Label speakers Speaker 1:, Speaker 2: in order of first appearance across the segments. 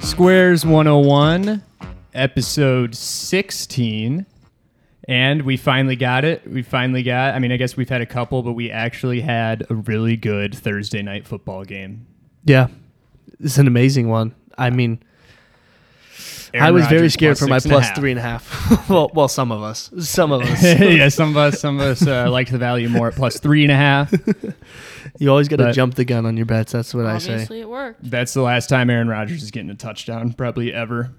Speaker 1: Squares 101, episode 16. And we finally got it. We finally got, I mean, I guess we've had a couple, but we actually had a really good Thursday night football game.
Speaker 2: Yeah, it's an amazing one. I mean, I was very scared for my plus three and a half. well, well, some of us, some of us.
Speaker 1: yeah, some of us, some of us uh, liked the value more at plus three and a half.
Speaker 2: You always got to
Speaker 1: But-
Speaker 2: jump the gun on your bets. That's what I say.
Speaker 3: Obviously, it worked.
Speaker 1: That's the last time Aaron Rodgers is getting a touchdown, probably ever.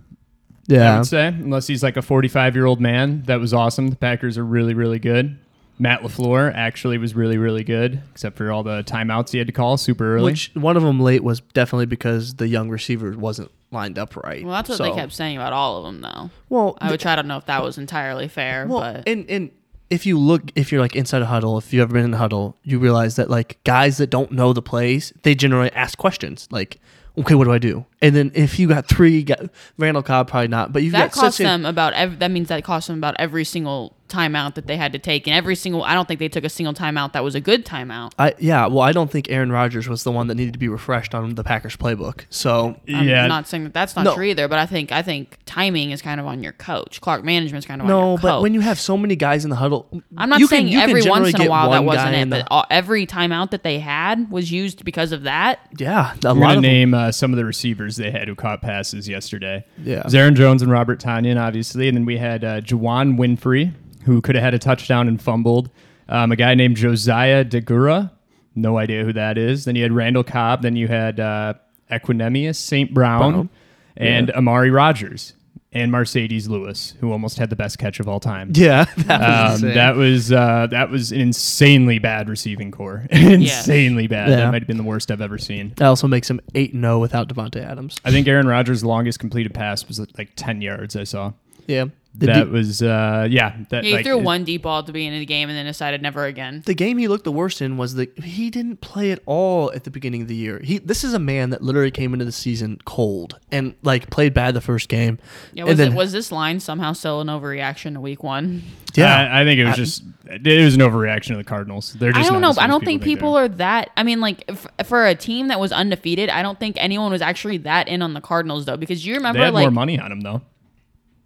Speaker 1: I
Speaker 2: Yeah,
Speaker 1: would say, unless he's like a 45 year old man. That was awesome. The Packers are really, really good. Matt LaFleur actually was really, really good, except for all the timeouts he had to call super early.
Speaker 2: which one of them late was definitely because the young receiver wasn't lined up right.
Speaker 3: Well, that's what
Speaker 2: So-
Speaker 3: they kept saying about all of them, though.
Speaker 2: Well,
Speaker 3: I would try to know if that was entirely fair,
Speaker 2: Well,
Speaker 3: but
Speaker 2: and and if you look, if you're like inside a huddle, if you've ever been in a huddle, you realize that like guys that don't know the plays, they generally ask questions like, "Okay, what do I do?" And then if you got three, got, Randall Cobb probably not, but you
Speaker 3: that
Speaker 2: got
Speaker 3: cost
Speaker 2: such
Speaker 3: them about. Ev- that means that cost them about every single timeout that they had to take, and every single. I don't think they took a single timeout that was a good timeout.
Speaker 2: A, I yeah, well, I don't think Aaron Rodgers was the one that needed to be refreshed on the Packers playbook. So
Speaker 3: I'm
Speaker 1: yeah.
Speaker 3: not saying that that's not
Speaker 2: No.
Speaker 3: true either, but I think I think timing is kind of on your coach. Clark management's kind of on
Speaker 2: no,
Speaker 3: your
Speaker 2: but
Speaker 3: coach.
Speaker 2: when you have so many guys in the huddle,
Speaker 3: Oh. I'm not
Speaker 2: you can-
Speaker 3: saying
Speaker 2: you can
Speaker 3: every
Speaker 2: generally
Speaker 3: once in a
Speaker 2: get
Speaker 3: while that
Speaker 2: one
Speaker 3: wasn't
Speaker 2: guy
Speaker 3: it,
Speaker 2: in the-
Speaker 3: but all, every timeout that they had was used because of that.
Speaker 2: yeah, a
Speaker 1: We're
Speaker 2: lot
Speaker 1: gonna
Speaker 2: of
Speaker 1: name uh, some of the receivers they had who caught passes yesterday.
Speaker 2: Yeah.
Speaker 1: It was Aaron Jones and Robert Tanyan, obviously, and then we had uh, Jawan Winfrey, who could have had a touchdown and fumbled. Um, a guy named Josiah Degura, no idea who that is. Then you had Randall Cobb. Then you had uh, Equinemius St. Brown,
Speaker 2: Brown.
Speaker 1: and Amari Rogers and Mercedes Lewis, who almost had the best catch of all time.
Speaker 2: yeah, that was
Speaker 1: Um,
Speaker 2: insane.
Speaker 1: that was uh, that was an insanely bad receiving core. insanely bad.
Speaker 2: Yeah.
Speaker 1: That might have been the worst I've ever seen.
Speaker 2: that also makes him eight and zero without Devonte Adams.
Speaker 1: I think Aaron Rodgers' longest completed pass was like ten yards. I saw
Speaker 2: Yeah, The
Speaker 1: that
Speaker 2: de-
Speaker 1: was uh, yeah. That
Speaker 3: He
Speaker 1: like,
Speaker 3: threw
Speaker 1: it-
Speaker 3: one deep ball to be in the game and then decided never again.
Speaker 2: the game he looked the worst in was the he didn't play at all at the beginning of the year. He this is a man that literally came into the season cold and like played bad the first game.
Speaker 3: Yeah,
Speaker 2: And
Speaker 3: was,
Speaker 2: then-
Speaker 3: it, was this line somehow still an overreaction to week one?
Speaker 2: yeah.
Speaker 1: I, I think it was just it was an overreaction to the Cardinals. They're
Speaker 3: I
Speaker 1: just
Speaker 3: don't
Speaker 1: not
Speaker 3: know.
Speaker 1: as
Speaker 3: I
Speaker 1: good as
Speaker 3: don't think people
Speaker 1: they're.
Speaker 3: are that. I mean, like f- for a team that was undefeated, I don't think anyone was actually that in on the Cardinals though, because you
Speaker 1: They
Speaker 3: remember
Speaker 1: had
Speaker 3: like
Speaker 1: more money on him though.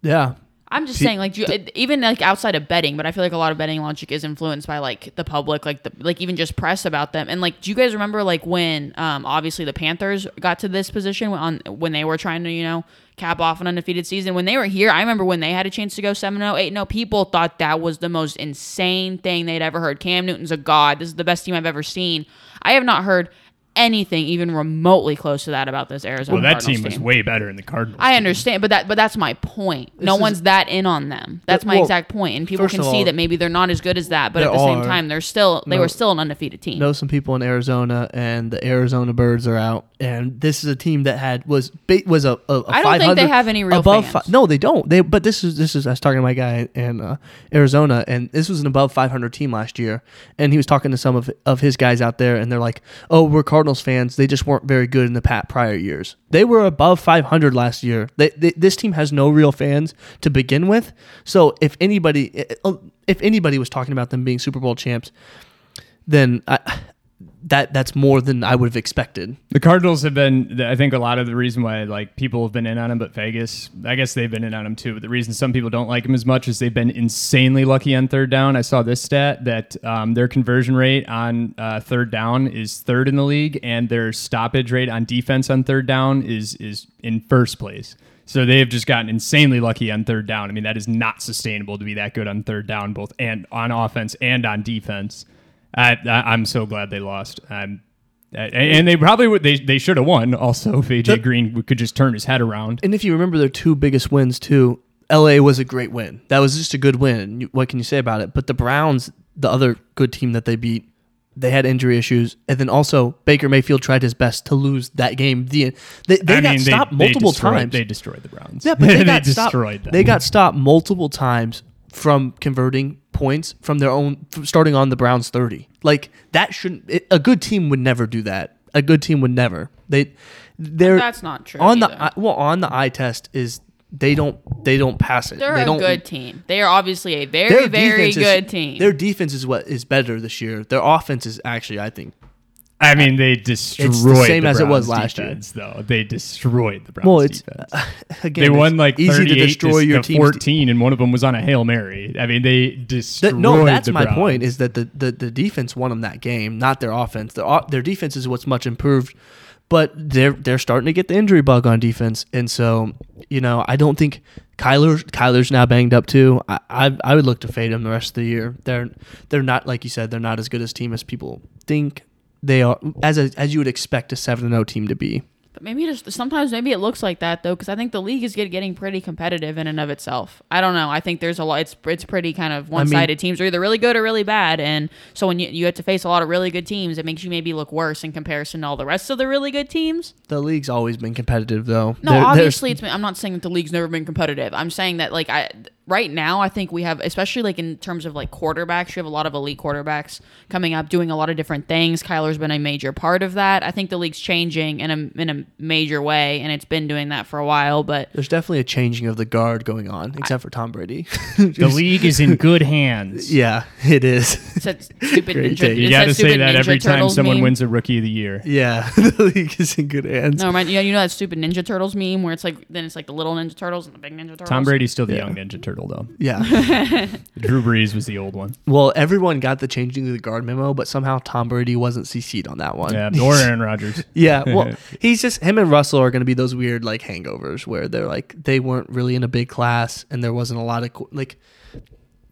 Speaker 2: yeah.
Speaker 3: I'm just
Speaker 2: Pe-
Speaker 3: saying, like, you, it- even like outside of betting, but I feel like a lot of betting logic is influenced by like the public, like the like even just press about them. And like, do you guys remember like when um obviously the Panthers got to this position when- on when they were trying to you know cap off an undefeated season when they were here? I remember when they had a chance to go oh, 7-0, 8-0, People thought that was the most insane thing they'd ever heard. Cam Newton's a god. This is the best team I've ever seen. I have not heard anything even remotely close to that about this Arizona.
Speaker 1: Well, that
Speaker 3: Cardinals
Speaker 1: team was way better in the Cardinals.
Speaker 3: I understand, but that but that's my point. no
Speaker 2: is-
Speaker 3: one's that in on them. That's my
Speaker 2: Well,
Speaker 3: exact point, and people
Speaker 2: first
Speaker 3: can
Speaker 2: of
Speaker 3: see
Speaker 2: all,
Speaker 3: that maybe they're not as good as that, but at
Speaker 2: they
Speaker 3: the same
Speaker 2: are.
Speaker 3: time, they're still they
Speaker 2: No.
Speaker 3: were still an undefeated team.
Speaker 2: Know some people in Arizona and the Arizona Birds are out and this is a team that had was ba- was a, a, a
Speaker 3: I don't think they
Speaker 2: 500
Speaker 3: have any real
Speaker 2: above
Speaker 3: fans.
Speaker 2: fi- no they don't they but this is this is I was talking to my guy in uh, Arizona and this was an above 500 team last year and he was talking to some of of his guys out there and they're like oh we're Cardinals fans they just weren't very good in the pat prior years they were above 500 last year they, they, this team has no real fans to begin with so if anybody eh, oh, if anybody was talking about them being Super Bowl champs then I, that that's more than I would have expected
Speaker 1: The Cardinals have been. I think a lot of the reason why like people have been in on him, but Vegas, I guess they've been in on him too. But the reason some people don't like him as much is they've been insanely lucky on third down. I saw this stat that um, their conversion rate on uh, third down is third in the league, and their stoppage rate on defense on third down is is in first place. So they have just gotten insanely lucky on third down. I mean, that is not sustainable to be that good on third down, both and on offense and on defense. I, I, I'm so glad they lost. I'm uh, And they probably would. They, they should have won. Also, if AJ Green could just turn his head around.
Speaker 2: And if you remember their two biggest wins too, LA was a great win. That was just a good win. You- What can you say about it? But the Browns, the other good team that they beat, they had injury issues, and then also Baker Mayfield tried his best to lose that game. The they, they
Speaker 1: I
Speaker 2: got
Speaker 1: mean,
Speaker 2: stopped multiple
Speaker 1: destroyed,
Speaker 2: times.
Speaker 1: They destroyed the Browns.
Speaker 2: yeah, but they, got
Speaker 1: destroyed
Speaker 2: stopped.
Speaker 1: them.
Speaker 2: They got stopped multiple times from converting points from their own from starting on the Browns thirty. Like that shouldn't. It, a good team would never do that. A good team would never. They they're
Speaker 3: that's not true.
Speaker 2: on
Speaker 3: either.
Speaker 2: the eye, well on the eye test is they don't they don't pass it.
Speaker 3: they're
Speaker 2: they
Speaker 3: a
Speaker 2: don't, e-
Speaker 3: good team. They are obviously a very very
Speaker 2: defense is-
Speaker 3: good team.
Speaker 2: Their defense is what is better this year. Their offense is actually I think
Speaker 1: I mean, they destroyed
Speaker 2: same
Speaker 1: the
Speaker 2: as it was
Speaker 1: Browns
Speaker 2: last year.
Speaker 1: defense, Though they destroyed the Browns
Speaker 2: Well, it's
Speaker 1: defense.
Speaker 2: again
Speaker 1: They
Speaker 2: it's
Speaker 1: won like
Speaker 2: easy to destroy your
Speaker 1: to
Speaker 2: team's de-
Speaker 1: 14, and one of them was on a hail mary. I mean, they destroyed.
Speaker 2: That- no, that's
Speaker 1: the
Speaker 2: my
Speaker 1: Browns.
Speaker 2: point. Is that the, the, the defense won them that game, not their offense. Their o- their defense is what's much improved, but they're they're starting to get the injury bug on defense, and so you know I don't think Kyler Kyler's now banged up too. I I, I would look to fade him the rest of the year. They're they're not like you said. They're not as good as team as people think they are. As a, as you would expect a seven and zero team to be.
Speaker 3: But maybe just sometimes maybe it looks like that though, because I think the league is get, getting pretty competitive in and of itself. I don't know. I think there's a lot. It's it's pretty kind of one sided. teams are either really good or really bad, and so when you you have to face a lot of really good teams, it makes you maybe look worse in comparison to all the rest of the really good teams.
Speaker 2: The league's always been competitive though. There-
Speaker 3: No,
Speaker 2: there's-
Speaker 3: obviously it's been, I'm not saying that the league's never been competitive. I'm saying that like I right now I think we have especially like in terms of like quarterbacks, you have a lot of elite quarterbacks coming up doing a lot of different things. Kyler's been a major part of that. I think the league's changing in a in a major way and it's been doing that for a while, but
Speaker 2: there's definitely a changing of the guard going on, except for Tom Brady.
Speaker 1: The league is in good hands.
Speaker 2: yeah, it is.
Speaker 3: it's that stupid
Speaker 2: Great
Speaker 3: ninja,
Speaker 2: take.
Speaker 1: You
Speaker 3: it's
Speaker 1: got to say
Speaker 3: stupid
Speaker 1: that
Speaker 3: Ninja
Speaker 1: every time
Speaker 3: Turtles
Speaker 1: someone
Speaker 3: meme.
Speaker 1: wins a Rookie of the Year.
Speaker 2: Yeah, the league is in good hands.
Speaker 3: No, remind, you know, you know that stupid Ninja Turtles meme where it's like then it's like the little Ninja Turtles and the big Ninja Turtles.
Speaker 1: Tom Brady's still the
Speaker 2: Yeah.
Speaker 1: young Ninja Turtle, though.
Speaker 2: Yeah.
Speaker 1: Drew Brees was the old one.
Speaker 2: well, everyone got the changing of the guard memo, but somehow Tom Brady wasn't CC'd on that one.
Speaker 1: Yeah, or Aaron Rodgers.
Speaker 2: yeah. Well, he's just him and Russell are going to be those weird like hangovers where they're like they weren't really in a big class and there wasn't a lot of co- like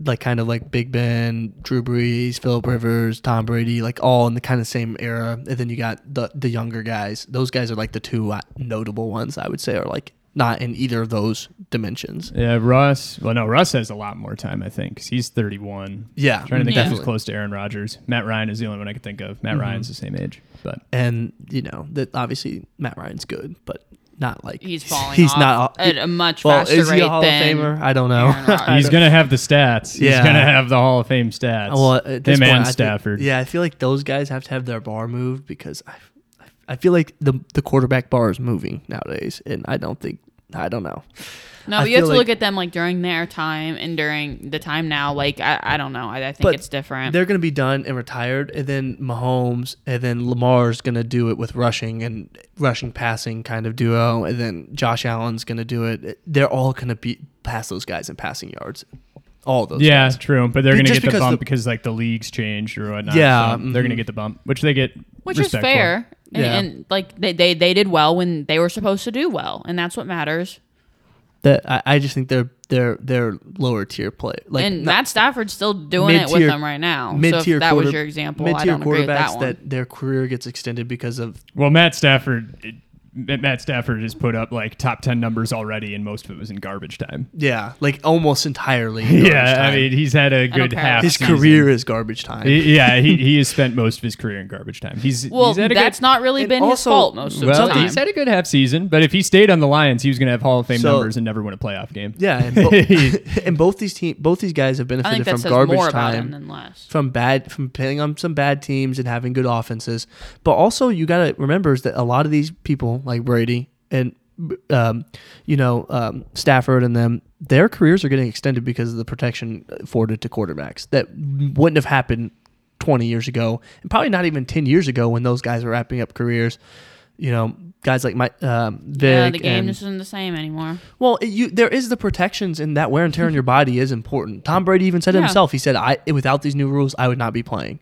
Speaker 2: like kind of like Big Ben, Drew Brees, Philip Rivers, Tom Brady, like all in the kind of same era. And then you got the the younger guys. Those guys are like the two uh, notable ones I would say are like not in either of those dimensions.
Speaker 1: Yeah, Russ. Well, no, Russ has a lot more time, I think, 'cause he's 31.
Speaker 2: Yeah. Mm-hmm.
Speaker 1: trying to think if
Speaker 2: definitely.
Speaker 1: he's close to Aaron Rodgers. Matt Ryan is the only one I could think of. Matt Ryan's the same age, but
Speaker 2: and you know that obviously Matt Ryan's good, but not like
Speaker 3: He's falling
Speaker 2: He's
Speaker 3: off
Speaker 2: not
Speaker 3: at a much
Speaker 2: well.
Speaker 3: faster
Speaker 2: Is he
Speaker 3: rate
Speaker 2: a Hall
Speaker 3: than
Speaker 2: of Famer? I don't know.
Speaker 3: Aaron Rodgers.
Speaker 2: I
Speaker 1: he's
Speaker 2: don't-
Speaker 1: going to have the stats.
Speaker 2: Yeah.
Speaker 1: He's going to have the Hall of Fame stats.
Speaker 2: well at this
Speaker 1: him
Speaker 2: point, I
Speaker 1: and
Speaker 2: think-
Speaker 1: Stafford.
Speaker 2: yeah, I feel like those guys have to have their bar moved because I, I feel like the the quarterback bar is moving nowadays, and I don't think I don't know.
Speaker 3: No,
Speaker 2: I
Speaker 3: but you have
Speaker 2: feel
Speaker 3: to look
Speaker 2: like-
Speaker 3: at them like during their time and during the time now. Like I, I don't know. I, I think
Speaker 2: But
Speaker 3: it's different.
Speaker 2: They're going to be done and retired, and then Mahomes and then Lamar's going to do it with rushing and rushing passing kind of duo, and then Josh Allen's going to do it. They're all going to be past those guys in passing yards. All those.
Speaker 1: Yeah, true. But they're
Speaker 2: Be-
Speaker 1: going to
Speaker 2: just
Speaker 1: get the
Speaker 2: because
Speaker 1: bump
Speaker 2: the-
Speaker 1: because like the league's changed or whatnot.
Speaker 2: Yeah,
Speaker 1: so they're
Speaker 2: mhm.
Speaker 1: going to get the bump, which they get,
Speaker 3: which
Speaker 1: respect for.
Speaker 3: is fair. And,
Speaker 2: Yeah.
Speaker 3: and like they, they they did well when they were supposed to do well, and that's what matters.
Speaker 2: That I, I just think they're they're they're lower tier play. Like
Speaker 3: and
Speaker 2: not-
Speaker 3: Matt Stafford's still doing it with
Speaker 2: mid-tier-
Speaker 3: them right now. So if
Speaker 2: mid-tier
Speaker 3: that was
Speaker 2: quarter-
Speaker 3: your example, I
Speaker 2: mid-tier
Speaker 3: don't agree with that
Speaker 2: quarterbacks
Speaker 3: one.
Speaker 2: their career gets extended because of
Speaker 1: Well, Matt Stafford. It, Matt Stafford has put up like top 10 numbers already, and most of it was in garbage time.
Speaker 2: yeah, like almost entirely.
Speaker 1: Yeah,
Speaker 2: garbage
Speaker 1: I
Speaker 2: time.
Speaker 1: mean, he's had a good
Speaker 3: care.
Speaker 1: half.
Speaker 2: his
Speaker 1: season.
Speaker 2: career is garbage time.
Speaker 1: He- yeah, he, he has spent most of his career in garbage time. He's
Speaker 3: well,
Speaker 1: he's had a
Speaker 3: that's
Speaker 1: good,
Speaker 3: not really
Speaker 2: and
Speaker 3: been his
Speaker 2: also-
Speaker 3: fault most of
Speaker 1: well.
Speaker 3: the time.
Speaker 1: He's had a good half season, but if he stayed on the Lions, he was going to have Hall of Fame
Speaker 2: So-
Speaker 1: numbers and never win a playoff game.
Speaker 2: Yeah, and, bo- and both these team, both these guys have
Speaker 3: I
Speaker 2: benefited
Speaker 3: think that
Speaker 2: from
Speaker 3: says
Speaker 2: garbage
Speaker 3: more about
Speaker 2: time,
Speaker 3: him than less.
Speaker 2: from bad, from playing on some bad teams and having good offenses. But also, you gotta remember is that a lot of these people, like Brady and um, you know um, Stafford and them, their careers are getting extended because of the protection afforded to quarterbacks that wouldn't have happened 20 years ago, and probably not even 10 years ago when those guys were wrapping up careers. You know, guys like my um, Vic
Speaker 3: Yeah, Uh, the game
Speaker 2: and
Speaker 3: just isn't the same anymore.
Speaker 2: well, it- you there is the protections, and that wear and tear on your body is important. Tom Brady even said it
Speaker 3: Yeah.
Speaker 2: himself. He said, "I without these new rules, I would not be playing."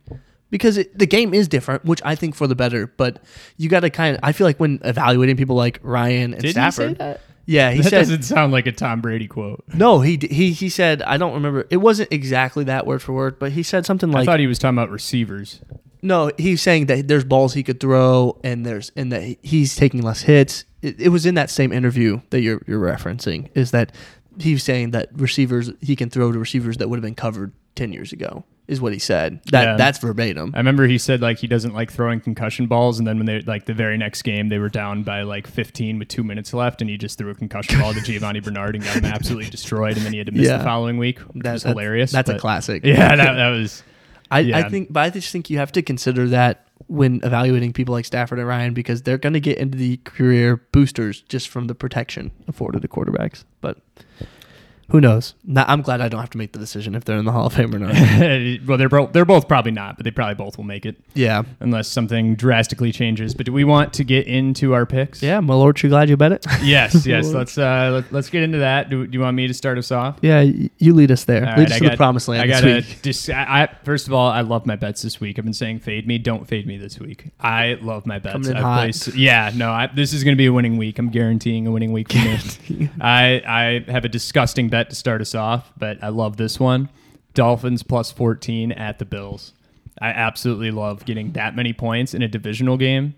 Speaker 2: Because it, the game is different, which I think for the better. But you got to kind of. I feel like when evaluating people like Ryan and
Speaker 1: Did he say
Speaker 2: Stafford,
Speaker 1: that?
Speaker 2: yeah, he
Speaker 1: that
Speaker 2: said
Speaker 1: doesn't sound like a Tom Brady quote.
Speaker 2: no. He d- he he said I don't remember. It wasn't exactly that word for word, but he said something
Speaker 1: I
Speaker 2: like
Speaker 1: thought he was talking about receivers.
Speaker 2: no. He's saying that there's balls he could throw, and there's and that he- he's taking less hits. It, it was in that same interview that you're you're referencing. Is that he was saying that receivers he can throw to receivers that would have been covered ten years ago is what he said. That
Speaker 1: Yeah.
Speaker 2: that's verbatim.
Speaker 1: I remember he said like he doesn't like throwing concussion balls, and then when they like the very next game they were down by like 15 with two minutes left, and he just threw a concussion ball to Giovanni Bernard and got him absolutely destroyed, and then he had to miss
Speaker 2: Yeah.
Speaker 1: the following week. Which
Speaker 2: That-
Speaker 1: was
Speaker 2: that's-
Speaker 1: hilarious.
Speaker 2: That's a
Speaker 1: but-
Speaker 2: classic.
Speaker 1: Yeah, that, that was.
Speaker 2: I,
Speaker 1: Yeah.
Speaker 2: I think, but I just think you have to consider that when evaluating people like Stafford and Ryan because they're going to get into the career boosters just from the protection afforded to quarterbacks. But Who knows? Now, I'm glad I don't have to make the decision if they're in the Hall of Fame or not.
Speaker 1: well, they're bro- they're both probably not, but they probably both will make it
Speaker 2: yeah.
Speaker 1: unless something drastically changes. But do we want to get into our picks?
Speaker 2: Yeah, my lord, you glad you bet it?
Speaker 1: Yes, yes. let's uh, let, let's get into that. Do, do you want me to start us off?
Speaker 2: yeah, y- you lead us there.
Speaker 1: All
Speaker 2: lead
Speaker 1: right,
Speaker 2: us
Speaker 1: I
Speaker 2: to the
Speaker 1: got-
Speaker 2: promised land
Speaker 1: I
Speaker 2: this
Speaker 1: gotta
Speaker 2: week.
Speaker 1: dis- I, I- first of all, I love my bets this week. I've been saying fade me, don't fade me this week. I love my bets.
Speaker 2: Coming in
Speaker 1: I've
Speaker 2: hot.
Speaker 1: yeah, no, I, this is gonna be a winning week. I'm guaranteeing a winning week for me. I I have a disgusting bet to start us off, but I love this one. Dolphins plus 14 at the Bills. I absolutely love getting that many points in a divisional game.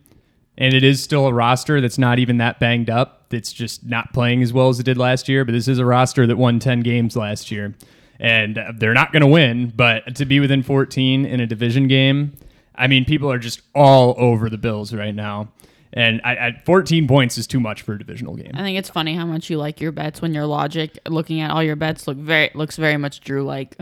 Speaker 1: And it is still a roster that's not even that banged up. That's just not playing as well as it did last year. But this is a roster that won 10 games last year. And uh, they're not going to win. But to be within 14 in a division game, I mean, people are just all over the Bills right now. And I, I, 14 points is too much for a divisional game.
Speaker 3: I think it's funny how much you like your bets when your logic looking at all your bets look very looks very much Drew like.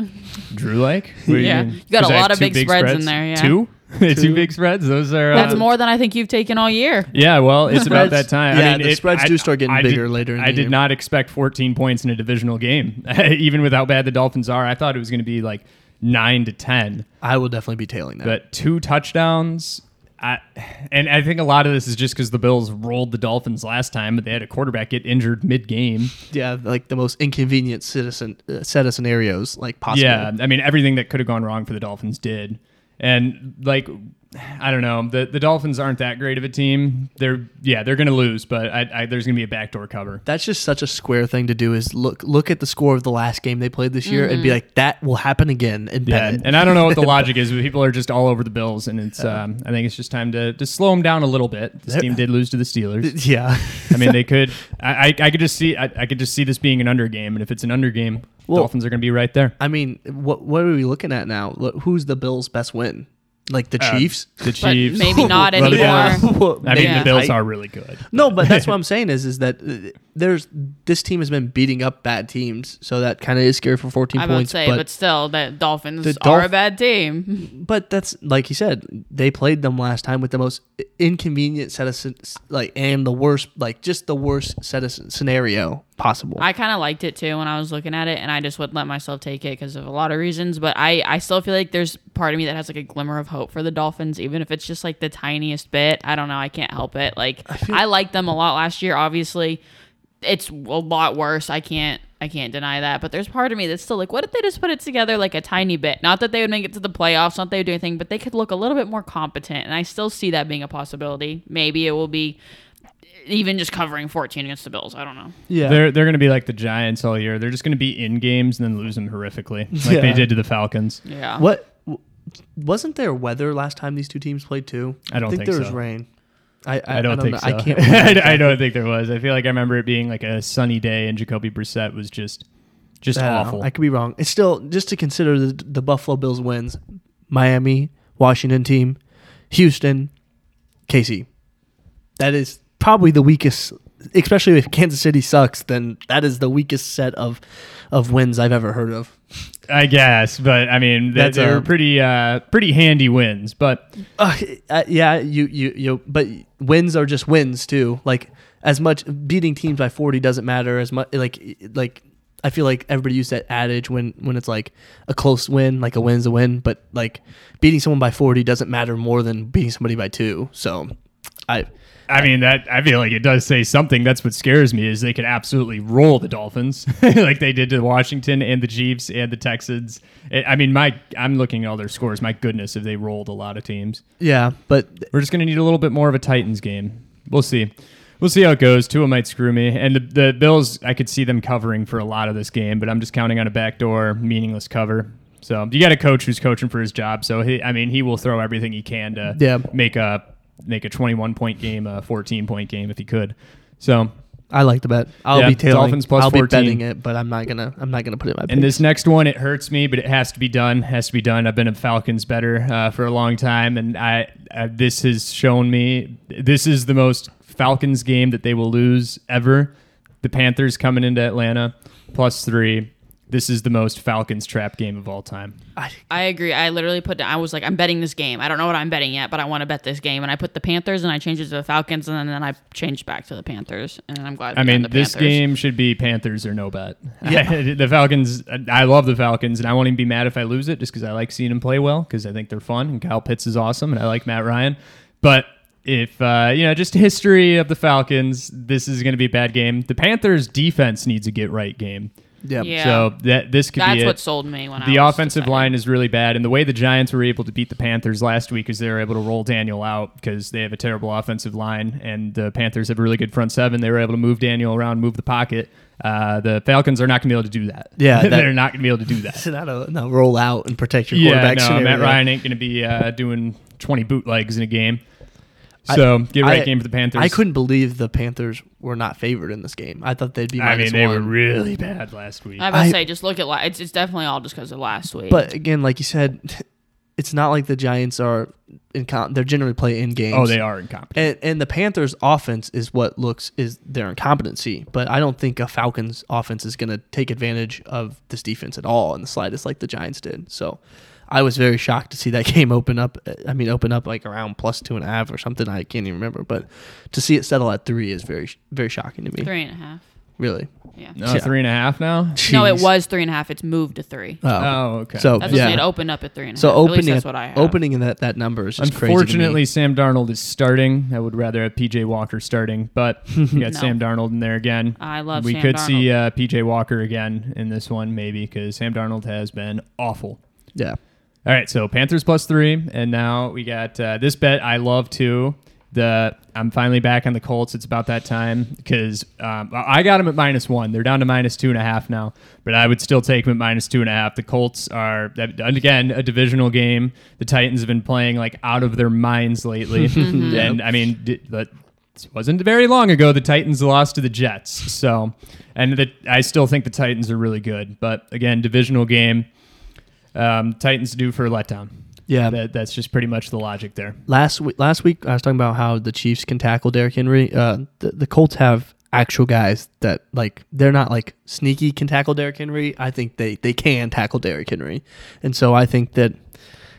Speaker 1: Drew like? What do
Speaker 3: Yeah.
Speaker 1: mean?
Speaker 3: You got a
Speaker 1: 'Cause I have
Speaker 3: lot of
Speaker 1: two
Speaker 3: big spreads in there, yeah.
Speaker 1: Two? two? big spreads? Those are.
Speaker 3: That's
Speaker 1: uh,
Speaker 3: more than I think you've taken all year.
Speaker 1: Yeah, well, it's about
Speaker 2: spreads-
Speaker 1: that time.
Speaker 2: yeah,
Speaker 1: I mean,
Speaker 2: the
Speaker 1: it-
Speaker 2: spreads
Speaker 1: I-
Speaker 2: do start getting
Speaker 1: I
Speaker 2: bigger
Speaker 1: did,
Speaker 2: later in the
Speaker 1: I
Speaker 2: year.
Speaker 1: did not expect 14 points in a divisional game, even with how bad the Dolphins are. I thought it was going to be like nine to 10,
Speaker 2: I will definitely be tailing that.
Speaker 1: but two touchdowns. I, and I think a lot of this is just because the Bills rolled the Dolphins last time, but they had a quarterback get injured mid game.
Speaker 2: yeah, like the most inconvenient citizen uh, set of scenarios like possible.
Speaker 1: Yeah, I mean everything that could have gone wrong for the Dolphins did, and like I don't know, the the Dolphins aren't that great of a team. They're yeah, they're gonna lose, but I, I, there's gonna be a backdoor cover.
Speaker 2: That's just such a square thing to do is look look at the score of the last game they played this year and
Speaker 3: Mm-hmm.
Speaker 2: be like that will happen again and
Speaker 1: Yeah,
Speaker 2: bet it.
Speaker 1: and I don't know what the logic is, but people are just all over the Bills, and it's um, I think it's just time to to slow them down a little bit. This team did lose to the Steelers.
Speaker 2: yeah.
Speaker 1: I mean, they could. I, I, I could just see. I, I could just see this being an under game, and if it's an under game,
Speaker 2: Well-
Speaker 1: Dolphins are going to be right there.
Speaker 2: I mean, what what are we looking at now? Look, Who's the Bills' best win? Like the uh, Chiefs?
Speaker 1: The
Speaker 3: But
Speaker 1: Chiefs.
Speaker 3: maybe not
Speaker 1: Run it
Speaker 3: anymore.
Speaker 1: down. Uh, I mean,
Speaker 3: Yeah.
Speaker 1: the Bills are really good.
Speaker 2: No, but that's what I'm saying is is that uh, there's this team has been beating up bad teams, so that kind of is scary for 14
Speaker 3: I would
Speaker 2: points.
Speaker 3: say,
Speaker 2: but
Speaker 3: but, still, the Dolphins
Speaker 2: The
Speaker 3: are a
Speaker 2: Dolph-
Speaker 3: bad team.
Speaker 2: but that's like you said, they played them last time with the most inconvenient set of scen- like and the worst like just the worst set of sc- scenario possible.
Speaker 3: I kind of liked it too when I was looking at it, and I just wouldn't let myself take it because of a lot of reasons. But I, I still feel like there's part of me that has like a glimmer of hope for the Dolphins, even if it's just like the tiniest bit. I don't know. I can't help it. Like I, liked them a lot last year. Obviously, it's a lot worse. I can't. I can't deny that, but there's part of me that's still like, what if they just put it together like a tiny bit? Not that they would make it to the playoffs, not that they would do anything, but they could look a little bit more competent. And I still see that being a possibility. Maybe it will be even just covering 14 against the Bills. I don't know.
Speaker 2: yeah,
Speaker 1: They're they're going to be like the Giants all year. They're just going to be in games and then lose them horrifically, like
Speaker 2: Yeah.
Speaker 1: they did to the Falcons.
Speaker 3: Yeah.
Speaker 2: What w- wasn't there weather last time these two teams played too?
Speaker 1: I don't think
Speaker 2: there was
Speaker 1: so.
Speaker 2: rain. I, I,
Speaker 1: I don't, think
Speaker 2: know.
Speaker 1: so.
Speaker 2: I can't. remember.
Speaker 1: I don't think there was. I feel like I remember it being like a sunny day, and Jacoby Brissett was just just
Speaker 2: I don't know.
Speaker 1: awful.
Speaker 2: I could be wrong. It's still just to consider the, the Buffalo Bills wins: Miami, Washington team, Houston, KC. That is probably the weakest. Especially if Kansas City sucks, then that is the weakest set of of wins I've ever heard of.
Speaker 1: I guess, but I mean, they,
Speaker 2: That's
Speaker 1: they
Speaker 2: a-
Speaker 1: were pretty uh, pretty handy wins. But
Speaker 2: Uh, uh, yeah, you, you you but wins are just wins too. Like as much beating teams by 40 doesn't matter as much like like I feel like everybody used that adage when when it's like a close win, like a win's a win, but like beating someone by 40 doesn't matter more than beating somebody by 2. So I
Speaker 1: I mean, that I feel like it does say something. That's what scares me is they could absolutely roll the Dolphins like they did to Washington and the Chiefs and the Texans. I I mean, my I'm looking at all their scores. My goodness, if they rolled a lot of teams.
Speaker 2: yeah, but
Speaker 1: We're just going to need a little bit more of a Titans game. We'll see. We'll see how it goes. Tua might screw me. And the, the Bills, I could see them covering for a lot of this game, but I'm just counting on a backdoor, meaningless cover. So you got a coach who's coaching for his job. So, he, I mean, he will throw everything he can to
Speaker 2: Yeah.
Speaker 1: make a make a 21 point game, a 14 point game if he could. So,
Speaker 2: I like the bet. I'll
Speaker 1: Yeah,
Speaker 2: be tailing.
Speaker 1: Dolphins plus
Speaker 2: I'll be
Speaker 1: 14.
Speaker 2: betting it, but I'm not gonna I'm not gonna put it in my.
Speaker 1: and
Speaker 2: picks.
Speaker 1: this next one, it hurts me, but it has to be done. Has to be done. I've been a Falcons better uh, for a long time, and I uh, this has shown me this is the most Falcons game that they will lose ever. The Panthers coming into Atlanta plus three. this is the most Falcons trap game of all time.
Speaker 2: I,
Speaker 3: I agree. I literally put. I was like, I'm betting this game. I don't know what I'm betting yet, but I want to bet this game. And I put the Panthers, and I changed it to the Falcons, and then, then I changed back to the Panthers. And I'm glad.
Speaker 1: I
Speaker 3: we
Speaker 1: mean,
Speaker 3: had the
Speaker 1: this
Speaker 3: Panthers.
Speaker 1: game should be Panthers or no bet. the Falcons, I love the Falcons, and I won't even be mad if I lose it just because I like seeing them play well because I think they're fun and Kyle Pitts is awesome and I like Matt Ryan. But if, uh, you know, just history of the Falcons, this is going to be a bad game. The Panthers' defense needs a get right game.
Speaker 2: yeah.
Speaker 3: Yeah.
Speaker 1: So that this could
Speaker 3: That's
Speaker 1: be it.
Speaker 3: what sold me when I
Speaker 1: the
Speaker 3: was
Speaker 1: offensive
Speaker 3: deciding.
Speaker 1: line is really bad, and the way the Giants were able to beat the Panthers last week is they were able to roll Daniel out because they have a terrible offensive line, and the Panthers have a really good front seven. They were able to move Daniel around, move the pocket. Uh, the Falcons are not going to be able to do that.
Speaker 2: Yeah, that-
Speaker 1: they're not going to be able to do that.
Speaker 2: It's not a no, roll out and protect your
Speaker 1: yeah,
Speaker 2: quarterback.
Speaker 1: no,
Speaker 2: scenario.
Speaker 1: Matt Ryan ain't going to be uh, doing twenty bootlegs in a game. So get right
Speaker 2: I-
Speaker 1: game for the Panthers.
Speaker 2: I couldn't believe the Panthers were not favored in this game. I thought they'd be.
Speaker 1: I mean,
Speaker 2: minus
Speaker 1: they
Speaker 2: one.
Speaker 1: were really bad last week.
Speaker 3: I was
Speaker 2: I-
Speaker 3: say, just look at la- it's it's definitely all just because of last week.
Speaker 2: But again, like you said, it's not like the Giants are in. Con- they're generally play in games.
Speaker 1: oh, they are incompetent.
Speaker 2: And, and the Panthers' offense is what looks is their incompetency, but I don't think a Falcons' offense is going to take advantage of this defense at all in the slightest, like the Giants did. So, I was very shocked to see that game open up. I mean, open up like around plus two and a half or something. I can't even remember, but to see it settle at three is very, very shocking to me.
Speaker 3: three and a half.
Speaker 2: Really?
Speaker 3: Yeah.
Speaker 1: No, Oh, three and a half now.
Speaker 3: No, it
Speaker 2: Jeez.
Speaker 3: was three and a half. It's moved to three.
Speaker 2: Oh,
Speaker 1: Oh, okay.
Speaker 2: so
Speaker 3: That's what
Speaker 2: yeah.
Speaker 3: I'm saying, it opened up at three and a half.
Speaker 2: so
Speaker 3: at least
Speaker 2: opening
Speaker 3: that's what I have.
Speaker 2: opening in that that number is just crazy. to me.
Speaker 1: Unfortunately, Sam Darnold is starting. I would rather have PJ Walker starting, but you got
Speaker 3: No.
Speaker 1: Sam Darnold in there again.
Speaker 3: I love
Speaker 1: We
Speaker 3: Sam
Speaker 1: could
Speaker 3: Darnold.
Speaker 1: see uh, PJ Walker again in this one, maybe, because Sam Darnold has been awful.
Speaker 2: yeah.
Speaker 1: All right, so Panthers plus three, and now we got uh, this bet I love too. The I'm finally back on the Colts. It's about that time because um, I I got them at minus one. They're down to minus two and a half now, but I would still take them at minus two and a half. The Colts are and again a divisional game. The Titans have been playing like out of their minds lately, and I mean, d- but it wasn't very long ago the Titans lost to the Jets. So, and the, I still think the Titans are really good, but again, divisional game um, Titans due for a letdown.
Speaker 2: Yeah.
Speaker 1: That, that's just pretty much the logic there.
Speaker 2: Last week, last week I was talking about how the Chiefs can tackle Derrick Henry. Uh, the, the Colts have actual guys that like they're not like sneaky can tackle Derrick Henry. I think they they can tackle Derrick Henry, and so I think that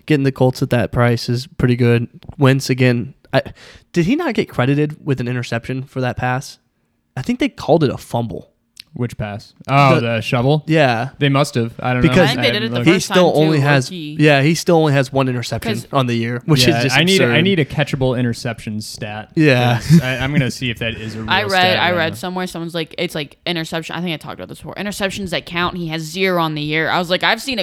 Speaker 2: getting the Colts at that price is pretty good. Wentz again, I, did he not get credited with an interception for that pass? I think they called it a fumble.
Speaker 1: Which pass? Oh, the,
Speaker 2: The-
Speaker 1: shovel.
Speaker 2: Yeah,
Speaker 1: They must have. I don't know.
Speaker 2: Because- I
Speaker 3: think they did it
Speaker 1: haven't
Speaker 3: the
Speaker 1: looked.
Speaker 2: he
Speaker 3: First time
Speaker 2: still
Speaker 3: too,
Speaker 2: only has
Speaker 3: low-key.
Speaker 2: yeah he still only has one interception
Speaker 3: 'Cause-
Speaker 2: on the year, which
Speaker 1: Yeah,
Speaker 2: is just
Speaker 1: I need
Speaker 2: absurd.
Speaker 1: I need a catchable interception stat.
Speaker 2: Yeah.
Speaker 1: 'Cause I, am gonna see if that is a real
Speaker 3: I read
Speaker 1: stat
Speaker 3: I
Speaker 1: right
Speaker 3: read
Speaker 1: now.
Speaker 3: somewhere someone's like it's like interception. I think I talked about this before. Interceptions that count. He has zero on the year. I was like I've seen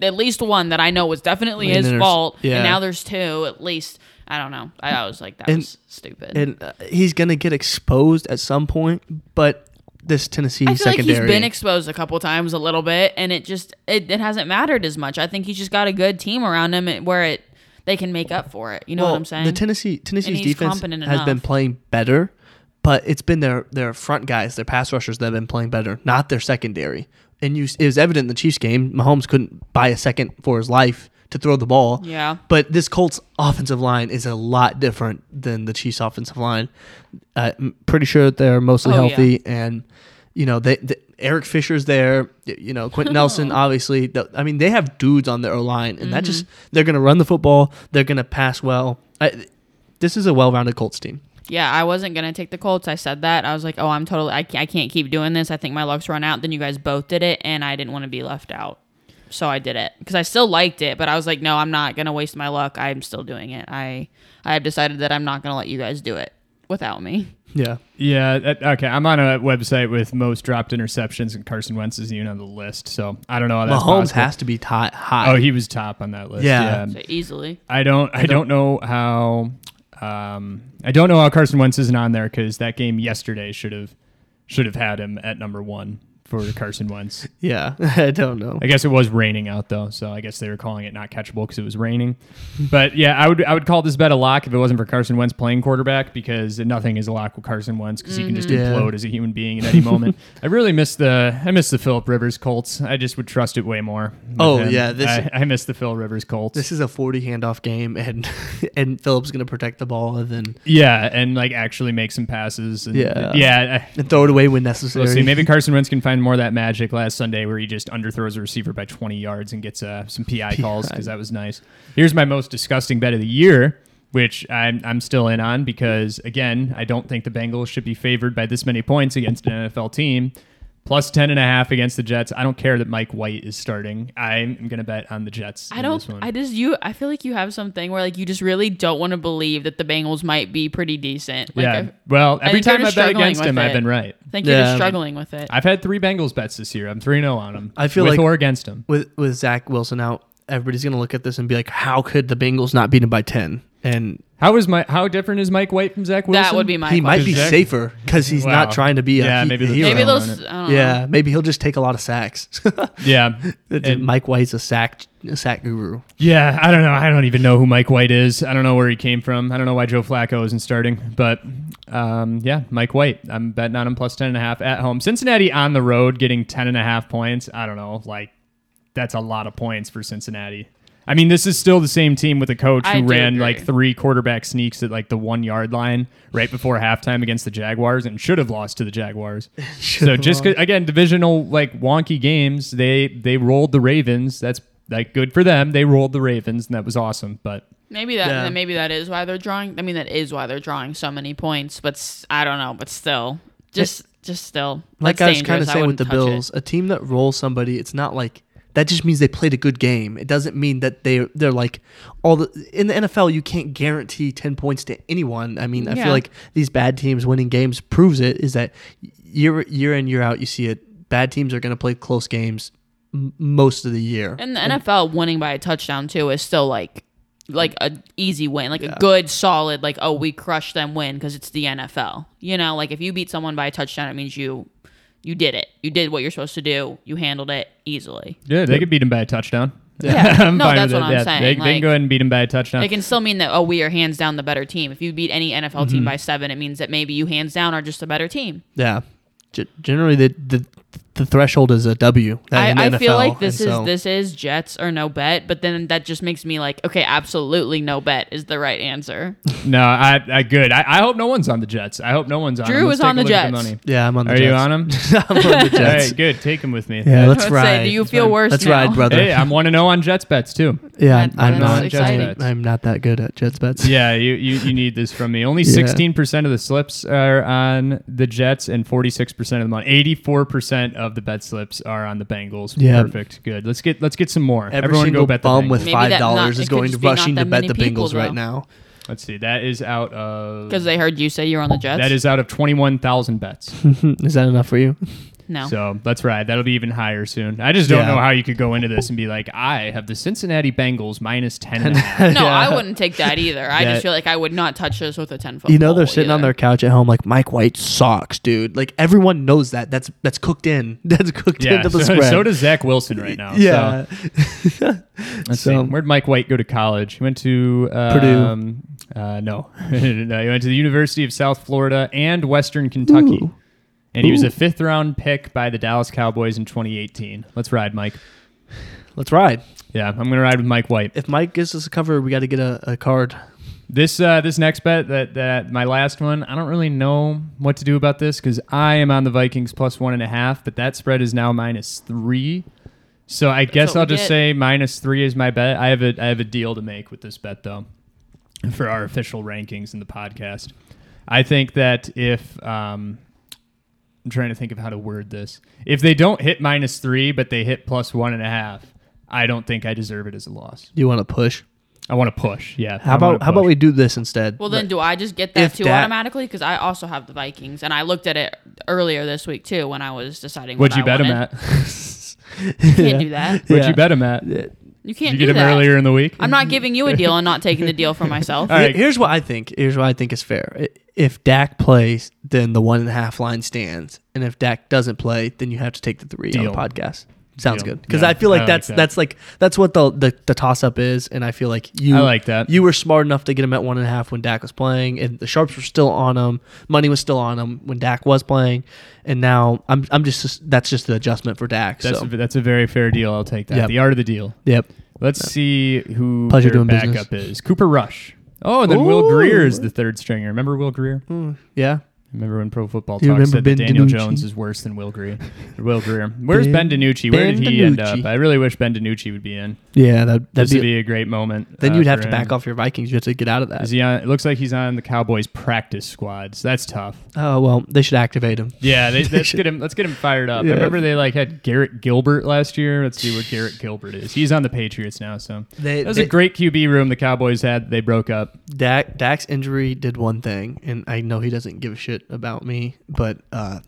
Speaker 3: a, at least one that I know was definitely
Speaker 2: An
Speaker 3: his
Speaker 2: inter-
Speaker 3: fault.
Speaker 2: yeah.
Speaker 3: And now there's two at least. I don't know. I, I was like that
Speaker 2: And-
Speaker 3: was stupid.
Speaker 2: and uh, he's going to get exposed at some point. But this Tennessee
Speaker 3: I feel
Speaker 2: secondary,
Speaker 3: like he's been exposed a couple times a little bit, and it just it, it hasn't mattered as much. I think he's just got a good team around him and where it they can make up for it. You know
Speaker 2: well,
Speaker 3: what I'm saying?
Speaker 2: The Tennessee Tennessee's
Speaker 3: he's
Speaker 2: defense has
Speaker 3: competent
Speaker 2: been
Speaker 3: enough.
Speaker 2: playing better, but it's been their their front guys, their pass rushers that have been playing better, not their secondary. And you, it was evident in the Chiefs game. Mahomes couldn't buy a second for his life to throw the ball.
Speaker 3: Yeah.
Speaker 2: But this Colts offensive line is a lot different than the Chiefs offensive line. Uh, I'm pretty sure that they're mostly
Speaker 3: Oh, yeah.
Speaker 2: healthy, and you know they, they- Eric Fisher's there. y- You know Quentin Nelson, obviously. The- I mean, they have dudes on their line, and that just
Speaker 3: Mm-hmm.
Speaker 2: they're going to run the football. They're going to pass well. I, this is a well-rounded Colts team.
Speaker 3: yeah, I wasn't gonna take the Colts. I said that. I was like, oh, I'm totally. I can't, I can't keep doing this. I think my luck's run out. Then you guys both did it, and I didn't want to be left out, so I did it because I still liked it. But I was like, no, I'm not gonna waste my luck. I'm still doing it. I I have decided that I'm not gonna let you guys do it without me.
Speaker 2: Yeah,
Speaker 1: Yeah. that- okay. I'm on a website with most dropped interceptions, and Carson Wentz isn't even on the list. So I don't know. How that's
Speaker 2: Mahomes
Speaker 1: possible.
Speaker 2: has to be hot. high.
Speaker 1: Oh, he was top on that list.
Speaker 2: Yeah.
Speaker 1: Mm.
Speaker 3: So easily.
Speaker 1: I don't. I don't know how. Um, I don't know how Carson Wentz isn't on there because that game yesterday should have should have had him at number one for Carson Wentz.
Speaker 2: yeah, I don't know.
Speaker 1: I guess it was raining out though, so I guess they were calling it not catchable because it was raining. But yeah, I would I would call this bet a lock if it wasn't for Carson Wentz playing quarterback because nothing is a lock with Carson Wentz because he can just
Speaker 2: Mhm. Yeah.
Speaker 1: implode as a human being at any moment. I really miss the I miss the Philip Rivers Colts. I just would trust it way more. with
Speaker 2: Oh, yeah, this-
Speaker 1: I, I miss the Phil Rivers Colts.
Speaker 2: This is a forty handoff game, and and Phillips going to protect the ball and then
Speaker 1: Yeah, and like actually make some passes. And,
Speaker 2: Yeah.
Speaker 1: yeah. I-
Speaker 2: and throw it away when necessary.
Speaker 1: We'll see. Maybe Carson Wentz can find find more of that magic last Sunday where he just underthrows a receiver by 20 yards and gets uh, some PI calls because that was nice. Here's my most disgusting bet of the year, which I'm, I'm still in on because, again, I don't think the Bengals should be favored by this many points against an NFL team. Plus 10 and a half against the Jets. I don't care that Mike White is starting. I'm going to bet on the Jets.
Speaker 3: I
Speaker 1: in
Speaker 3: don't.
Speaker 1: This one.
Speaker 3: I just you. I feel like you have something where like you just really don't want to believe that the Bengals might be pretty decent. Like,
Speaker 1: yeah.
Speaker 3: I,
Speaker 1: well,
Speaker 3: I
Speaker 1: every
Speaker 3: think you're
Speaker 1: time I
Speaker 3: just
Speaker 1: bet
Speaker 3: struggling
Speaker 1: against
Speaker 3: with
Speaker 1: him, I've
Speaker 3: it.
Speaker 1: been right.
Speaker 3: I think you're
Speaker 2: Yeah.
Speaker 3: just struggling with it.
Speaker 1: I've had three Bengals bets this year. I'm 3 0 on them.
Speaker 2: I feel
Speaker 1: with
Speaker 2: like-
Speaker 1: or against him.
Speaker 2: with with Zach Wilson out, everybody's gonna look at this and be like, "How could the Bengals not beat him by ten? And
Speaker 1: How is my how different is Mike White from Zach Wilson?
Speaker 3: that would be my.
Speaker 2: he might be
Speaker 1: Zach-
Speaker 2: safer because he's
Speaker 1: Wow.
Speaker 2: not trying to be a
Speaker 1: Yeah,
Speaker 2: he-
Speaker 1: maybe
Speaker 2: a
Speaker 1: the-
Speaker 2: hero.
Speaker 3: Maybe
Speaker 1: Hero.
Speaker 3: those. I don't know.
Speaker 2: yeah, maybe he'll just take a lot of sacks.
Speaker 1: yeah. And-
Speaker 2: Mike White's a sack a sack guru.
Speaker 1: yeah, I don't know. I don't even know who Mike White is. I don't know where he came from. I don't know why Joe Flacco isn't starting. But um, yeah, Mike White. I'm betting on him plus ten and a half at home. Cincinnati on the road getting ten and a half points. I don't know. Like that's a lot of points for Cincinnati. I mean, this is still the same team with a coach
Speaker 3: I
Speaker 1: who
Speaker 3: do
Speaker 1: ran
Speaker 3: agree.
Speaker 1: like three quarterback sneaks at like the one yard line right before halftime against the Jaguars and should have lost to the Jaguars. so just 'cause- again, divisional like wonky games, they they rolled the Ravens. That's like good for them. They rolled the Ravens and that was awesome. But
Speaker 3: Maybe that.
Speaker 2: Yeah.
Speaker 3: Maybe that is why they're drawing. I mean, that is why they're drawing so many points. But s- I don't know. But still, just just still.
Speaker 2: like
Speaker 3: that's
Speaker 2: I was kind of
Speaker 3: dangerous.
Speaker 2: saying with
Speaker 3: wouldn't
Speaker 2: the
Speaker 3: touch it.
Speaker 2: Bills, a team that rolls somebody, it's not like that just means they played a good game. It doesn't mean that they they're like all the in the NFL you can't guarantee 10 points to anyone. I mean, I
Speaker 3: Yeah.
Speaker 2: feel like these bad teams winning games proves it is that year year in year out you see it. Bad teams are going to play close games m- most of the year.
Speaker 3: And the NFL winning by a touchdown too is still like like a easy win, like a good solid like oh we crushed them win because it's the NFL. You know, like if you beat someone by a touchdown, it means you you did it. You did what you're supposed to do. You handled it easily.
Speaker 1: yeah, they could beat him by a touchdown.
Speaker 3: Yeah. No, that's
Speaker 1: with
Speaker 3: what
Speaker 1: it.
Speaker 3: I'm
Speaker 1: They,
Speaker 3: saying.
Speaker 1: they can go
Speaker 3: Like-
Speaker 1: ahead and beat him by a touchdown.
Speaker 3: It can still mean that oh we are hands down the better team. If you beat any NFL
Speaker 2: Mm-hmm.
Speaker 3: team by seven, it means that maybe you hands down are just a better team.
Speaker 2: Yeah. G- generally the, the the threshold is a W. uh, in the
Speaker 3: I, I feel
Speaker 2: NFL,
Speaker 3: like this
Speaker 2: and
Speaker 3: is
Speaker 2: so-
Speaker 3: this is Jets or no bet, but then that just makes me like okay, absolutely no bet is the right answer.
Speaker 1: no, I, I good. I, I hope no one's on the Jets. I hope no one's on.
Speaker 3: Drew
Speaker 1: 'em. Let's
Speaker 3: was
Speaker 1: take
Speaker 3: on
Speaker 1: a
Speaker 3: the
Speaker 1: look at
Speaker 3: Jets.
Speaker 1: money.
Speaker 2: Yeah, I'm on the
Speaker 1: Are
Speaker 2: Jets.
Speaker 1: you on him?
Speaker 2: I'm on the
Speaker 1: All
Speaker 2: Jets.
Speaker 1: right, good. Take him with me.
Speaker 2: Yeah, let's
Speaker 3: I would
Speaker 2: ride.
Speaker 3: say, do you feel worse?
Speaker 2: Let's
Speaker 3: now?
Speaker 2: ride, brother.
Speaker 1: Hey, I'm one to know on Jets bets too.
Speaker 2: Yeah,
Speaker 3: That-
Speaker 2: I'm
Speaker 1: that's
Speaker 2: not.
Speaker 1: exciting.
Speaker 2: I'm, I'm not that good at Jets bets.
Speaker 1: Yeah, you, you, you need this from me. Only
Speaker 2: Yeah.
Speaker 1: sixteen percent of the slips are on the Jets, and forty six percent of the money. Eighty four percent of the bet slips are on the Bengals.
Speaker 2: Yeah.
Speaker 1: perfect. Good. Let's get let's get some more.
Speaker 2: Every
Speaker 1: Everyone
Speaker 2: single
Speaker 1: go bet the
Speaker 2: bum
Speaker 1: Bengals.
Speaker 2: with
Speaker 3: Maybe
Speaker 2: five
Speaker 3: that not-
Speaker 2: dollars
Speaker 3: it
Speaker 2: is
Speaker 3: could
Speaker 2: going to
Speaker 3: just be not
Speaker 2: rushing to
Speaker 3: that
Speaker 2: bet
Speaker 3: many
Speaker 2: the
Speaker 3: people,
Speaker 2: Bengals right
Speaker 3: though.
Speaker 2: now.
Speaker 1: Let's see. That is out of
Speaker 3: Because they heard you say you're on the Jets.
Speaker 1: that is out of twenty one thousand bets. Mm,
Speaker 2: is that enough for you?
Speaker 3: no.
Speaker 1: So let's ride. That'll be even higher soon. I just don't
Speaker 2: Yeah.
Speaker 1: know how you could go into this and be like, I have the Cincinnati Bengals minus ten. And a half.
Speaker 3: no, I wouldn't take that either. I
Speaker 1: That-
Speaker 3: just feel like I would not touch this with a ten foot.
Speaker 2: You know they're sitting on their couch at home like Mike White socks, dude. Like everyone knows that. That's that's cooked in. That's cooked
Speaker 1: Yeah,
Speaker 2: into
Speaker 1: so,
Speaker 2: the spread.
Speaker 1: so does Zach Wilson right now. so.
Speaker 2: yeah.
Speaker 1: Let's
Speaker 2: So-
Speaker 1: see. Where'd Mike White go to college? He went to uh,
Speaker 2: Purdue.
Speaker 1: Um, uh, no. no, he went to the University of South Florida and Western Kentucky. And he was a fifth round pick by the Dallas Cowboys in 2018. Let's ride, Mike.
Speaker 2: Let's ride.
Speaker 1: Yeah, I'm gonna ride with Mike White.
Speaker 2: If Mike gives us a cover, we got to get a, a card.
Speaker 1: This uh, this next bet that that my last one. I don't really know what to do about this because I am on the Vikings plus one and a half, but that spread is now minus three. So I guess
Speaker 3: what we
Speaker 1: I'll just
Speaker 3: get.
Speaker 1: say minus three is my bet. I have a I have a deal to make with this bet though, for our official rankings in the podcast. I think that if um, I'm trying to think of how to word this, if they don't hit minus three but they hit plus one and a half, I don't think I deserve it as a loss.
Speaker 2: You want to push?
Speaker 1: I want to push. Yeah.
Speaker 2: How about how about we do this instead?
Speaker 3: Well, then do I just get that
Speaker 2: If
Speaker 3: too
Speaker 2: that-
Speaker 3: automatically? Because I also have the Vikings, and I looked at it earlier this week too when I was deciding.
Speaker 1: What'd
Speaker 3: what
Speaker 1: you
Speaker 3: I
Speaker 1: bet him
Speaker 3: wanted.
Speaker 1: at?
Speaker 3: You can't do that.
Speaker 1: What'd
Speaker 2: Yeah.
Speaker 1: you bet him at?
Speaker 3: You
Speaker 1: Did
Speaker 3: can't
Speaker 1: you get
Speaker 3: do
Speaker 1: him
Speaker 3: that.
Speaker 1: earlier in the week?
Speaker 3: I'm not giving you a deal. I'm not taking the deal for myself.
Speaker 1: All right.
Speaker 2: Here's what I think. Here's what I think is fair. I- If Dak plays, then the one and a half line stands, and if Dak doesn't play, then you have to take the three
Speaker 1: Deal.
Speaker 2: on the podcast. Sounds
Speaker 1: Deal.
Speaker 2: good because
Speaker 1: Yeah,
Speaker 2: I feel
Speaker 1: I
Speaker 2: like
Speaker 1: like
Speaker 2: that's
Speaker 1: that.
Speaker 2: that's like that's what the the, the toss up is, and I feel like you
Speaker 1: I like that.
Speaker 2: you were smart enough to get him at one and a half when Dak was playing, and the sharps were still on him, money was still on him when Dak was playing, and now I'm I'm just that's just the adjustment for Dak.
Speaker 1: that's,
Speaker 2: so
Speaker 1: a, that's a very fair deal. I'll take that.
Speaker 2: Yep.
Speaker 1: The art of the deal.
Speaker 2: yep,
Speaker 1: Let's see who
Speaker 2: Pleasure
Speaker 1: their
Speaker 2: doing business.
Speaker 1: backup is. Cooper Rush. Oh, and then Will
Speaker 2: Ooh.
Speaker 1: Greer is the third stringer. Remember Will Greer?
Speaker 2: yeah.
Speaker 1: Remember when Pro Football
Speaker 2: You
Speaker 1: Talk
Speaker 2: remember
Speaker 1: said that
Speaker 2: Ben
Speaker 1: Daniel
Speaker 2: DiNucci?
Speaker 1: Jones is worse than Will Greer? Will Greer. Where's Ben, DiNucci? Where
Speaker 2: Ben
Speaker 1: did he end
Speaker 2: DiNucci.
Speaker 1: up? I really wish Ben DiNucci would be in.
Speaker 2: Yeah, that
Speaker 1: This
Speaker 2: that'd
Speaker 1: would
Speaker 2: be.
Speaker 1: be a great moment.
Speaker 2: Then
Speaker 1: uh,
Speaker 2: you'd have
Speaker 1: for
Speaker 2: to
Speaker 1: him.
Speaker 2: back off your Vikings. You have to get out of that.
Speaker 1: Is he on? It looks like he's on the Cowboys practice squad. So that's tough.
Speaker 2: Oh well, they should activate him.
Speaker 1: Yeah, they, let's
Speaker 2: should-
Speaker 1: get him. Let's get him fired up.
Speaker 2: Yeah.
Speaker 1: I remember they like had Garrett Gilbert last year. Let's see what Garrett Gilbert is. He's on the Patriots now. So
Speaker 2: They-
Speaker 1: that was
Speaker 2: they-
Speaker 1: a great QB room the Cowboys had. They broke up.
Speaker 2: Dak Dak's injury did one thing, and I know he doesn't give a shit about me, but uh,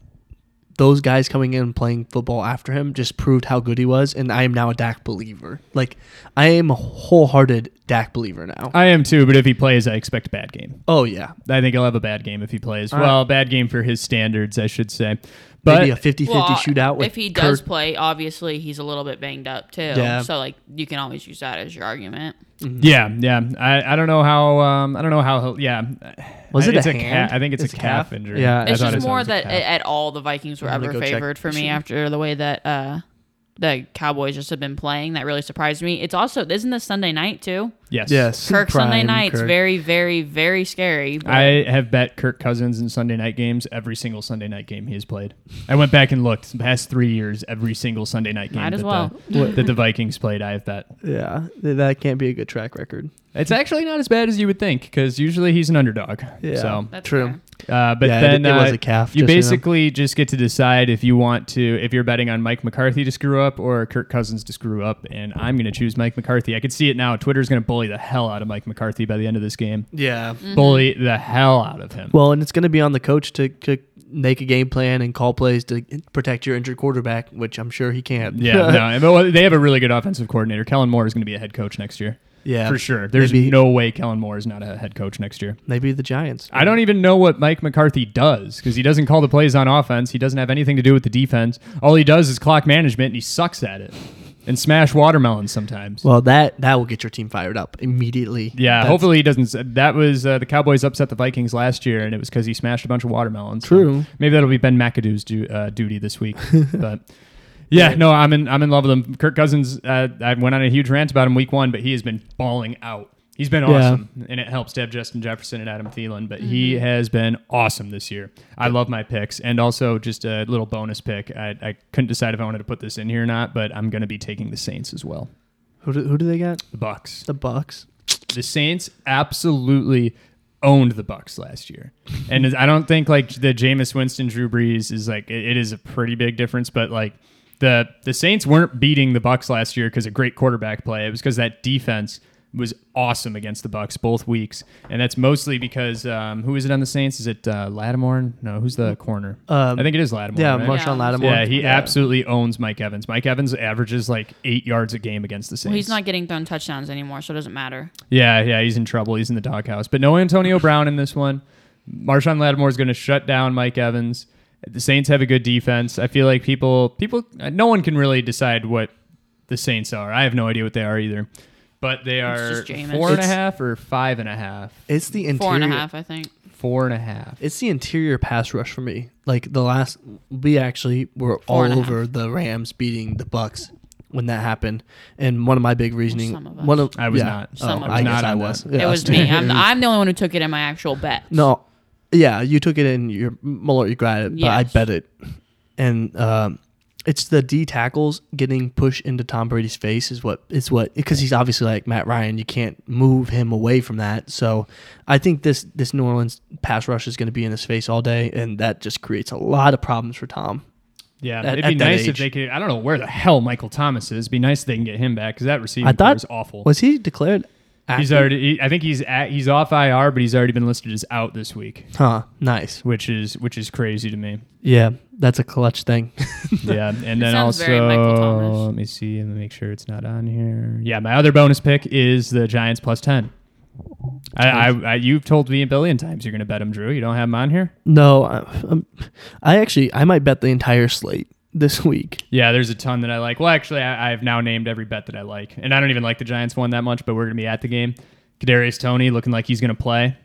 Speaker 2: those guys coming in and playing football after him just proved how good he was, and I am now a Dak believer. Like I am a wholehearted Dak believer now.
Speaker 1: I am too. But if he plays, I expect a bad game.
Speaker 2: oh yeah,
Speaker 1: I think he'll have a bad game if he plays.
Speaker 2: All right.
Speaker 1: well, bad game for his standards, I should say. But
Speaker 2: maybe a 50-50
Speaker 3: Well,
Speaker 2: shootout with
Speaker 3: if he does
Speaker 2: Kirk.
Speaker 3: play, obviously he's a little bit banged up too.
Speaker 2: Yeah.
Speaker 3: So like you can always use that as your argument.
Speaker 1: yeah, yeah. I, I don't know how. Um, I don't know how. He'll, yeah.
Speaker 2: Was
Speaker 1: I-
Speaker 2: it
Speaker 1: it's
Speaker 2: a
Speaker 1: ca-
Speaker 2: hand?
Speaker 1: I think it's,
Speaker 2: It's
Speaker 1: a
Speaker 2: a
Speaker 1: calf,
Speaker 2: calf?
Speaker 1: injury.
Speaker 2: Yeah,
Speaker 1: I
Speaker 3: It's
Speaker 1: thought
Speaker 3: just
Speaker 1: it
Speaker 3: more
Speaker 1: was a
Speaker 3: that
Speaker 1: calf.
Speaker 3: a- at all the Vikings were
Speaker 2: I'm gonna
Speaker 3: ever
Speaker 2: go check
Speaker 3: favored for
Speaker 2: this
Speaker 3: me
Speaker 2: shit.
Speaker 3: after the way that uh, the Cowboys just have been playing. That really surprised me. It's also isn't this Sunday night too?
Speaker 1: yes,
Speaker 2: yes,
Speaker 3: Kirk Sunday
Speaker 2: prime
Speaker 3: night's
Speaker 2: Kirk.
Speaker 3: very, very, very scary. but-
Speaker 1: I have bet Kirk Cousins in Sunday night games every single Sunday night game he has played. I went back and looked the past three years, every single Sunday night game
Speaker 3: Might as
Speaker 1: that,
Speaker 3: well.
Speaker 1: the, that the Vikings played. I have bet.
Speaker 2: yeah. th- That can't be a good track record.
Speaker 1: It's actually not as bad as you would think because usually he's an underdog.
Speaker 2: Yeah.
Speaker 1: So,
Speaker 3: That's
Speaker 2: True.
Speaker 3: fair.
Speaker 1: uh, but
Speaker 2: Yeah, it-
Speaker 1: then
Speaker 2: it was
Speaker 1: uh,
Speaker 2: a calf,
Speaker 1: You
Speaker 2: just so you know.
Speaker 1: basically just get to decide if you want to, if you're betting on Mike McCarthy to screw up or Kirk Cousins to screw up. And I'm going to choose Mike McCarthy. I could see it now. Twitter's going to bully the hell out of Mike McCarthy by the end of this game.
Speaker 2: Yeah.
Speaker 3: Mm-hmm.
Speaker 1: Bully the hell out of him.
Speaker 2: Well, and it's going to be on the coach to, to make a game plan and call plays to protect your injured quarterback, which I'm sure he can't.
Speaker 1: Yeah, no. and- well, They have a really good offensive coordinator. Kellen Moore is going to be a head coach next year.
Speaker 2: Yeah.
Speaker 1: For sure. There's
Speaker 2: Maybe-
Speaker 1: no way Kellen Moore is not a head coach next year.
Speaker 2: Maybe the Giants.
Speaker 1: I don't even know what Mike McCarthy does because he doesn't call the plays on offense. He doesn't have anything to do with the defense. All he does is clock management and he sucks at it and smash watermelons sometimes.
Speaker 2: Well, that that will get your team fired up immediately.
Speaker 1: yeah,
Speaker 2: That's
Speaker 1: hopefully he doesn't. That was uh, the Cowboys upset the Vikings last year, and it was because he smashed a bunch of watermelons. So
Speaker 2: True.
Speaker 1: maybe that'll be Ben McAdoo's du- uh, duty this week. but yeah, no, I'm in. I'm in love with him. Kirk Cousins. Uh, I went on a huge rant about him week one, but he has been balling out. He's been
Speaker 2: Yeah.
Speaker 1: awesome, and it helps to have Justin Jefferson and Adam Thielen. But
Speaker 2: Mm-hmm.
Speaker 1: he has been awesome this year. I love my picks, and also just a little bonus pick. I, I couldn't decide if I wanted to put this in here or not, but I'm going to be taking the Saints as well.
Speaker 2: Who do, who do they got?
Speaker 1: The Bucks
Speaker 2: The Bucks.
Speaker 1: the Saints absolutely owned the Bucks last year, and I don't think like the Jameis Winston Drew Brees is like it- it is a pretty big difference, but like the the Saints weren't beating the Bucks last year because of great quarterback play. It was because that defense was awesome against the Bucks both weeks, and that's mostly because um, who is it on the Saints? Is it uh, Lattimore? No, who's the corner?
Speaker 2: Um,
Speaker 1: I think it is Lattimore.
Speaker 2: Yeah,
Speaker 1: right?
Speaker 2: Marshawn
Speaker 3: Yeah.
Speaker 2: Lattimore.
Speaker 1: Yeah, he absolutely owns Mike Evans. Mike Evans averages like eight yards a game against the Saints.
Speaker 3: Well, he's not getting thrown touchdowns anymore, so it doesn't matter.
Speaker 1: Yeah, yeah, he's in trouble. He's in the doghouse. But no Antonio Brown in this one. Marshawn Lattimore is going to shut down Mike Evans. The Saints have a good defense. I feel like people, people, no one can really decide what the Saints are. I have no idea what they are either. But they are
Speaker 3: It's just Jameis.
Speaker 1: four and a half
Speaker 2: It's-
Speaker 1: or five and a half.
Speaker 2: It's the interior.
Speaker 3: Four and a half, I think.
Speaker 1: Four and a half.
Speaker 2: It's the interior pass rush for me. Like the last, we actually were
Speaker 3: Four and
Speaker 2: all
Speaker 3: a half.
Speaker 2: over the Rams beating the Bucks when that happened, and one of my big reasoning,
Speaker 3: some of us.
Speaker 2: one of
Speaker 1: I was
Speaker 2: yeah.
Speaker 1: not.
Speaker 3: Some
Speaker 2: oh,
Speaker 3: of
Speaker 2: I
Speaker 3: us.
Speaker 2: guess
Speaker 1: Not
Speaker 2: I
Speaker 1: on
Speaker 2: was.
Speaker 1: that.
Speaker 2: Yeah,
Speaker 3: It
Speaker 2: us
Speaker 3: was
Speaker 2: too.
Speaker 3: me. I'm, I'm the only one who took it in my actual bet.
Speaker 2: No, yeah, you took it in your well, you got it, but I
Speaker 3: Yes.
Speaker 2: bet it, and um, it's the D tackles getting pushed into Tom Brady's face is what is what because he's obviously like Matt Ryan, you can't move him away from that. So I think this this New Orleans pass rush is going to be in his face all day, and that just creates a lot of problems for Tom.
Speaker 1: Yeah,
Speaker 2: At-
Speaker 1: it'd
Speaker 2: at
Speaker 1: be
Speaker 2: that
Speaker 1: nice if
Speaker 2: age.
Speaker 1: they could. I don't know where the hell Michael Thomas is. It'd be nice if they can get him back because that receiving
Speaker 2: I
Speaker 1: core
Speaker 2: thought
Speaker 1: is awful.
Speaker 2: Was he declared?
Speaker 1: he's
Speaker 2: active?
Speaker 1: already. He, I think he's at, he's off IR, but he's already been listed as out this week.
Speaker 2: huh? Nice.
Speaker 1: which is which is crazy to me.
Speaker 2: Yeah, that's a clutch thing.
Speaker 1: Yeah, and then
Speaker 3: sounds
Speaker 1: also
Speaker 3: very Michael Thomas.
Speaker 1: let me see and make sure it's not on here. Yeah, my other bonus pick is the Giants plus ten. I, I, I you've told me a billion times you're going to bet them, Drew. You don't have them on here.
Speaker 2: no, I, I'm- I actually I might bet the entire slate this week.
Speaker 1: Yeah, there's a ton that I like. Well, actually, I, I've now named every bet that I like, and I don't even like the Giants one that much. But we're going to be at the game. Kadarius Tony looking like he's going to play.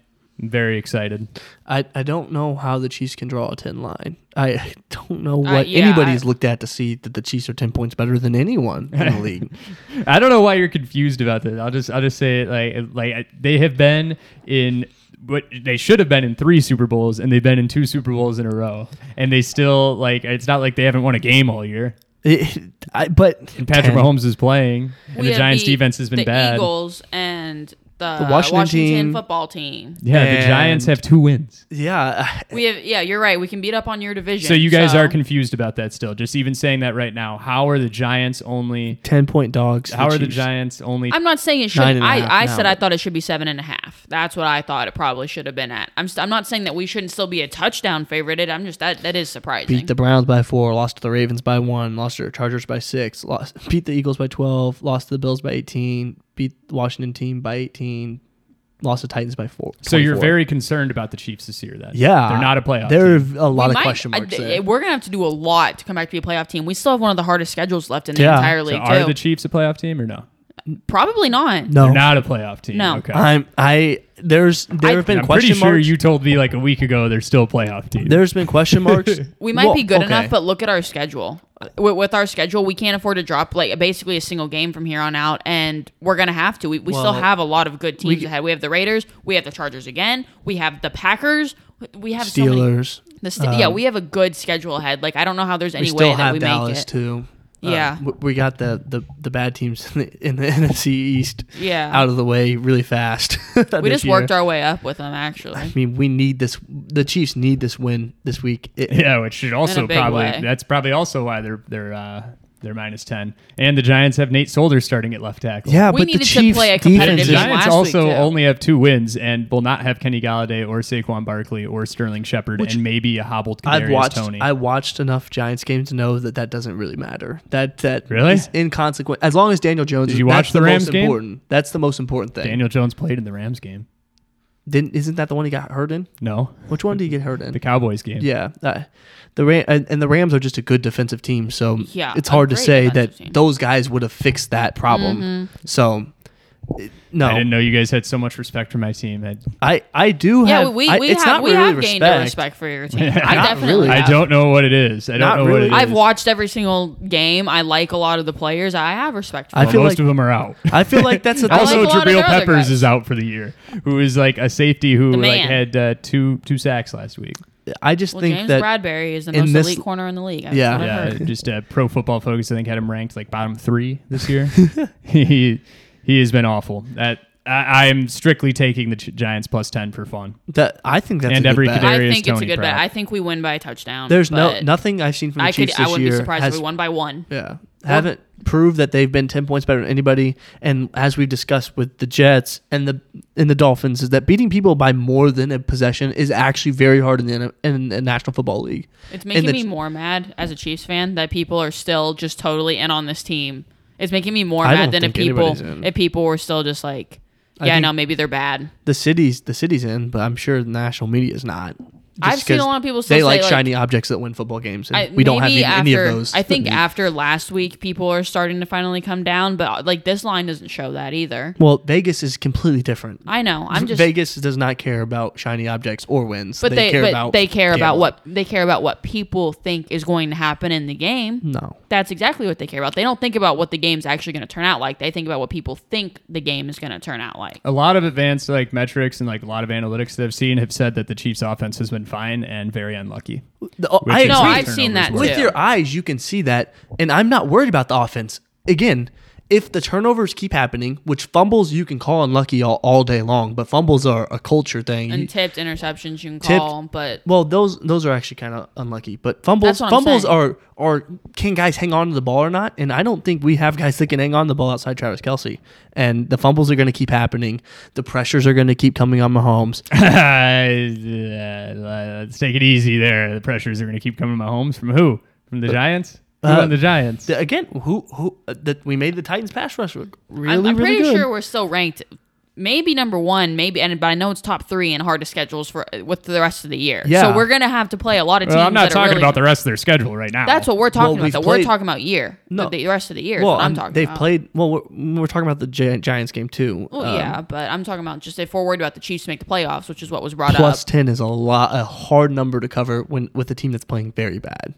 Speaker 1: I'm very excited.
Speaker 2: I, I don't know how the Chiefs can draw a 10 line. I don't know what
Speaker 3: Uh, yeah,
Speaker 2: anybody's
Speaker 3: I-
Speaker 2: looked at to see that the Chiefs are 10 points better than anyone in the league.
Speaker 1: I don't know why you're confused about this. I'll just I'll just say it like like I- they have been in what they should have been in three Super Bowls, and they've been in two Super Bowls in a row, and they still like it's not like they haven't won a game all year.
Speaker 2: It- I, but
Speaker 1: And Patrick
Speaker 2: 10.
Speaker 1: Mahomes is playing, and
Speaker 3: We
Speaker 1: the
Speaker 3: had
Speaker 1: Giants'
Speaker 3: beat
Speaker 1: defense has been
Speaker 3: the
Speaker 1: bad.
Speaker 3: Eagles and the,
Speaker 2: The Washington
Speaker 3: Washington,
Speaker 2: team.
Speaker 3: football team.
Speaker 1: Yeah, the Giants
Speaker 2: And-
Speaker 1: have two wins.
Speaker 2: Yeah,
Speaker 3: We have yeah, you're right. We can beat up on your division.
Speaker 1: So you guys are confused about that still. Just even saying that right now, how are the Giants only?
Speaker 2: ten point dogs. to
Speaker 1: How are the
Speaker 2: Chiefs.
Speaker 1: Giants only?
Speaker 3: I'm not saying it should.
Speaker 2: Nine and a
Speaker 3: I,
Speaker 2: half
Speaker 3: I
Speaker 2: now,
Speaker 3: said I
Speaker 2: but-
Speaker 3: thought it should be seven and a half. That's what I thought it probably should have been at. I'm st- I'm not saying that we shouldn't still be a touchdown favorite. It- I'm just that that is surprising.
Speaker 2: Beat the Browns by four, lost to the Ravens by one, lost to the Chargers by six, lost beat the Eagles by twelve, lost to the Bills by eighteen, beat the Washington team by eighteen, lost to Titans by four.
Speaker 1: so you're
Speaker 2: 24.
Speaker 1: very concerned about the Chiefs this year, then?
Speaker 2: yeah.
Speaker 1: they're not a playoff.
Speaker 2: There
Speaker 1: team.
Speaker 2: are a lot
Speaker 3: We
Speaker 2: of
Speaker 3: might-
Speaker 2: question
Speaker 3: I-
Speaker 2: marks.
Speaker 3: th-
Speaker 2: there.
Speaker 3: We're gonna have to do a lot to come back to be a playoff team. We still have one of the hardest schedules left in the
Speaker 2: Yeah.
Speaker 3: entire
Speaker 1: So
Speaker 3: league.
Speaker 1: are
Speaker 3: too.
Speaker 1: the Chiefs a playoff team or no?
Speaker 3: Probably not.
Speaker 2: no,
Speaker 1: They're not a playoff team.
Speaker 3: No.
Speaker 1: Okay.
Speaker 2: I'm I there's there
Speaker 3: I-
Speaker 2: have been
Speaker 1: I'm
Speaker 2: question
Speaker 1: pretty sure
Speaker 2: marks.
Speaker 1: you told me like a week ago they're still a playoff team.
Speaker 2: there's been question marks.
Speaker 3: We might
Speaker 2: Well,
Speaker 3: be good
Speaker 2: okay.
Speaker 3: enough, but look at our schedule. With, with our schedule, we can't afford to drop like basically a single game from here on out, and we're gonna have to. We, we
Speaker 2: Well,
Speaker 3: still have a lot of good teams
Speaker 2: we-
Speaker 3: ahead. We have the Raiders, we have the Chargers again, we have the Packers, we have so many-
Speaker 2: Steelers. um,
Speaker 3: the Ste- yeah, we have a good schedule ahead. Like I don't know how there's any
Speaker 2: we still
Speaker 3: way that
Speaker 2: have
Speaker 3: we
Speaker 2: Dallas
Speaker 3: make it.
Speaker 2: too. Uh,
Speaker 3: Yeah.
Speaker 2: w- we got the, the the bad teams in the, in the NFC East.
Speaker 3: Yeah.
Speaker 2: out of the way really fast.
Speaker 3: We just worked our way up with them actually.
Speaker 2: I mean, we need this. The Chiefs need this win this week. It,
Speaker 1: yeah, which should also
Speaker 3: big
Speaker 1: probably
Speaker 3: way.
Speaker 1: that's probably also why they're they're uh, they're minus ten. And the Giants have Nate Solder starting at left tackle.
Speaker 2: yeah, but
Speaker 3: We
Speaker 2: the
Speaker 3: needed to
Speaker 2: Chiefs
Speaker 3: play a
Speaker 1: And
Speaker 2: defense
Speaker 1: the
Speaker 3: competitive
Speaker 2: is,
Speaker 3: Didn't game.
Speaker 1: Giants
Speaker 3: last week,
Speaker 1: also
Speaker 3: too.
Speaker 1: only have two wins and will not have Kenny Galladay or Saquon Barkley or Sterling Shepard
Speaker 2: Which-
Speaker 1: and maybe a hobbled
Speaker 2: I've
Speaker 1: Kadarius
Speaker 2: watched.
Speaker 1: Tony.
Speaker 2: I watched enough Giants games to know that that doesn't really matter. That that
Speaker 1: Really?
Speaker 2: is inconsequent. As long as Daniel Jones.
Speaker 1: Did
Speaker 2: is-
Speaker 1: you
Speaker 2: that's
Speaker 1: watch the Rams
Speaker 2: most
Speaker 1: game?
Speaker 2: Important. That's the most important thing.
Speaker 1: Daniel Jones played in the Rams game.
Speaker 2: Didn't isn't that the one he got hurt in?
Speaker 1: No,
Speaker 2: Which one did he get hurt in?
Speaker 1: the Cowboys game.
Speaker 2: Yeah, uh, the Ram- and, and the Rams are just a good defensive team, so
Speaker 3: Yeah,
Speaker 2: it's
Speaker 3: a
Speaker 2: hard to
Speaker 3: great
Speaker 2: say that
Speaker 3: defensive team. Mm-hmm.
Speaker 2: those guys would have fixed that problem. So it- no,
Speaker 1: I didn't know you guys had so much respect for my team. I,
Speaker 2: I I do
Speaker 3: Yeah,
Speaker 2: have.
Speaker 3: we,
Speaker 2: I,
Speaker 3: we
Speaker 2: it's not
Speaker 3: have we
Speaker 2: really
Speaker 3: have
Speaker 2: respect.
Speaker 3: gained a respect for your team. I
Speaker 1: Not
Speaker 3: definitely
Speaker 2: really.
Speaker 1: I
Speaker 3: have.
Speaker 1: don't know what it is. I don't
Speaker 2: Not
Speaker 1: know
Speaker 2: really.
Speaker 1: what it
Speaker 3: I've
Speaker 1: is.
Speaker 3: watched every single game. I like a lot of the players. I have respect for.
Speaker 2: I
Speaker 3: them.
Speaker 1: Well,
Speaker 2: feel
Speaker 1: most
Speaker 2: like-
Speaker 1: of them are out.
Speaker 2: I feel like that's a
Speaker 3: I
Speaker 1: also,
Speaker 3: like a lot of
Speaker 1: Jabril
Speaker 3: their other
Speaker 1: Peppers
Speaker 3: guys.
Speaker 1: is out for the year, who is like a safety who
Speaker 3: The
Speaker 1: like
Speaker 3: man.
Speaker 1: had uh, two two sacks last week.
Speaker 2: I just
Speaker 3: Well,
Speaker 2: think
Speaker 3: James
Speaker 2: that
Speaker 3: Bradbury is the
Speaker 2: in
Speaker 3: most
Speaker 2: this-
Speaker 3: elite corner in the league. That's
Speaker 2: Yeah.
Speaker 3: what I've
Speaker 1: Yeah,
Speaker 3: heard.
Speaker 1: just uh, Pro Football Focus I think had him ranked like bottom three this year. he he has been awful. That I, I'm strictly taking the Ch- Giants plus ten for fun.
Speaker 2: that I think that's
Speaker 1: And
Speaker 2: a
Speaker 1: every
Speaker 2: good bet.
Speaker 1: Kadarius
Speaker 3: I think it's a
Speaker 1: Toney
Speaker 3: good bet.
Speaker 1: prop.
Speaker 3: I think we win by a touchdown.
Speaker 2: There's no
Speaker 3: but
Speaker 2: nothing I've seen from the
Speaker 3: I could.
Speaker 2: Chiefs
Speaker 3: I
Speaker 2: this
Speaker 3: wouldn't
Speaker 2: year
Speaker 3: be surprised
Speaker 2: has
Speaker 3: if we won by one.
Speaker 2: Yeah. Haven't proved that they've been 10 points better than anybody. And as we've discussed with the Jets and the and the Dolphins, is that beating people by more than a possession is actually very hard in the, in the National Football League.
Speaker 3: It's
Speaker 2: And
Speaker 3: making
Speaker 2: the-
Speaker 3: me more mad as a Chiefs fan that people are still just totally in on this team. It's making me more
Speaker 2: I don't
Speaker 3: mad than if
Speaker 2: think
Speaker 3: people
Speaker 2: anybody's in.
Speaker 3: if people were still just like,
Speaker 2: I
Speaker 3: yeah,
Speaker 2: think-
Speaker 3: no, maybe they're bad.
Speaker 2: The city's, the city's in, but I'm sure the national media is not. Just
Speaker 3: I've seen
Speaker 2: 'cause
Speaker 3: a lot of people still
Speaker 2: They
Speaker 3: say,
Speaker 2: like
Speaker 3: like-
Speaker 2: shiny objects that win football games. And
Speaker 3: I-
Speaker 2: we don't have
Speaker 3: maybe
Speaker 2: any, any of
Speaker 3: after-
Speaker 2: those.
Speaker 3: I think after last week, people are starting to finally come down, but like this line doesn't show that either.
Speaker 2: Well, Vegas is completely different.
Speaker 3: I know. I'm just
Speaker 2: Vegas does not care about shiny objects or wins.
Speaker 3: but they,
Speaker 2: care
Speaker 3: but
Speaker 2: about
Speaker 3: they care about
Speaker 2: gambling.
Speaker 3: what they care about what people think is going to happen in the game.
Speaker 2: No.
Speaker 3: That's exactly what they care about. They don't think about what the game's actually going to turn out like. They think about what people think the game is going to turn out
Speaker 2: Oh,
Speaker 3: like.
Speaker 1: A lot of advanced like metrics and like a lot of analytics that I've seen have said that the Chiefs' offense has been fine and very unlucky.
Speaker 2: The- oh,
Speaker 1: Which
Speaker 2: I
Speaker 1: is
Speaker 3: No,
Speaker 2: agree.
Speaker 1: where
Speaker 3: I've seen
Speaker 1: turnovers
Speaker 3: that
Speaker 1: were.
Speaker 2: with
Speaker 3: too.
Speaker 2: your eyes you can see that and i'm not worried about the offense again if the turnovers keep happening which fumbles you can call unlucky all, all day long but fumbles are a culture thing You-
Speaker 3: And tipped interceptions you can
Speaker 2: Tipped-
Speaker 3: call, but
Speaker 2: well those those are actually kind of unlucky but fumbles
Speaker 3: That's what I'm
Speaker 2: fumbles
Speaker 3: saying.
Speaker 2: are are can guys hang on to the ball or not and i don't think we have guys that can hang on to the ball outside travis kelsey and the fumbles are going to keep happening the pressures are going to keep coming on mahomes
Speaker 1: Uh, let's take it easy there. The pressures are going to keep coming to my homes from who? From the Giants? Who
Speaker 2: uh,
Speaker 1: on the Giants?
Speaker 2: The- again who who uh, that we made the titans pass rush look really
Speaker 3: I'm, I'm
Speaker 2: really
Speaker 3: pretty
Speaker 2: good
Speaker 3: sure we're still ranked maybe number one, maybe, and but I know it's top three in hardest schedules for with the rest of the year.
Speaker 2: Yeah.
Speaker 3: So we're going to have to play a lot of teams.
Speaker 1: well, I'm not
Speaker 3: that
Speaker 1: talking
Speaker 3: are really
Speaker 1: about the rest of their schedule right now.
Speaker 3: That's what we're
Speaker 2: Well,
Speaker 3: talking
Speaker 2: we've
Speaker 3: about. Though.
Speaker 2: played-
Speaker 3: we're talking about year.
Speaker 2: No.
Speaker 3: No, the, the rest of the year. is
Speaker 2: Well,
Speaker 3: what I'm
Speaker 2: I'm-
Speaker 3: talking
Speaker 2: they've
Speaker 3: about.
Speaker 2: played. Well, we're, we're talking about the Gi- Giants game too.
Speaker 3: Well,
Speaker 2: Um,
Speaker 3: yeah, but I'm talking about just if we're worried about the Chiefs to make the playoffs, which is what was brought
Speaker 2: plus
Speaker 3: up.
Speaker 2: ten is a lot, a hard number to cover when with a team that's playing very bad.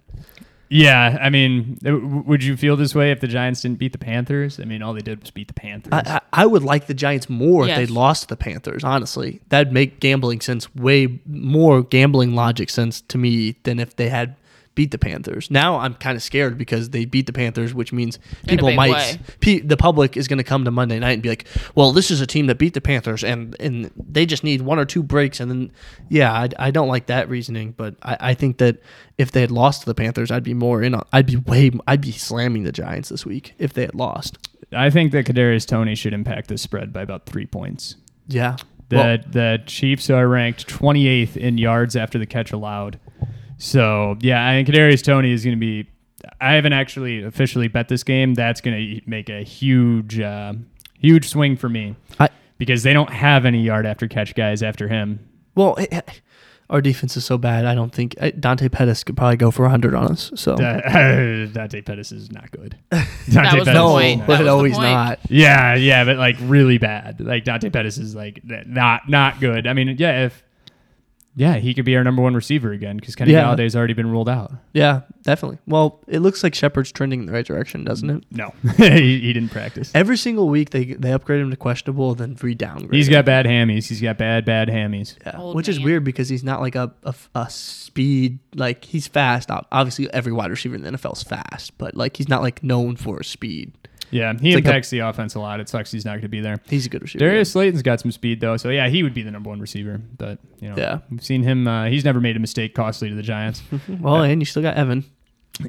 Speaker 1: Yeah, I mean, w- would you feel this way if the Giants didn't beat the Panthers? I mean, all they did was beat the Panthers.
Speaker 2: I, I I would like the Giants more if
Speaker 3: Yes.
Speaker 2: they lost to the Panthers. Honestly, that'd make gambling sense way more gambling logic sense to me than if they had beat the Panthers. Now I'm kind of scared because they beat the Panthers, which means
Speaker 3: a
Speaker 2: people
Speaker 3: big
Speaker 2: might
Speaker 3: way.
Speaker 2: pe- the public is going to come to Monday night and be like, "Well, this is a team that beat the Panthers, and and they just need one or two breaks." And then, yeah, I, I don't like that reasoning, but I, I think that if they had lost to the Panthers, I'd be more in. on- I'd be way. I'd be slamming the Giants this week if they had lost.
Speaker 1: I think that Kadarius Tony should impact this spread by about three points.
Speaker 2: Yeah.
Speaker 1: The
Speaker 2: Well-
Speaker 1: the Chiefs are ranked 28th in yards after the catch allowed. So yeah, I think Kadarius Tony is going to be. I haven't actually officially bet this game. That's going to make a huge, uh, huge swing for me
Speaker 2: I,
Speaker 1: because they don't have any yard after catch guys after him.
Speaker 2: Well, eh, eh, our defense is so bad. I don't think eh, Dante Pettis could probably go for 100 on us. So
Speaker 1: Da- Dante Pettis is not good. Dante
Speaker 3: was the
Speaker 1: Pettis is
Speaker 3: point.
Speaker 1: not-
Speaker 3: That was
Speaker 2: but
Speaker 3: the
Speaker 2: always
Speaker 3: point.
Speaker 2: not.
Speaker 1: Yeah, yeah, but like really bad. Like Dante Pettis is like th- not not good. I mean, yeah, if yeah, he could be our number one receiver again because Kenny
Speaker 2: Yeah.
Speaker 1: Galladay's already been ruled out.
Speaker 2: Yeah, definitely. Well, it looks like Shepard's trending in the right direction, doesn't it?
Speaker 1: No, he, he didn't practice.
Speaker 2: Every single week they they upgrade him to questionable, then re-downgrade.
Speaker 1: He's
Speaker 2: him.
Speaker 1: got bad hammies. He's got bad bad hammies.
Speaker 2: Yeah,
Speaker 3: Old
Speaker 2: which is
Speaker 3: man.
Speaker 2: weird because he's not like a, a f- a speed like he's fast. Ob- Obviously, every wide receiver in the NFL is fast, but like he's not like known for his speed.
Speaker 1: Yeah, he
Speaker 2: It's like a-
Speaker 1: impacts the offense a lot. It sucks he's not going to be there.
Speaker 2: He's a good receiver.
Speaker 1: Darius Slayton's got some speed though, so yeah, he would be the number one receiver. But you know,
Speaker 2: Yeah.
Speaker 1: we've seen him. Uh, he's never made a mistake costly to the Giants.
Speaker 2: Well, and you still got Evan.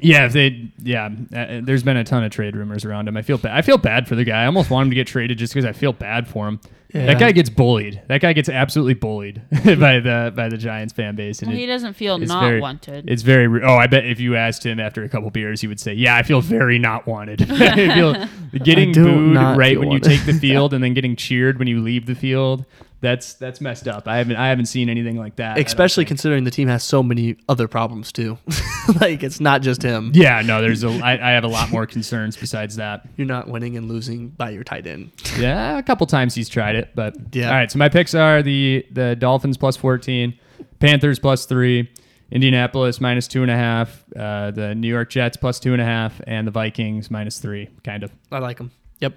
Speaker 1: Yeah, if they yeah, uh, there's been a ton of trade rumors around him. I feel bad. I feel bad for the guy. I almost want him to get traded just because I feel bad for him.
Speaker 2: Yeah.
Speaker 1: That guy gets bullied. That guy gets absolutely bullied by the by the Giants fan base. And
Speaker 3: Well, he
Speaker 1: it,
Speaker 3: doesn't feel
Speaker 1: it's
Speaker 3: not
Speaker 1: very-
Speaker 3: wanted.
Speaker 1: it's very ru- oh, I bet if you asked him after a couple beers, he would say, "Yeah, I feel very not wanted. I feel getting
Speaker 2: I do
Speaker 1: booed
Speaker 2: not
Speaker 1: right
Speaker 2: feel
Speaker 1: when
Speaker 2: wanted.
Speaker 1: you take the field, and then getting cheered when you leave the field. That's that's messed up. I haven't I haven't seen anything like that. I don't
Speaker 2: Especially
Speaker 1: think.
Speaker 2: considering the team has so many other problems too. like it's not just him.
Speaker 1: yeah, no. There's a I, I have a lot more concerns besides that.
Speaker 2: You're not winning and losing by your tight end.
Speaker 1: Yeah, a couple times he's tried it, but
Speaker 2: Yeah.
Speaker 1: All right, so my picks are the the Dolphins plus fourteen, Panthers plus three, Indianapolis minus two and a half, uh, the New York Jets plus two and a half, and the Vikings minus three. Kind of.
Speaker 2: I like him. Yep.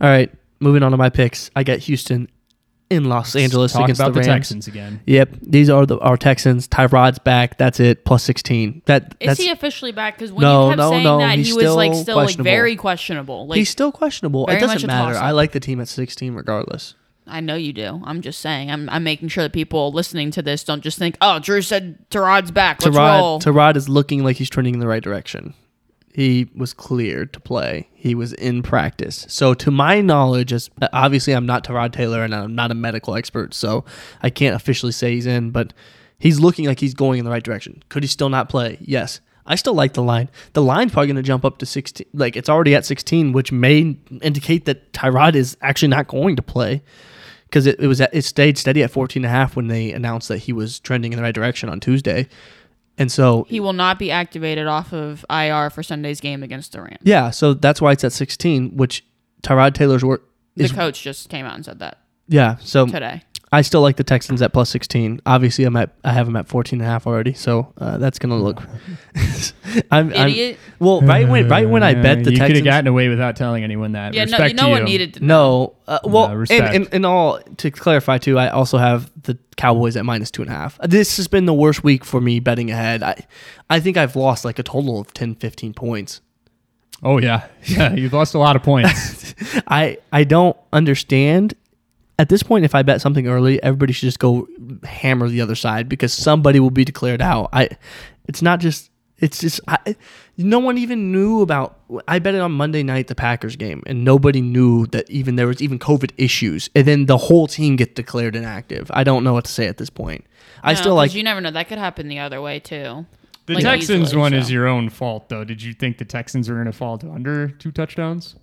Speaker 2: All right. Moving on to my picks. I got Houston in Los Angeles
Speaker 1: Talk
Speaker 2: against
Speaker 1: about
Speaker 2: the
Speaker 1: the,
Speaker 2: Rams.
Speaker 1: Texans again.
Speaker 2: Yep. These are the our Texans. Tyrod's back. That's it. Plus sixteen. That
Speaker 3: Is
Speaker 2: that's
Speaker 3: he officially back? Because when
Speaker 2: No,
Speaker 3: you kept
Speaker 2: no,
Speaker 3: saying
Speaker 2: no,
Speaker 3: that,
Speaker 2: he's
Speaker 3: he was like
Speaker 2: still
Speaker 3: still like
Speaker 2: questionable.
Speaker 3: very questionable. Like
Speaker 2: he's still questionable. It
Speaker 3: very much
Speaker 2: doesn't
Speaker 3: a
Speaker 2: matter.
Speaker 3: toss-up.
Speaker 2: I like the team at sixteen regardless.
Speaker 3: I know you do. I'm just saying. I'm, I'm making sure that people listening to this don't just think, oh, Drew said Tarod's back. Let's roll.
Speaker 2: Tyrod Tyrod is looking like he's trending in the right direction. He was cleared to play. He was in practice. So, to my knowledge, as obviously I'm not Tyrod Taylor and I'm not a medical expert, so I can't officially say he's in, but he's looking like he's going in the right direction. Could he still not play? Yes. I still like the line. The line's probably going to jump up to 16. Like it's already at 16, which may indicate that Tyrod is actually not going to play because it, it was at, it stayed steady at 14 and a half when they announced that he was trending in the right direction on Tuesday. And so
Speaker 3: he will not be activated off of IR for Sunday's game against the Rams.
Speaker 2: yeah, so that's why it's at 16, which Tyrod Taylor's work
Speaker 3: The
Speaker 2: is
Speaker 3: coach just came out and said that
Speaker 2: yeah, so
Speaker 3: today.
Speaker 2: I still like the Texans at plus 16. Obviously, I'm at I have them at 14 and a half already, so uh, that's going to look I'm, I'm
Speaker 3: Idiot.
Speaker 2: well, right when right when I bet the
Speaker 1: you could
Speaker 2: Texans
Speaker 1: have gotten away without telling anyone that.
Speaker 3: Yeah, no,
Speaker 1: Respect
Speaker 3: you know
Speaker 1: to
Speaker 3: what
Speaker 1: you.
Speaker 3: needed to
Speaker 2: No, uh, well, and,
Speaker 1: respect.
Speaker 2: and, and all to clarify too, I also have the Cowboys at minus two and a half. This has been the worst week for me betting ahead. I, I think I've lost like a total of 10, 15 points.
Speaker 1: Oh yeah, yeah. You've lost a lot of points.
Speaker 2: I, I don't understand. At this point, if I bet something early, everybody should just go hammer the other side because somebody will be declared out. I, it's not just. It's just I, no one even knew about. I bet it on Monday night the Packers game, and nobody knew that even there was even COVID issues. And then the whole team get declared inactive. I don't know what to say at this point. I
Speaker 3: No,
Speaker 2: still
Speaker 3: 'cause
Speaker 2: like
Speaker 3: You never know. That could happen the other way too.
Speaker 1: The
Speaker 3: Like,
Speaker 1: Texans
Speaker 3: easily,
Speaker 1: one
Speaker 3: so.
Speaker 1: is your own fault though. Did you think the Texans were going to fall to under two touchdowns?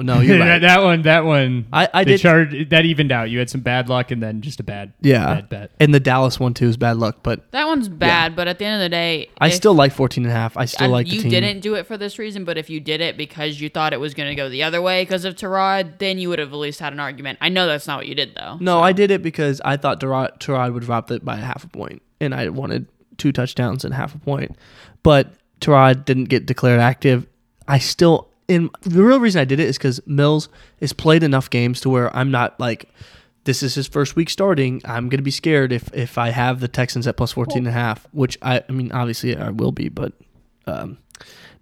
Speaker 2: no. You're
Speaker 1: that,
Speaker 2: right.
Speaker 1: that one, that one.
Speaker 2: I- I
Speaker 1: they
Speaker 2: did-
Speaker 1: charged- that evened out. You had some bad luck and then just a bad,
Speaker 2: Yeah,
Speaker 1: bad bet.
Speaker 2: and the Dallas one too is bad luck, but
Speaker 3: That one's bad, but at the end of the day,
Speaker 2: I
Speaker 3: if-
Speaker 2: still like 14 and a half. I still
Speaker 3: I-
Speaker 2: like the
Speaker 3: you
Speaker 2: team.
Speaker 3: didn't do it for this reason, but if you did it because you thought it was going to go the other way because of Tarod, then you would have at least had an argument. I know that's not what you did though.
Speaker 2: No, I did it because I thought Terod Terod would drop it by a half a point, and I wanted two touchdowns and half a point. But Terod didn't get declared active, I still and the real reason I did it is because Mills has played enough games to where I'm not like this is his first week starting. I'm gonna be scared if if I have the Texans at plus 14 and a half, which I I mean obviously I will be, but um,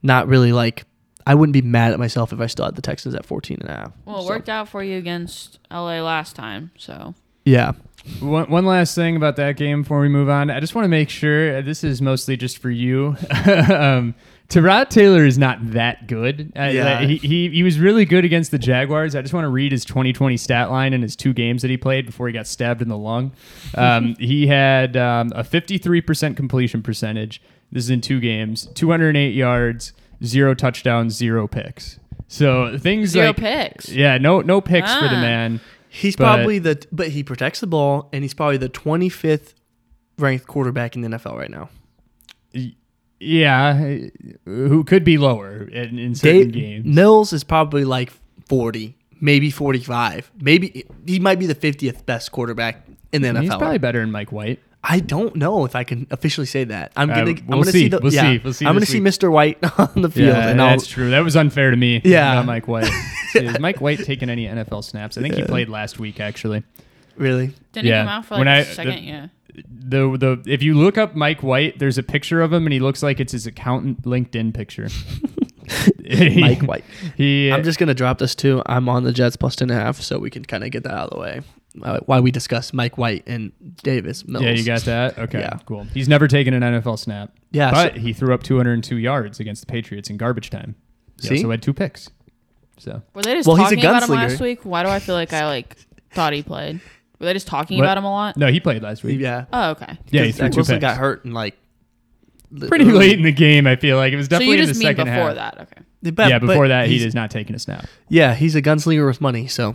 Speaker 2: not really like I wouldn't be mad at myself if I still had the Texans at 14 and a half.
Speaker 3: Well, it
Speaker 2: So,
Speaker 3: worked out for you against LA last time, so
Speaker 2: Yeah.
Speaker 1: One, one last thing about that game before we move on. I just want to make sure uh, this is mostly just for you. um, Tyrod Taylor is not that good. Uh,
Speaker 2: Yeah.
Speaker 1: he, he, he was really good against the Jaguars. I just want to read his 2020 stat line in his two games that he played before he got stabbed in the lung. Um, he had um, a 53% completion percentage. This is in two games, 208 yards, zero touchdowns, zero picks. So things
Speaker 3: zero
Speaker 1: like
Speaker 3: picks.
Speaker 1: yeah, no no picks for the
Speaker 3: Ah.
Speaker 1: man.
Speaker 2: He's
Speaker 1: But-
Speaker 2: probably the but he protects the ball and he's probably the 25th ranked quarterback in the NFL right now.
Speaker 1: Yeah, who could be lower in, in certain
Speaker 2: Dave,
Speaker 1: games?
Speaker 2: Mills is probably like 40, maybe 45. Maybe he might be the 50th best quarterback in the NFL.
Speaker 1: He's probably better than Mike White.
Speaker 2: I don't know if I can officially say that. I'm
Speaker 1: Uh,
Speaker 2: gonna, I'm
Speaker 1: we'll
Speaker 2: gonna see.
Speaker 1: see.
Speaker 2: the,
Speaker 1: We'll
Speaker 2: yeah,
Speaker 1: see. We'll see
Speaker 2: I'm gonna
Speaker 1: this
Speaker 2: see
Speaker 1: week.
Speaker 2: Mr. White on the field,
Speaker 1: yeah,
Speaker 2: and I'll,
Speaker 1: that's true. That was unfair to me.
Speaker 2: Yeah.
Speaker 1: not Mike White. Is Mike White taking any NFL snaps? I think he played last week actually.
Speaker 2: really,
Speaker 3: Didn't
Speaker 1: Yeah.
Speaker 3: he come out for like
Speaker 1: When
Speaker 3: a
Speaker 1: I-
Speaker 3: second,
Speaker 1: the-
Speaker 3: yeah.
Speaker 1: The the if you look up Mike White, there's a picture of him, and he looks like it's his accountant LinkedIn picture.
Speaker 2: Mike White.
Speaker 1: He
Speaker 2: I'm just gonna drop this too. I'm on the Jets plus ten and a half, so we can kind of get that out of the way. Uh, why we discuss Mike White and Davis Mills?
Speaker 1: yeah, you got that. Okay,
Speaker 2: Yeah.
Speaker 1: cool. He's never taken an NFL snap.
Speaker 2: Yeah,
Speaker 1: but
Speaker 2: so-
Speaker 1: he threw up 202 yards against the Patriots in garbage time. He
Speaker 2: See?
Speaker 1: also had two picks. So
Speaker 3: Were they just
Speaker 2: Well, he's a
Speaker 3: talking about him
Speaker 2: gunslinger.
Speaker 3: last week? Why do I feel like I like thought he played? Were they just talking
Speaker 1: What?
Speaker 3: about him a lot?
Speaker 1: no, he played last week.
Speaker 2: yeah.
Speaker 3: Oh, okay.
Speaker 1: Yeah, he
Speaker 2: 'Cause
Speaker 1: threw two
Speaker 2: Wilson
Speaker 1: picks.
Speaker 2: got hurt and like
Speaker 1: Pretty late in the game, I feel like it was
Speaker 3: So
Speaker 1: definitely
Speaker 3: you
Speaker 1: in
Speaker 3: just
Speaker 1: the
Speaker 3: mean
Speaker 1: second half.
Speaker 3: before that, okay?
Speaker 1: yeah, before that, he
Speaker 2: he's-
Speaker 1: is not taking a snap.
Speaker 2: Yeah, he's a gunslinger with money. So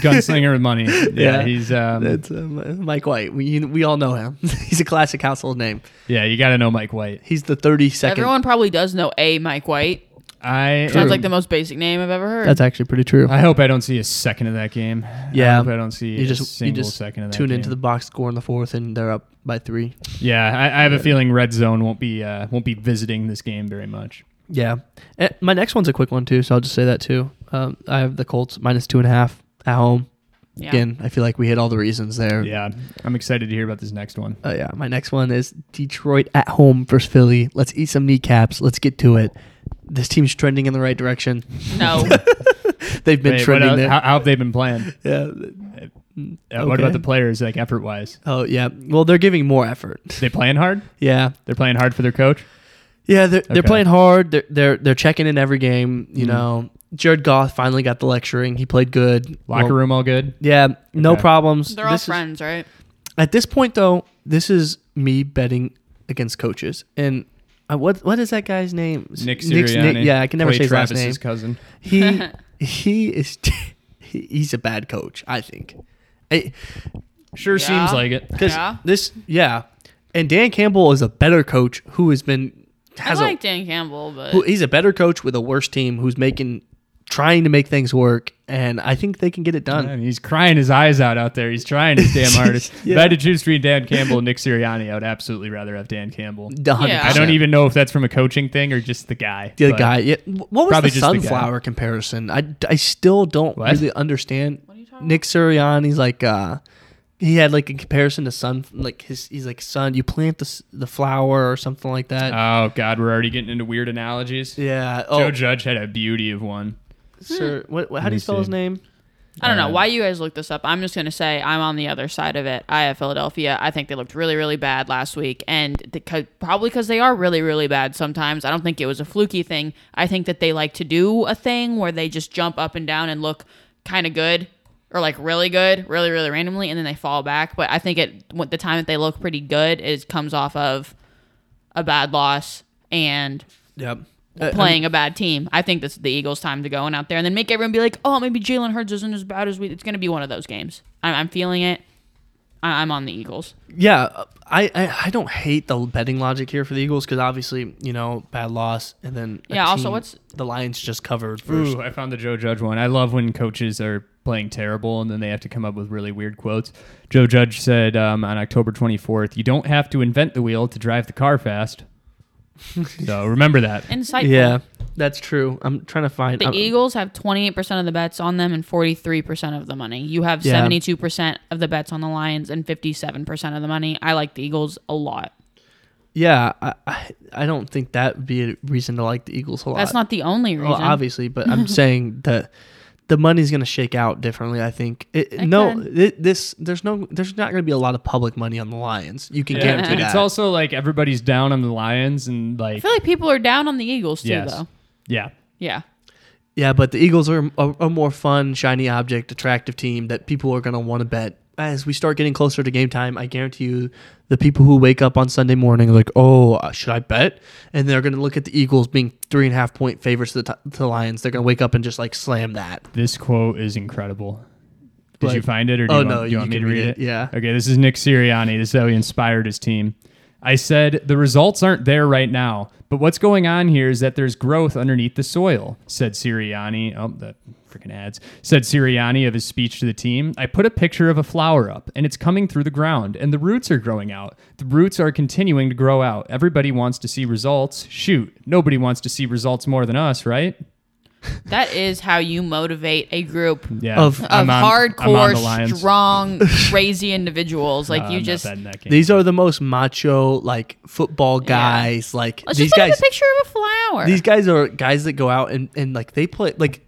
Speaker 1: Gunslinger with money. Yeah,
Speaker 2: Yeah.
Speaker 1: he's um,
Speaker 2: that's uh, Mike White. We we all know him. he's a classic household name.
Speaker 1: yeah. You got to know Mike White.
Speaker 2: He's the 32nd.
Speaker 3: Everyone probably does know a Mike White.
Speaker 1: I
Speaker 3: Sounds like the most basic name I've ever heard.
Speaker 2: That's actually pretty true.
Speaker 1: I hope I don't see a second of that game. I
Speaker 2: Yeah.
Speaker 1: hope I don't see
Speaker 2: you
Speaker 1: a
Speaker 2: just you
Speaker 1: single
Speaker 2: just
Speaker 1: second of that.
Speaker 2: tune
Speaker 1: game.
Speaker 2: into the box score in the fourth, and they're up by three.
Speaker 1: Yeah, I, I have a feeling Red Zone won't be uh, won't be visiting this game very much.
Speaker 2: Yeah. Eh, my next one's a quick one too, so I'll just say that too. Um, I have the Colts minus two and a half at home.
Speaker 3: yeah.
Speaker 2: Again, I feel like we hit all the reasons there.
Speaker 1: Yeah, I'm excited to hear about this next one.
Speaker 2: Uh, yeah. My next one is Detroit at home versus Philly. Let's eat some kneecaps. Let's get to it. This team's trending in the right direction.
Speaker 3: No.
Speaker 2: They've been
Speaker 1: Wait, what
Speaker 2: trending
Speaker 1: else-
Speaker 2: there.
Speaker 1: how, how have they been playing?
Speaker 2: yeah.
Speaker 1: Uh, What about
Speaker 2: Okay.
Speaker 1: the players, like effort wise?
Speaker 2: Oh yeah. Well, they're giving more effort.
Speaker 1: They playing hard?
Speaker 2: Yeah.
Speaker 1: They're playing hard for their coach.
Speaker 2: Yeah, they're, they're
Speaker 1: Okay.
Speaker 2: playing hard. They're, they're they're checking in every game. You
Speaker 1: Mhm.
Speaker 2: know, Jared Goff finally got the lecturing. He played good.
Speaker 1: Locker
Speaker 2: Well,
Speaker 1: room all good.
Speaker 2: Yeah, no
Speaker 1: Okay.
Speaker 2: problems.
Speaker 3: They're all
Speaker 2: This is-
Speaker 3: friends, right?
Speaker 2: at this point, though, this is me betting against coaches. And I, what what is that guy's name?
Speaker 1: Nick
Speaker 2: Nick's-
Speaker 1: Sirianni.
Speaker 2: Nick- yeah, I can never
Speaker 1: Clay
Speaker 2: say his last
Speaker 1: Travis's
Speaker 2: name.
Speaker 1: cousin.
Speaker 2: He he is he, he's a bad coach. I think. I,
Speaker 1: Sure
Speaker 3: Yeah.
Speaker 2: Um,
Speaker 1: seems like it.
Speaker 2: Because
Speaker 3: Yeah.
Speaker 2: this, yeah, and Dan Campbell is a better coach who has been
Speaker 3: I
Speaker 2: has a,
Speaker 3: like Dan Campbell, but
Speaker 2: who- he's a better coach with a worse team who's making trying to make things work, and I think they can get it done.
Speaker 1: And he's crying his eyes out out there. He's trying his damn hardest.
Speaker 2: Yeah.
Speaker 1: If I had to choose between Dan Campbell and Nick Sirianni, I would absolutely rather have Dan Campbell.
Speaker 2: A hundred
Speaker 3: Yeah.
Speaker 1: I don't
Speaker 2: percent.
Speaker 1: even know if that's from a coaching thing or just the guy.
Speaker 2: the
Speaker 1: but-
Speaker 2: guy. Yeah, what was
Speaker 1: Probably
Speaker 2: the
Speaker 1: just the guy.
Speaker 2: sunflower comparison? I, I still don't
Speaker 1: What?
Speaker 2: really understand.
Speaker 3: What are you talking
Speaker 2: Nick Sirianni's like uh, he had like a comparison to sun like his he's like sun. You plant the s- the flower or something like that.
Speaker 1: Oh God, we're already getting into weird analogies.
Speaker 2: yeah.
Speaker 1: Joe
Speaker 2: Oh,
Speaker 1: Judge had a beauty of one.
Speaker 2: sir. What, what, how
Speaker 1: Let
Speaker 2: do
Speaker 1: me
Speaker 2: you spell his
Speaker 1: see.
Speaker 2: name?
Speaker 3: I don't know
Speaker 1: Uh,
Speaker 3: why you guys look this up. I'm just gonna say I'm on the other side of it. I have Philadelphia. I think they looked really, really bad last week, and the, co- probably because they are really, really bad sometimes. I don't think it was a fluky thing. I think that they like to do a thing where they just jump up and down and look kind of good or like really good, really, really randomly, and then they fall back. But I think it when- the time that they look pretty good is comes off of a bad loss and
Speaker 2: Yep. Uh,
Speaker 3: playing a bad team. I think this is the Eagles' time to go in out there and then make everyone be like, oh, maybe Jalen Hurts isn't as bad as we. It's going to be one of those games. I'm, I'm feeling it. I, I'm on the Eagles.
Speaker 2: yeah, uh, I, I I don't hate the betting logic here for the Eagles because obviously you know bad loss and then a
Speaker 3: Yeah, also,
Speaker 2: team-
Speaker 3: what's-
Speaker 2: the Lions just covered first.
Speaker 1: Ooh, I found the Joe Judge one. I love when coaches are playing terrible and then they have to come up with really weird quotes. Joe Judge said um, on October 24th, "You don't have to invent the wheel to drive the car fast." So remember that.
Speaker 3: Insightful.
Speaker 2: yeah, Uh, that's true. I'm trying to find.
Speaker 3: The
Speaker 2: I'm-
Speaker 3: Eagles have 28% of the bets on them and 43% of the money. You have
Speaker 2: Yeah.
Speaker 3: 72% of the bets on the Lions and 57% of the money. I like the Eagles a lot.
Speaker 2: yeah, I, I I don't think that would be a reason to like the Eagles a lot.
Speaker 3: That's not the only reason.
Speaker 2: well, obviously, but I'm saying that the money's going to shake out differently. I think it,
Speaker 3: It
Speaker 2: no,
Speaker 3: could.
Speaker 2: it, this there's no there's not going to be a lot of public money on the Lions. You can
Speaker 1: Yeah,
Speaker 2: guarantee
Speaker 1: but
Speaker 2: that.
Speaker 1: it's also like everybody's down on the Lions and
Speaker 3: I
Speaker 1: like
Speaker 3: feel like people are down on the Eagles too,
Speaker 1: yes,
Speaker 3: though.
Speaker 1: yeah.
Speaker 3: Yeah.
Speaker 2: yeah, but the Eagles are a, a more fun, shiny object, attractive team that people are going to want to bet. As we start getting closer to game time, I guarantee you, the people who wake up on Sunday morning are like, "Oh, uh, should I bet?" And they're going to look at the Eagles being three and a half point favorites to the, t- to the Lions. They're going to wake up and just like slam that.
Speaker 1: This quote is incredible. Did you
Speaker 2: Like-
Speaker 1: find it, or do
Speaker 2: Oh,
Speaker 1: you want, do
Speaker 2: no,
Speaker 1: you
Speaker 2: you
Speaker 1: want me
Speaker 2: can
Speaker 1: to read
Speaker 2: read
Speaker 1: it?
Speaker 2: it, yeah.
Speaker 1: Okay, this is Nick Sirianni. This is how he inspired his team. I said, the results aren't there right now, but what's going on here is that there's growth underneath the soil, said Sirianni. Oh, that freaking ads. Said Sirianni of his speech to the team. I put a picture of a flower up, and it's coming through the ground, and the roots are growing out. The roots are continuing to grow out. Everybody wants to see results. Shoot, nobody wants to see results more than us, right?
Speaker 3: That is how you motivate a group
Speaker 1: Yeah.
Speaker 2: Of-
Speaker 3: of
Speaker 1: I'm on- I'm on the
Speaker 3: hardcore,
Speaker 1: Lions.
Speaker 3: strong, crazy individuals. Like,
Speaker 1: Uh,
Speaker 3: you
Speaker 1: I'm not
Speaker 3: just.
Speaker 1: bad in that game.
Speaker 2: These are the most macho like football guys. Like
Speaker 3: Let's
Speaker 2: these
Speaker 3: just look
Speaker 2: guys,
Speaker 3: at a picture of a flower.
Speaker 2: these guys are guys that go out and, and like they play like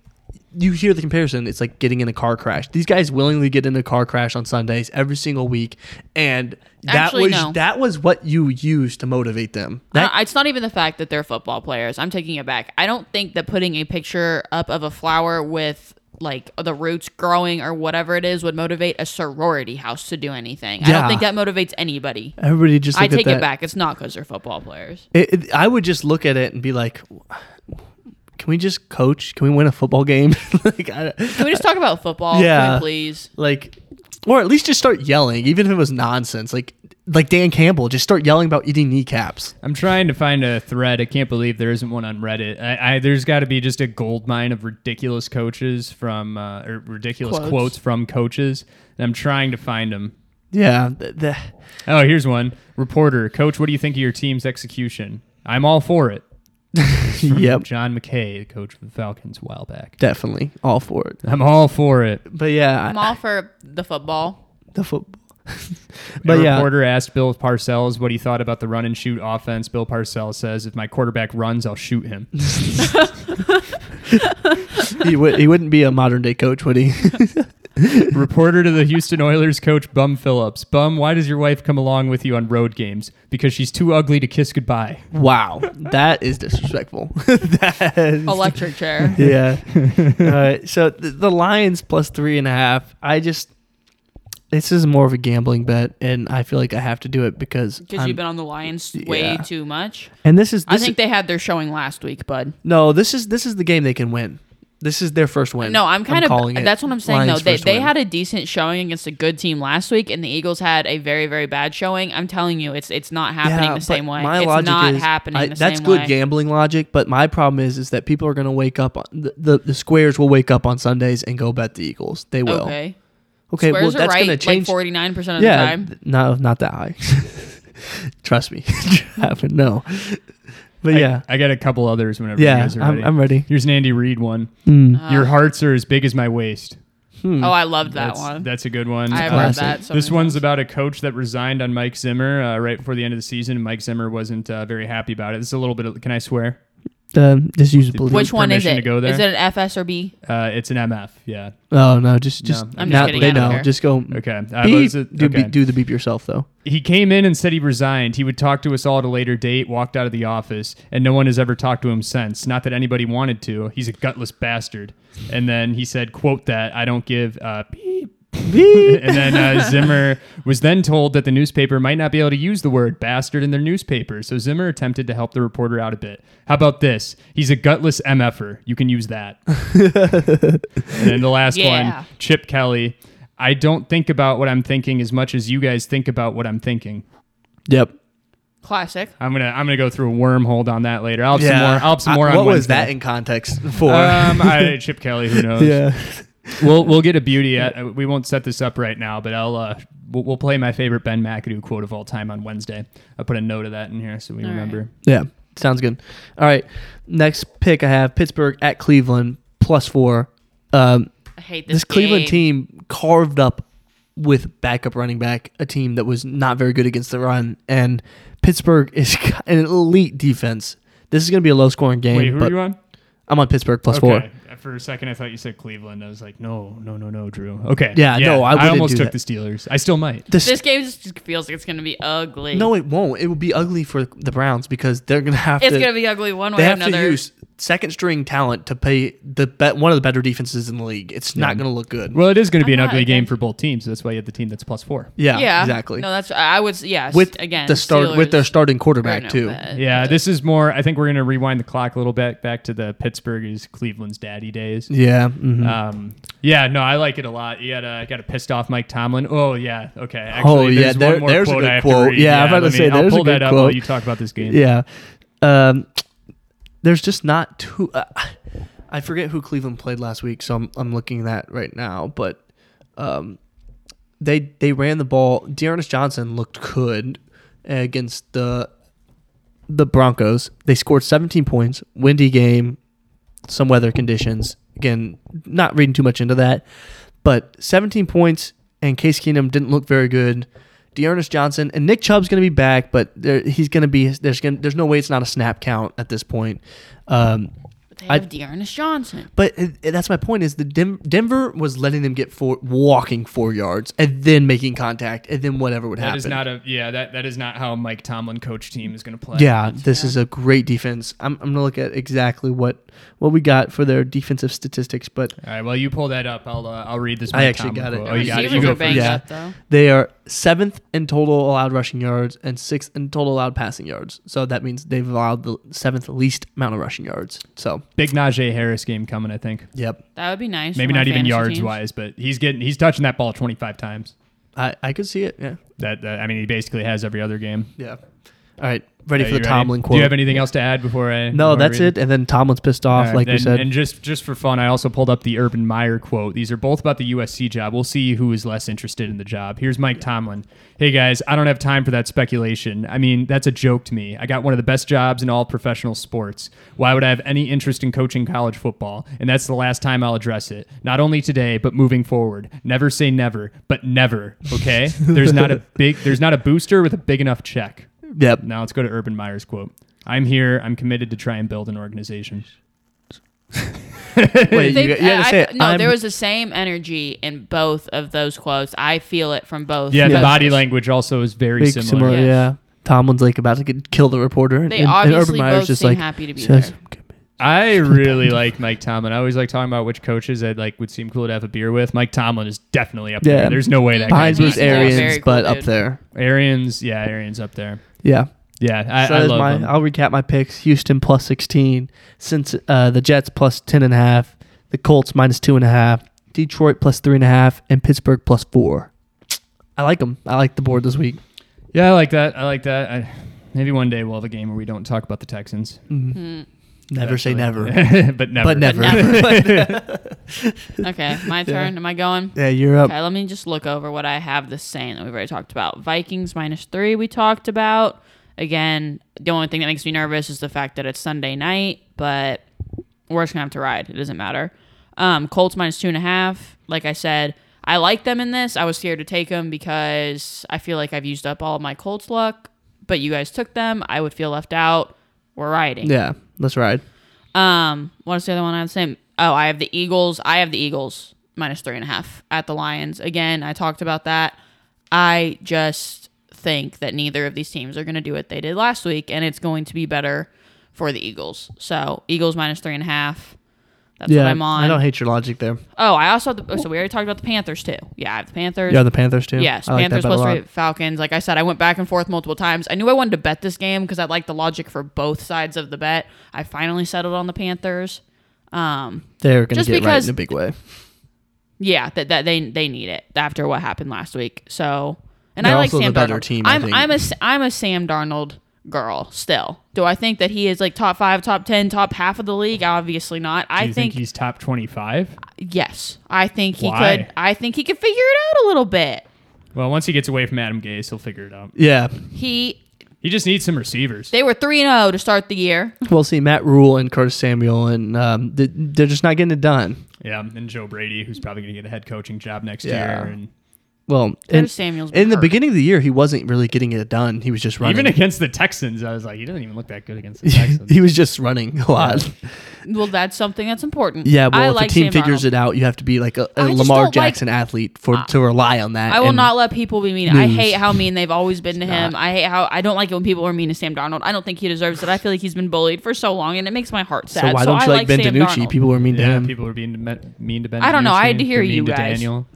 Speaker 2: you hear the comparison. It's like getting in a car crash. These guys willingly get in a car crash on Sundays every single week, and that
Speaker 3: Actually,
Speaker 2: was
Speaker 3: no.
Speaker 2: that was what you used to motivate them. That
Speaker 3: Uh, it's not even the fact that they're football players. I'm taking it back. I don't think that putting a picture up of a flower with like the roots growing or whatever it is would motivate a sorority house to do anything. I
Speaker 2: Yeah.
Speaker 3: don't think that motivates anybody.
Speaker 2: everybody just.
Speaker 3: I
Speaker 2: looked at
Speaker 3: take it
Speaker 2: that-
Speaker 3: back. It's not because they're football players.
Speaker 2: It, it- I would just look at it and be like, "Can we just coach? Can we win a football game?" like, I,
Speaker 3: Can we just talk about football,
Speaker 2: Yeah.
Speaker 3: can we please?
Speaker 2: like or at least just start yelling even if it was nonsense like like dan campbell just start yelling about eating kneecaps
Speaker 1: I'm trying to find a thread. I can't believe there isn't one on Reddit. I, I there's got to be just a gold mine of ridiculous coaches from uh, or ridiculous quotes.
Speaker 3: Quotes.
Speaker 1: from coaches, and I'm trying to find them.
Speaker 2: yeah th- th-
Speaker 1: Oh, here's one reporter. Coach, what do you think of your team's execution? I'm all for it.
Speaker 2: yep
Speaker 1: John McKay, the coach of the Falcons, a while back.
Speaker 2: definitely all for it
Speaker 1: I'm all for it.
Speaker 2: but yeah
Speaker 3: I'm
Speaker 2: I-
Speaker 3: all for the football.
Speaker 2: the football
Speaker 1: A
Speaker 2: but yeah
Speaker 1: reporter asked Bill Parcells what he thought about the run and shoot offense. Bill Parcells says, "If my quarterback runs, I'll shoot him."
Speaker 2: he, would he wouldn't be a modern day coach would he
Speaker 1: Reporter to the Houston Oilers coach Bum Phillips. Bum, why does your wife come along with you on road games? Because she's too ugly to kiss goodbye.
Speaker 2: wow that is disrespectful that is,
Speaker 3: Electric chair.
Speaker 2: yeah all right so th- the lions plus three and a half i just this is more of a gambling bet and i feel like i have to do it because
Speaker 3: Because
Speaker 2: I'm-
Speaker 3: you've been on the Lions way
Speaker 2: Yeah.
Speaker 3: too much.
Speaker 2: and this is
Speaker 3: I
Speaker 2: this
Speaker 3: think they had their showing last week, bud.
Speaker 2: No, this is this is the game they can win. This is their first win.
Speaker 3: No, I'm kind
Speaker 2: calling
Speaker 3: of.
Speaker 2: it.
Speaker 3: That's what I'm saying
Speaker 2: Lions
Speaker 3: though. They
Speaker 2: first
Speaker 3: they
Speaker 2: win.
Speaker 3: had a decent showing against a good team last week, and the Eagles had a very very bad showing. I'm telling you, it's it's not happening
Speaker 2: Yeah,
Speaker 3: the
Speaker 2: but
Speaker 3: same way.
Speaker 2: My
Speaker 3: it's
Speaker 2: logic
Speaker 3: not
Speaker 2: is,
Speaker 3: happening
Speaker 2: I-
Speaker 3: the
Speaker 2: that's
Speaker 3: same
Speaker 2: good
Speaker 3: way.
Speaker 2: gambling logic, but my problem is is that people are going to wake up. On, the, the the squares will wake up on Sundays and go bet the Eagles. They will. Okay.
Speaker 3: Okay.
Speaker 2: well,
Speaker 3: Squares
Speaker 2: that's
Speaker 3: are
Speaker 2: going to
Speaker 3: right like
Speaker 2: change.
Speaker 3: 49 percent of the
Speaker 2: yeah.
Speaker 3: time.
Speaker 2: th- No, not that high. Trust me. no. But
Speaker 1: I-
Speaker 2: yeah.
Speaker 1: I, got a couple others whenever you
Speaker 2: yeah,
Speaker 1: guys are ready.
Speaker 2: I'm, Mm. I'm ready.
Speaker 1: Here's an Andy Reid one.
Speaker 3: Uh,
Speaker 1: Your hearts are as big as my waist.
Speaker 3: oh, I loved that
Speaker 1: that's,
Speaker 3: one.
Speaker 1: That's a good one.
Speaker 3: I
Speaker 1: Uh,
Speaker 3: read
Speaker 2: hmm. classic.
Speaker 3: that. So
Speaker 1: this
Speaker 3: many
Speaker 1: one's
Speaker 3: times.
Speaker 1: about a coach that resigned on Mike Zimmer uh, right before the end of the season. and Mike Zimmer wasn't uh, very happy about it. This is a little bit of, can I swear?
Speaker 2: Um, just use blue.
Speaker 3: which one is
Speaker 1: permission
Speaker 3: it?
Speaker 1: to
Speaker 3: Is
Speaker 1: go there?
Speaker 3: it an FS or B?
Speaker 1: Uh, it's an MF, yeah.
Speaker 2: Oh no, just just
Speaker 1: I'm
Speaker 3: just
Speaker 2: now
Speaker 3: kidding, I
Speaker 2: they
Speaker 3: don't
Speaker 2: know.
Speaker 3: care.
Speaker 2: Just go.
Speaker 1: Okay. Uh, but
Speaker 2: Beep.
Speaker 1: it's a-
Speaker 2: Do,
Speaker 1: okay.
Speaker 2: beep, do the beep yourself though.
Speaker 1: He came in and said he resigned. He would talk to us all at a later date, walked out of the office, and no one has ever talked to him since. Not that anybody wanted to. He's a gutless bastard. And then he said, quote that, I don't give uh beep. and then uh, Zimmer was then told that the newspaper might not be able to use the word bastard in their newspaper. So Zimmer attempted to help the reporter out a bit. How about this? He's a gutless MFer. You can use that. And then the last
Speaker 3: Yeah.
Speaker 1: one, Chip Kelly. I don't think about what I'm thinking as much as you guys think about what I'm thinking.
Speaker 2: Yep.
Speaker 3: Classic.
Speaker 1: I'm gonna I'm gonna go through a wormhole on that later. I'll have some
Speaker 2: Yeah.
Speaker 1: more. I'll have some
Speaker 2: Uh,
Speaker 1: more. on
Speaker 2: what was
Speaker 1: Wednesday.
Speaker 2: that in context for?
Speaker 1: Um, I, Chip Kelly. Who knows? We'll we'll get a beauty. At, uh, we won't set this up right now, but I'll uh, we'll, we'll play my favorite Ben McAdoo quote of all time on Wednesday. I put a note of that in here so we
Speaker 3: All right.
Speaker 1: remember.
Speaker 2: Yeah. Sounds good. All right. Next pick I have Pittsburgh at Cleveland plus four. Um,
Speaker 3: I hate this.
Speaker 2: this Cleveland
Speaker 3: game.
Speaker 2: team carved up with backup running back a team that was not very good against the run, and Pittsburgh is an elite defense. This is going to be a low scoring game.
Speaker 1: Wait, who
Speaker 2: but
Speaker 1: are you on? Uh,
Speaker 2: I'm on Pittsburgh plus four.
Speaker 1: For a second, I thought you said Cleveland. I was like, no, no, no, no, Drew. Okay.
Speaker 2: Yeah, no, I
Speaker 1: I
Speaker 2: wouldn't
Speaker 1: almost
Speaker 2: do
Speaker 1: took
Speaker 2: that.
Speaker 1: the Steelers. I still might.
Speaker 2: This,
Speaker 3: This game just feels like it's gonna be ugly.
Speaker 2: no, it won't. It will be ugly for the Browns because they're going to have
Speaker 3: it's
Speaker 2: to.
Speaker 3: gonna be ugly one
Speaker 2: they
Speaker 3: way or
Speaker 2: have
Speaker 3: another.
Speaker 2: to use second string talent to pay the bet one of the better defenses in the league. It's not going to look good.
Speaker 1: Well, it is going to be
Speaker 3: I'm
Speaker 1: an
Speaker 3: not
Speaker 1: ugly game
Speaker 3: against-
Speaker 1: for both teams. That's why you have the team that's plus four.
Speaker 2: Yeah,
Speaker 3: yeah,
Speaker 2: exactly.
Speaker 3: No, that's I would. Yeah, s-
Speaker 2: with
Speaker 3: again
Speaker 2: the start with their
Speaker 3: Steelers
Speaker 2: starting
Speaker 3: are
Speaker 2: quarterback
Speaker 3: no
Speaker 2: too.
Speaker 3: bet.
Speaker 1: Yeah, this is more. I think we're going to rewind the clock a little bit back to the Pittsburgh is Cleveland's daddy days.
Speaker 2: Yeah, mhm.
Speaker 1: Um, yeah, no, I like it a lot. You got a got a pissed off Mike Tomlin. Oh yeah, okay. Actually,
Speaker 2: Oh, yeah,
Speaker 1: there's
Speaker 2: there-
Speaker 1: one more
Speaker 2: there's a
Speaker 1: quote
Speaker 2: good
Speaker 1: I have to
Speaker 2: quote.
Speaker 1: read.
Speaker 2: Yeah, I'm about to
Speaker 1: let me-
Speaker 2: say,
Speaker 1: I'll
Speaker 2: there's a
Speaker 1: pull
Speaker 2: good
Speaker 1: that up while
Speaker 2: quote.
Speaker 1: you talk about this game.
Speaker 2: yeah. Um, there's just not too. Uh, I forget who Cleveland played last week, so I'm I'm looking at that right now. But um, they they ran the ball. Dearness Johnson looked good against the the Broncos. They scored 17 points. Windy game, some weather conditions. Again, not reading too much into that, but 17 points and Case Keenum didn't look very good. Dearness Johnson and Nick Chubb's going to be back, but there, he's going to be there's gonna, there's no way it's not a snap count at this point. Um,
Speaker 3: But They
Speaker 2: I-
Speaker 3: have Dearness Johnson.
Speaker 2: but it, it- that's my point is the Dem- Denver was letting them get four walking four yards and then making contact and then whatever would
Speaker 1: That
Speaker 2: happen.
Speaker 1: is not a yeah. That that is not how Mike Tomlin coach team is going to play.
Speaker 2: yeah, this is a great defense. I'm, I'm gonna look at exactly what what we got for their defensive statistics, but
Speaker 1: All right. Well, you pull that up. I'll uh, I'll read this.
Speaker 2: I
Speaker 1: Mike
Speaker 2: actually
Speaker 1: Tomlin
Speaker 2: got it.
Speaker 1: quote.
Speaker 3: Their
Speaker 1: Oh, you got it. You
Speaker 3: receivers
Speaker 1: go
Speaker 3: are banged
Speaker 1: first.
Speaker 2: Yeah.
Speaker 3: up though.
Speaker 2: They are seventh in total allowed rushing yards and sixth in total allowed passing yards. So that means they've allowed the seventh least amount of rushing yards. So,
Speaker 1: Big Najee Harris game coming. I think
Speaker 2: yep,
Speaker 3: That would be nice.
Speaker 1: maybe
Speaker 3: for my
Speaker 1: not even
Speaker 3: fantasy
Speaker 1: yards
Speaker 3: teams.
Speaker 1: wise, but he's getting he's touching that ball 25 times.
Speaker 2: I, I could see it. Yeah,
Speaker 1: That, that I mean, he basically has every other game.
Speaker 2: yeah. All right, ready
Speaker 1: Are
Speaker 2: for the
Speaker 1: you
Speaker 2: Tomlin quote.
Speaker 1: Do you have anything else to add before I? before
Speaker 2: no,
Speaker 1: I
Speaker 2: that's
Speaker 1: read
Speaker 2: it. And then Tomlin's pissed
Speaker 1: All
Speaker 2: off,
Speaker 1: right,
Speaker 2: like we
Speaker 1: and-
Speaker 2: said.
Speaker 1: And just just for fun, I also pulled up the Urban Meyer quote. These are both about the USC job. We'll see who is less interested in the job. Here's Mike Tomlin. Hey guys, I don't have time for that speculation. I mean, that's a joke to me. I got one of the best jobs in all professional sports. Why would I have any interest in coaching college football? And that's the last time I'll address it. Not only today, but moving forward. Never say never, but never. Okay? there's not a big there's not a booster with a big enough check.
Speaker 2: yep.
Speaker 1: Now let's go to Urban Meyer's quote. I'm here. I'm committed to try and build an organization.
Speaker 2: Wait,
Speaker 3: They-
Speaker 2: you, got- you gotta
Speaker 3: I-
Speaker 2: say
Speaker 3: I-
Speaker 2: it.
Speaker 3: no,
Speaker 2: I'm-
Speaker 3: there was the same energy in both of those quotes. I feel it from both.
Speaker 1: Yeah, the
Speaker 2: Yeah.
Speaker 1: body language also is very
Speaker 2: big
Speaker 1: similar.
Speaker 2: similar.
Speaker 3: Yeah.
Speaker 2: Yeah. Tomlin's like about to get, kill the reporter, and,
Speaker 3: They
Speaker 2: and
Speaker 3: obviously
Speaker 2: Urban Meyer's
Speaker 3: both
Speaker 2: just
Speaker 3: seem
Speaker 2: like
Speaker 3: happy to be
Speaker 2: says,
Speaker 3: there.
Speaker 1: I really like Mike Tomlin. I always like talking about which coaches that like would seem cool to have a beer with. Mike Tomlin is definitely up
Speaker 2: Yeah.
Speaker 1: there. There's no way that
Speaker 2: Behind
Speaker 1: guy's
Speaker 3: He's
Speaker 2: was
Speaker 1: not
Speaker 3: a very
Speaker 2: Arians,
Speaker 3: cool
Speaker 2: but
Speaker 3: dude.
Speaker 2: up there.
Speaker 1: Arians, yeah, Arians up there.
Speaker 2: Yeah.
Speaker 1: Yeah, I,
Speaker 2: so
Speaker 1: I
Speaker 2: there's
Speaker 1: love
Speaker 2: my,
Speaker 1: him.
Speaker 2: I'll recap my picks. Houston plus 16. Since uh, the Jets plus 10 and a half. The Colts minus two and a half. Detroit plus three and a half. And Pittsburgh plus four. I like them. I like the board this week.
Speaker 1: yeah, I like that. I like that. I, maybe one day we'll have a game where we don't talk about the Texans.
Speaker 2: Never say never.
Speaker 1: but never.
Speaker 2: Mm. But never.
Speaker 3: Okay, my turn. Am I going?
Speaker 2: yeah, you're up.
Speaker 3: Okay, let me just look over what I have the same that we've already talked about. Vikings minus three, we talked about. Again, the only thing that makes me nervous is the fact that it's Sunday night, but we're just gonna have to ride. It doesn't matter. Um, Colts minus two and a half. Like I said, I like them in this. I was scared to take them because I feel like I've used up all of my Colts luck, but you guys took them. I would feel left out. We're riding.
Speaker 2: Yeah, let's ride.
Speaker 3: Um, what's the other one I have the same? Oh, I have the Eagles. I have the Eagles minus three and a half at the Lions. Again, I talked about that. I just think that neither of these teams are going to do what they did last week, and it's going to be better for the Eagles. So Eagles minus three and a half. That's
Speaker 2: yeah,
Speaker 3: what I'm on.
Speaker 2: I don't hate your logic there.
Speaker 3: oh, I also have the. So we already talked about the Panthers too. Yeah, I have the Panthers.
Speaker 2: Yeah, the Panthers too.
Speaker 3: Yes,
Speaker 2: I like that
Speaker 3: Panthers
Speaker 2: bet a
Speaker 3: plus
Speaker 2: lot.
Speaker 3: three Falcons. Like I said, I went back and forth multiple times. I knew I wanted to bet this game because I liked the logic for both sides of the bet. I finally settled on the Panthers. Um,
Speaker 2: They're gonna
Speaker 3: Just
Speaker 2: get right
Speaker 3: because-
Speaker 2: in a big way.
Speaker 3: yeah, that, that they they need it after what happened last week. So, and I
Speaker 2: They're
Speaker 3: like
Speaker 2: also
Speaker 3: Sam
Speaker 2: the better
Speaker 3: Darnold.
Speaker 2: team, I
Speaker 3: I'm
Speaker 2: think.
Speaker 3: I'm a S- I'm a Sam Darnold girl still. Do I think that he is like top five, top ten, top half of the league? Obviously not.
Speaker 1: Do
Speaker 3: I
Speaker 1: you think, he's top 25?
Speaker 3: yes. I think he
Speaker 1: Why?
Speaker 3: could. I think he could figure it out a little bit.
Speaker 1: Well, once he gets away from Adam Gase, he'll figure it out.
Speaker 2: Yeah,
Speaker 3: He
Speaker 1: He just needs some receivers.
Speaker 3: They were 3 0 to start the year.
Speaker 2: We'll see Matt Rule and Curtis Samuel, and um, th- they're just not getting it done.
Speaker 1: yeah, and Joe Brady, who's probably going to get a head coaching job next
Speaker 2: Yeah.
Speaker 1: year, and
Speaker 2: Well, and,
Speaker 3: Curtis Samuel's been
Speaker 2: in the
Speaker 3: hurt.
Speaker 2: beginning of the year, he wasn't really getting it done. He was just running.
Speaker 1: even against the Texans, I was like, he doesn't even look that good against the Texans.
Speaker 2: he was just running a lot.
Speaker 3: Well, that's something that's important.
Speaker 2: Yeah, well,
Speaker 3: I
Speaker 2: if
Speaker 3: like
Speaker 2: a team
Speaker 3: Sam
Speaker 2: figures
Speaker 3: Darnold.
Speaker 2: it out, you have to be like a,
Speaker 3: I
Speaker 2: a
Speaker 3: just
Speaker 2: Lamar
Speaker 3: don't like-
Speaker 2: Jackson athlete for to rely on that.
Speaker 3: I will
Speaker 2: and-
Speaker 3: not let people be mean. I
Speaker 2: News.
Speaker 3: hate how mean they've always been to him. I hate how I don't like it when people are mean to Sam Darnold. I don't think he deserves it. I feel like he's been bullied for so long, and it makes my heart sad.
Speaker 2: So why don't
Speaker 3: I
Speaker 2: you like Ben
Speaker 3: Sam
Speaker 2: DiNucci?
Speaker 3: Darnold.
Speaker 2: People were mean to
Speaker 1: yeah,
Speaker 2: him.
Speaker 1: people were being met- mean to Ben.
Speaker 3: I don't know. I had
Speaker 1: DiNucci.
Speaker 3: to hear
Speaker 1: They're mean
Speaker 3: you
Speaker 1: to
Speaker 3: guys.
Speaker 1: Daniel.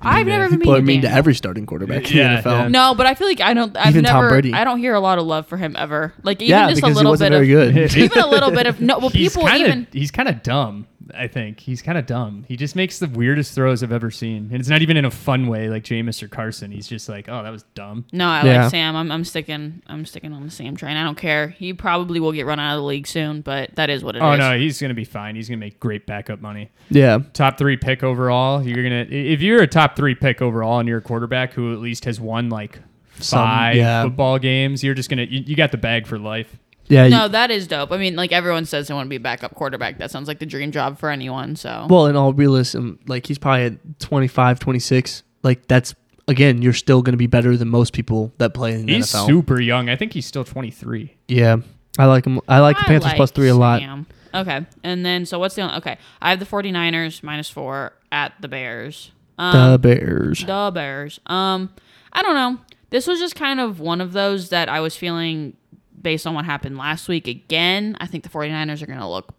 Speaker 3: I've never been
Speaker 2: People are
Speaker 3: mean,
Speaker 2: mean to
Speaker 3: to Dan.
Speaker 2: every starting quarterback
Speaker 1: Yeah,
Speaker 2: in the NFL.
Speaker 1: yeah.
Speaker 3: No, but I feel like I don't. I've
Speaker 2: Even Tom
Speaker 3: never.
Speaker 2: Brady.
Speaker 3: I don't hear a lot of love for him ever. Like even
Speaker 2: yeah,
Speaker 3: just a
Speaker 2: because he
Speaker 3: little
Speaker 2: wasn't
Speaker 3: bit
Speaker 2: very
Speaker 3: of
Speaker 2: good.
Speaker 3: even a little bit of no. Well,
Speaker 1: He's
Speaker 3: people
Speaker 1: kind
Speaker 3: even
Speaker 1: of he's kind of dumb. I think he's kind of dumb. He just makes the weirdest throws I've ever seen, and it's not even in a fun way, like Jameis or Carson. He's just like, oh, that was dumb.
Speaker 3: No, I
Speaker 2: Yeah.
Speaker 3: like Sam. I'm, I'm sticking. I'm sticking on the Sam train. I don't care. He probably will get run out of the league soon, but that is what it is.
Speaker 1: Oh no, he's gonna be fine. He's gonna make great backup money.
Speaker 2: yeah,
Speaker 1: Top three pick overall. You're gonna if you're a top three pick overall and you're a quarterback who at least has won like
Speaker 2: Some,
Speaker 1: five
Speaker 2: yeah.
Speaker 1: football games, you're just gonna you, you got the bag for life.
Speaker 2: yeah.
Speaker 3: No,
Speaker 2: you-
Speaker 3: that is dope. I mean, like everyone says they want to be a backup quarterback. That sounds like the dream job for anyone. So
Speaker 2: well, in all realism, like he's probably at 25, 26. Like that's again, you're still going to be better than most people that play in the
Speaker 1: He's
Speaker 2: NFL.
Speaker 1: super young. I think he's still 23.
Speaker 2: yeah, I like him. I like the
Speaker 3: I
Speaker 2: Panthers
Speaker 3: like
Speaker 2: plus three a lot.
Speaker 3: Sam. Okay, and then so what's the only, okay? I have the 49ers minus four at the Bears. Um,
Speaker 2: the Bears.
Speaker 3: the Bears. Um, I don't know. This was just kind of one of those that I was feeling based on what happened last week. Again, I think the 49ers are going to look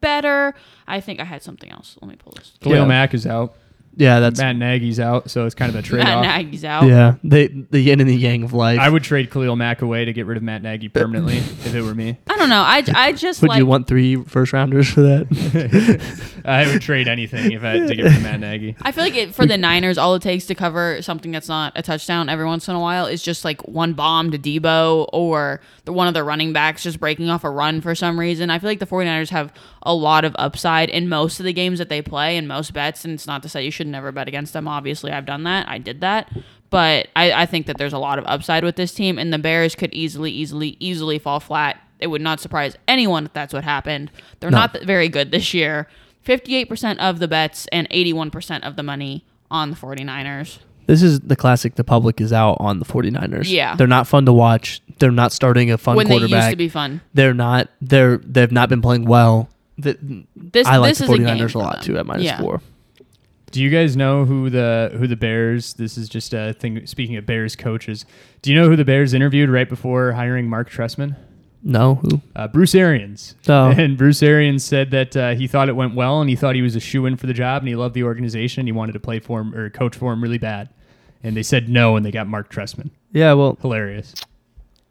Speaker 3: better. I think I had something else. Let me pull this.
Speaker 1: Khalil
Speaker 2: Yeah.
Speaker 1: Mack is out.
Speaker 2: Yeah, that's
Speaker 1: Matt Nagy's out, so it's kind of a trade
Speaker 3: Matt
Speaker 1: off.
Speaker 3: Nagy's out.
Speaker 2: yeah. They the yin and the yang of life.
Speaker 1: I would trade Khalil Mack away to get rid of Matt Nagy permanently if it were me.
Speaker 3: I don't know. I, I just
Speaker 2: would
Speaker 3: like
Speaker 2: you want three first rounders for that?
Speaker 1: I would trade anything if I had to get rid of Matt Nagy.
Speaker 3: I feel like it, for the Niners, all it takes to cover something that's not a touchdown every once in a while is just like one bomb to Debo or the one of their running backs just breaking off a run for some reason. I feel like the 49ers have a lot of upside in most of the games that they play and most bets. And it's not to say you should never bet against them. Obviously, I've done that. I did that. But I, I think that there's a lot of upside with this team, and the Bears could easily, easily, easily fall flat. It would not surprise anyone if that's what happened. They're
Speaker 2: No.
Speaker 3: not th- very good this year. 58% of the bets and 81% of the money on the 49ers.
Speaker 2: This is the classic the public is out on the 49ers.
Speaker 3: Yeah.
Speaker 2: They're not fun to watch. They're not starting a fun
Speaker 3: When they
Speaker 2: quarterback.
Speaker 3: used to be fun.
Speaker 2: They're not they're they've not been playing well. Th-
Speaker 3: This,
Speaker 2: I like
Speaker 3: this
Speaker 2: the
Speaker 3: is a, game
Speaker 2: 49ers a,
Speaker 3: for
Speaker 2: lot
Speaker 3: them.
Speaker 2: too at minus
Speaker 3: Yeah.
Speaker 2: 4.
Speaker 1: Do you guys know who the who the Bears? This is just a thing. Speaking of Bears coaches, do you know who the Bears interviewed right before hiring Mark Tressman?
Speaker 2: No, who?
Speaker 1: Uh, Bruce Arians.
Speaker 2: Oh.
Speaker 1: And Bruce Arians said that uh, he thought it went well, and he thought he was a shoe in for the job, and he loved the organization, and he wanted to play for him or coach for him really bad. And they said no, and they got Mark Tressman.
Speaker 2: Yeah, well,
Speaker 1: Hilarious.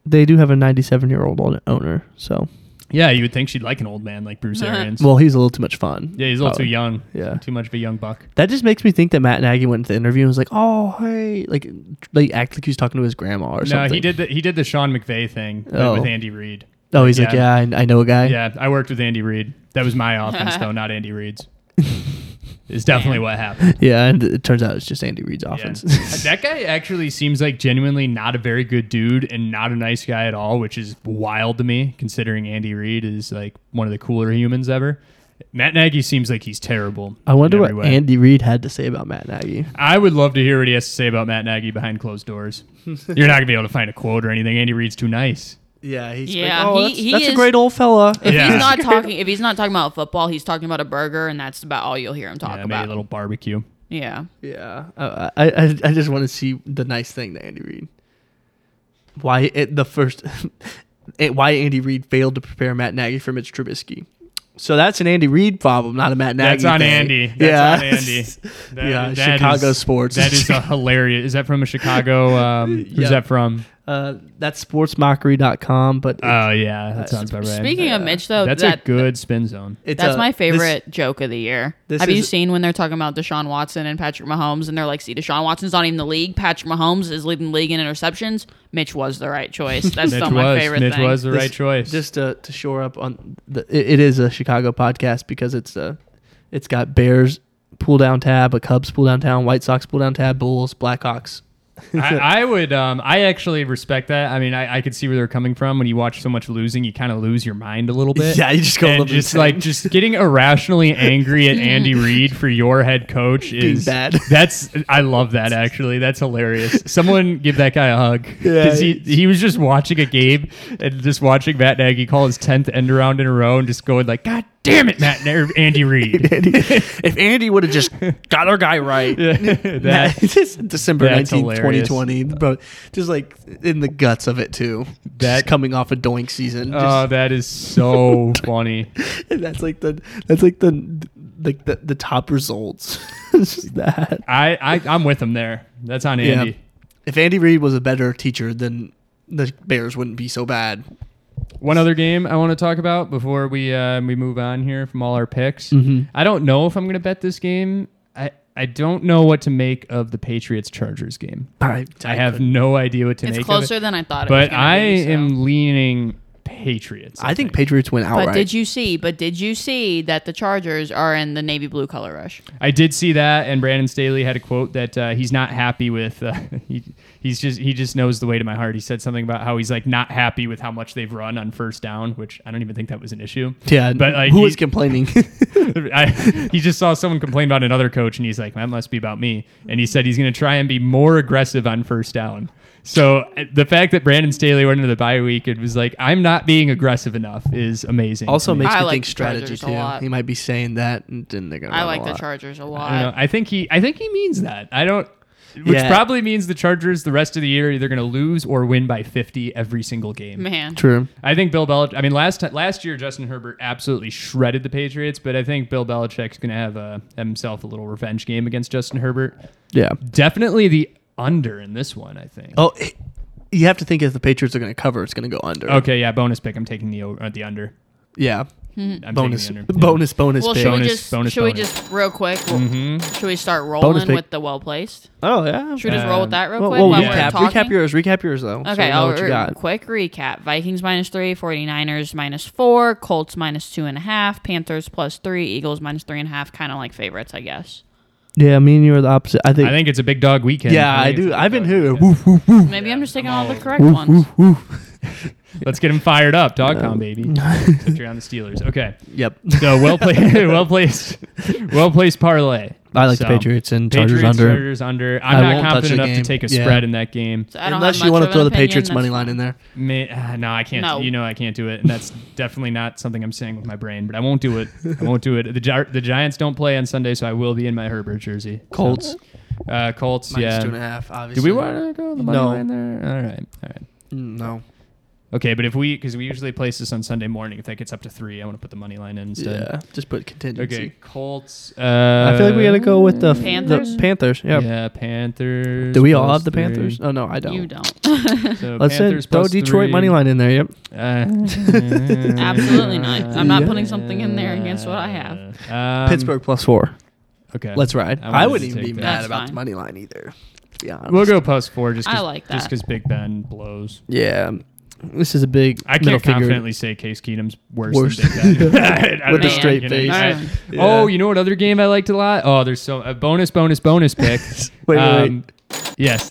Speaker 2: they do have a 97-year-old owner, so
Speaker 1: Yeah, you would think she'd like an old man like Bruce Arians.
Speaker 2: well, he's a little too much fun.
Speaker 1: yeah, he's a little
Speaker 2: probably.
Speaker 1: too young.
Speaker 2: Yeah.
Speaker 1: too much of a young buck.
Speaker 2: That just makes me think that Matt Nagy went to the interview and was like, "Oh, hey," like like act like he was talking to his grandma or
Speaker 1: No,
Speaker 2: something.
Speaker 1: he did the he did the Sean McVay thing uh,
Speaker 2: Oh.
Speaker 1: with Andy Reid.
Speaker 2: Oh, he's like, "Yeah, I, I know a guy."
Speaker 1: Yeah, I worked with Andy Reid. That was my offense, though, not Andy Reid's. Is definitely
Speaker 3: Man.
Speaker 1: what happened.
Speaker 2: Yeah, and it turns out it's just Andy Reid's
Speaker 1: Yeah. Uh,
Speaker 2: offense.
Speaker 1: that guy actually seems like genuinely not a very good dude and not a nice guy at all, which is wild to me, considering Andy Reid is like one of the cooler humans ever. Matt Nagy seems like he's terrible.
Speaker 2: I wonder
Speaker 1: in
Speaker 2: what
Speaker 1: every way.
Speaker 2: Andy Reid had to say about Matt Nagy.
Speaker 1: I would love to hear what he has to say about Matt Nagy behind closed doors. You're not gonna be able to find a quote or anything. Andy Reid's too nice.
Speaker 2: Yeah, he's
Speaker 3: like, Yeah, "Oh, he- that's- he that's a is-
Speaker 2: a
Speaker 3: great
Speaker 2: great old fella.
Speaker 3: If
Speaker 1: Yeah.
Speaker 3: he's not talking, if he's not talking about football, he's talking about a burger, and that's about all you'll hear him talk
Speaker 1: Yeah, maybe
Speaker 3: about.
Speaker 1: a little barbecue.
Speaker 3: yeah,
Speaker 2: Yeah, uh, I, I I just want to see the nice thing to Andy Reid. Why it, the first, it, why Andy Reid failed to prepare Matt Nagy for Mitch Trubisky. So that's an Andy Reid problem, not a Matt Nagy.
Speaker 1: That's on
Speaker 2: thing.
Speaker 1: Andy. That's on Andy. That-
Speaker 2: Yeah,
Speaker 1: that
Speaker 2: Chicago
Speaker 1: is-
Speaker 2: sports.
Speaker 1: That is a hilarious. Is that from a Chicago? Um, who's
Speaker 2: Yeah.
Speaker 1: that from?
Speaker 2: uh, that's sportsmockery.com, but
Speaker 1: Oh yeah, that sounds about right.
Speaker 3: Speaking of Mitch, though,
Speaker 1: uh, that's
Speaker 3: Oh, that,
Speaker 1: a good uh, spin zone.
Speaker 2: it's
Speaker 3: That's
Speaker 2: a-
Speaker 3: my
Speaker 2: this-
Speaker 3: favorite joke of the year.
Speaker 2: this
Speaker 3: Have you
Speaker 2: is-
Speaker 3: seen when they're talking about Deshaun Watson and Patrick Mahomes, and they're like, "See, Deshaun Watson's not even in the league. Patrick Mahomes is leading the league in interceptions. Mitch was the right choice. That's
Speaker 1: Mitch
Speaker 3: still my
Speaker 1: was
Speaker 3: favorite
Speaker 1: Mitch
Speaker 3: thing.
Speaker 1: was the
Speaker 2: This-
Speaker 1: right choice.
Speaker 2: Just to, to shore up on the, it, it is a Chicago podcast because it's a, it's got Bears pull down tab, a Cubs pull down town, White Sox pull down tab, Bulls, Blackhawks,
Speaker 1: I, I would. Um, I actually respect that. I mean, I, I could see where they're coming from. When you watch so much losing, you kind of lose your mind a little bit.
Speaker 2: Yeah, you just go a
Speaker 1: And
Speaker 2: little bit
Speaker 1: just like
Speaker 2: insane.
Speaker 1: just getting irrationally angry at Andy Reid for your head coach is
Speaker 2: bad.
Speaker 1: That's I love that actually. That's hilarious. Someone give that guy a hug because he he was just watching a game and just watching Matt Nagy call his tenth end around in a row and just going like, God damn it, Matt or Andy Reid.
Speaker 2: Andy, if Andy would have just got our guy right,
Speaker 1: that
Speaker 2: Just December
Speaker 1: that's
Speaker 2: 19th,
Speaker 1: hilarious.
Speaker 2: 2020, bro, just like in the guts of it too.
Speaker 1: That-
Speaker 2: That coming off a doink season, just,
Speaker 1: oh, that is so funny.
Speaker 2: that's like the that's like the like the, the top results. It's just that.
Speaker 1: I, I I'm with him there. That's on Andy.
Speaker 2: If Andy Reid was a better teacher, then the Bears wouldn't be so bad.
Speaker 1: One other game I want to talk about before we uh, we move on here from all our picks.
Speaker 2: Mm-hmm.
Speaker 1: I don't know if I'm going to bet this game. I I don't know what to make of the Patriots Chargers game.
Speaker 2: I,
Speaker 1: I have no idea what to
Speaker 3: It's
Speaker 1: make
Speaker 3: closer
Speaker 1: of it.
Speaker 3: than I thought. it was
Speaker 1: But
Speaker 3: gonna
Speaker 1: I
Speaker 3: be, so.
Speaker 1: am leaning Patriots.
Speaker 2: I think Patriots went
Speaker 3: But
Speaker 2: outright.
Speaker 3: did you see? But did you see that the Chargers are in the navy blue color rush?
Speaker 1: I did see that, and Brandon Staley had a quote that uh, he's not happy with. Uh, he he's just he just knows the way to my heart. He said something about how he's like not happy with how much they've run on first down, which I don't even think that was an issue.
Speaker 2: yeah,
Speaker 1: but like
Speaker 2: who
Speaker 1: he-
Speaker 2: was complaining?
Speaker 1: I, he just saw someone complain about another coach, and he's like, "That must be about me." And he said he's going to try and be more aggressive on first down. So uh, the fact that Brandon Staley went into the bye week and was like, "I'm not being aggressive enough," is amazing.
Speaker 2: also
Speaker 1: to me.
Speaker 2: makes
Speaker 3: I
Speaker 2: me
Speaker 3: like
Speaker 2: think
Speaker 3: the
Speaker 2: strategy
Speaker 3: Chargers a
Speaker 2: too.
Speaker 3: lot.
Speaker 2: He might be saying that, and then they're gonna. run
Speaker 3: I
Speaker 2: a
Speaker 3: like the
Speaker 2: lot.
Speaker 3: Chargers a
Speaker 1: I, don't know.
Speaker 3: lot.
Speaker 1: I think he, I think he means that. I don't. Which
Speaker 2: Yeah.
Speaker 1: probably means the Chargers the rest of the year are either going to lose or win by 50 every single game.
Speaker 3: Man,
Speaker 2: True.
Speaker 1: I think Bill Belichick. I mean, last ti- last year Justin Herbert absolutely shredded the Patriots, but I think Bill Belichick's going to have uh, himself a little revenge game against Justin Herbert.
Speaker 2: Yeah.
Speaker 1: Definitely the under in this one, I think.
Speaker 2: Oh, it- you have to think if the Patriots are going to cover, it's going to go under.
Speaker 1: Okay, yeah, bonus pick. I'm taking the o- uh, the under.
Speaker 2: Yeah.
Speaker 1: I'm
Speaker 2: Bonus,
Speaker 1: taking the under.
Speaker 2: bonus, bonus,
Speaker 3: Well,
Speaker 2: pick.
Speaker 3: should we
Speaker 1: Bonus,
Speaker 3: just
Speaker 1: bonus,
Speaker 3: should we
Speaker 1: bonus. Mm-hmm.
Speaker 3: just real quick? Should we start
Speaker 2: Bonus
Speaker 3: rolling
Speaker 2: pick.
Speaker 3: with the well placed?
Speaker 2: Oh yeah.
Speaker 3: Should we just roll with
Speaker 1: Um,
Speaker 3: that real
Speaker 2: well,
Speaker 3: quick?
Speaker 2: well,
Speaker 3: while
Speaker 1: yeah.
Speaker 3: we're
Speaker 2: recap,
Speaker 3: talking?
Speaker 2: recap yours, recap yours though. so we
Speaker 3: Okay,
Speaker 2: know
Speaker 3: I'll
Speaker 2: what you
Speaker 3: re-
Speaker 2: got.
Speaker 3: quick recap. Vikings minus three, 49ers minus four, Colts minus two and a half, Panthers plus three, Eagles minus three and a half, kind of like favorites, I guess.
Speaker 2: Yeah, me and you are the opposite. I think.
Speaker 1: I think it's a big dog weekend.
Speaker 2: yeah, I
Speaker 1: think it's a
Speaker 2: do.
Speaker 1: big
Speaker 2: I've been
Speaker 1: dog
Speaker 2: here.
Speaker 1: weekend.
Speaker 2: Woof, woof, woof.
Speaker 3: Maybe I'm just taking all the correct ones.
Speaker 1: Let's get him fired up, dog pound baby. Except you're on the Steelers. Okay,
Speaker 2: Yep.
Speaker 1: so well played, well placed, well placed parlay.
Speaker 2: I like the
Speaker 1: So,
Speaker 2: Patriots and Chargers
Speaker 1: Patriots,
Speaker 2: under.
Speaker 1: Chargers under. I'm
Speaker 2: I
Speaker 1: not
Speaker 2: won't touch
Speaker 1: confident
Speaker 2: the
Speaker 1: enough to
Speaker 2: game.
Speaker 1: take a
Speaker 2: Yeah.
Speaker 1: spread in that game.
Speaker 3: So I don't
Speaker 2: Unless
Speaker 3: have
Speaker 2: you
Speaker 3: much
Speaker 2: want
Speaker 3: of
Speaker 2: to throw
Speaker 3: an
Speaker 2: the
Speaker 3: opinion,
Speaker 2: Patriots money
Speaker 3: that's-
Speaker 2: line in there.
Speaker 1: May, uh, no, I can't.
Speaker 3: No.
Speaker 1: You know, I can't do it, and that's definitely not something I'm saying with my brain. But I won't do it. I won't do it. The Gi- the Giants don't play on Sunday, so I will be in my Herbert jersey. So,
Speaker 2: Colts
Speaker 1: uh, Colts.
Speaker 2: minus two and a
Speaker 1: yeah.
Speaker 2: half. Obviously.
Speaker 1: Do we want to go the money
Speaker 2: No.
Speaker 1: line there? All right. All right.
Speaker 2: No.
Speaker 1: Okay, but if we because we usually place this on Sunday morning. If that gets up to three, I want to put the money line in instead.
Speaker 2: Yeah. Just put contingency.
Speaker 1: Okay, Colts. Uh,
Speaker 2: I feel like we got to go with the Panthers.
Speaker 3: Panthers?
Speaker 2: The Panthers. Yeah.
Speaker 1: Yeah, Panthers.
Speaker 2: Do we all
Speaker 1: plus
Speaker 2: have the
Speaker 1: three.
Speaker 2: Panthers? Oh no, I don't.
Speaker 3: You don't.
Speaker 1: So
Speaker 2: Let's say
Speaker 1: Panthers
Speaker 2: throw
Speaker 1: plus
Speaker 2: Detroit
Speaker 1: three. Uh,
Speaker 2: money line in there. Yep.
Speaker 3: Absolutely not. I'm not
Speaker 2: Yeah.
Speaker 3: putting something in there against what I have.
Speaker 1: Um,
Speaker 2: Pittsburgh plus four.
Speaker 1: Okay.
Speaker 2: Let's ride.
Speaker 1: I
Speaker 2: I,
Speaker 1: wanted
Speaker 2: wouldn't
Speaker 1: to take
Speaker 2: even be
Speaker 1: that.
Speaker 2: mad
Speaker 3: That's
Speaker 2: about the
Speaker 3: fine.
Speaker 2: money line either. To be honest.
Speaker 1: We'll go plus four just 'cause-
Speaker 3: I like that.
Speaker 1: just because Big Ben blows.
Speaker 2: Yeah, this is a big.
Speaker 1: I
Speaker 2: middle
Speaker 1: can't
Speaker 2: finger.
Speaker 1: confidently say Case Keenum's worse,
Speaker 2: Worse.
Speaker 1: than Big Ben. I don't
Speaker 2: With
Speaker 1: know
Speaker 3: a
Speaker 1: if I'm
Speaker 3: straight
Speaker 1: gonna-
Speaker 2: face.
Speaker 1: I-
Speaker 3: Alright.
Speaker 1: Oh,
Speaker 2: Yeah.
Speaker 1: you know what other game I liked a lot? Oh, there's so a bonus, bonus, bonus pick. Um,
Speaker 2: Wait, wait,
Speaker 1: Yes.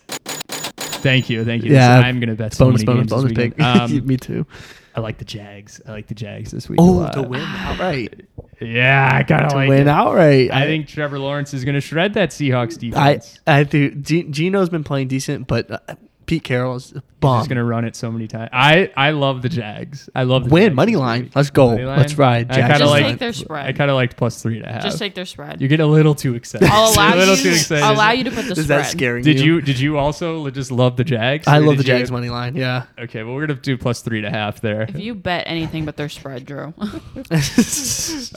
Speaker 1: Thank you, thank you.
Speaker 2: Yeah.
Speaker 1: This- I'm gonna bet so many
Speaker 2: bonus, bonus,
Speaker 1: games this
Speaker 2: bonus
Speaker 1: weekend.
Speaker 2: pick.
Speaker 1: Um,
Speaker 2: Me too.
Speaker 1: I like the Jags. I like the Jags this week. a
Speaker 2: Oh,
Speaker 1: lot.
Speaker 2: to win outright.
Speaker 1: Yeah, I kind of
Speaker 2: to
Speaker 1: like
Speaker 2: win
Speaker 1: it.
Speaker 2: outright.
Speaker 1: I think Trevor Lawrence is going to shred that Seahawks
Speaker 2: I.
Speaker 1: defense.
Speaker 2: I do. G- Gino's been playing decent, but uh, Pete Carroll is a bomb.
Speaker 1: He's going to run it so many times. I, I love the Jags. I love the
Speaker 2: Win
Speaker 1: Jags
Speaker 2: money
Speaker 1: this
Speaker 2: line.
Speaker 1: week.
Speaker 2: Let's go.
Speaker 1: Money line.
Speaker 2: Let's ride.
Speaker 1: I
Speaker 2: Jags.
Speaker 1: kinda
Speaker 3: Just
Speaker 1: like-
Speaker 3: take their spread.
Speaker 1: I kind of liked plus three and a half.
Speaker 3: Just take their spread.
Speaker 1: You're getting a little too excited.
Speaker 3: I'll allow
Speaker 1: a little
Speaker 3: you.
Speaker 1: too excited.
Speaker 3: I'll allow you to put the
Speaker 2: Is
Speaker 3: spread.
Speaker 2: that scaring
Speaker 1: Did you did you also li- just love the Jags?
Speaker 2: I
Speaker 1: Or
Speaker 2: love the
Speaker 1: did you-
Speaker 2: Jags money line. Yeah.
Speaker 1: Okay, well we're gonna do plus three and a half there.
Speaker 3: If you bet anything but their spread, Drew.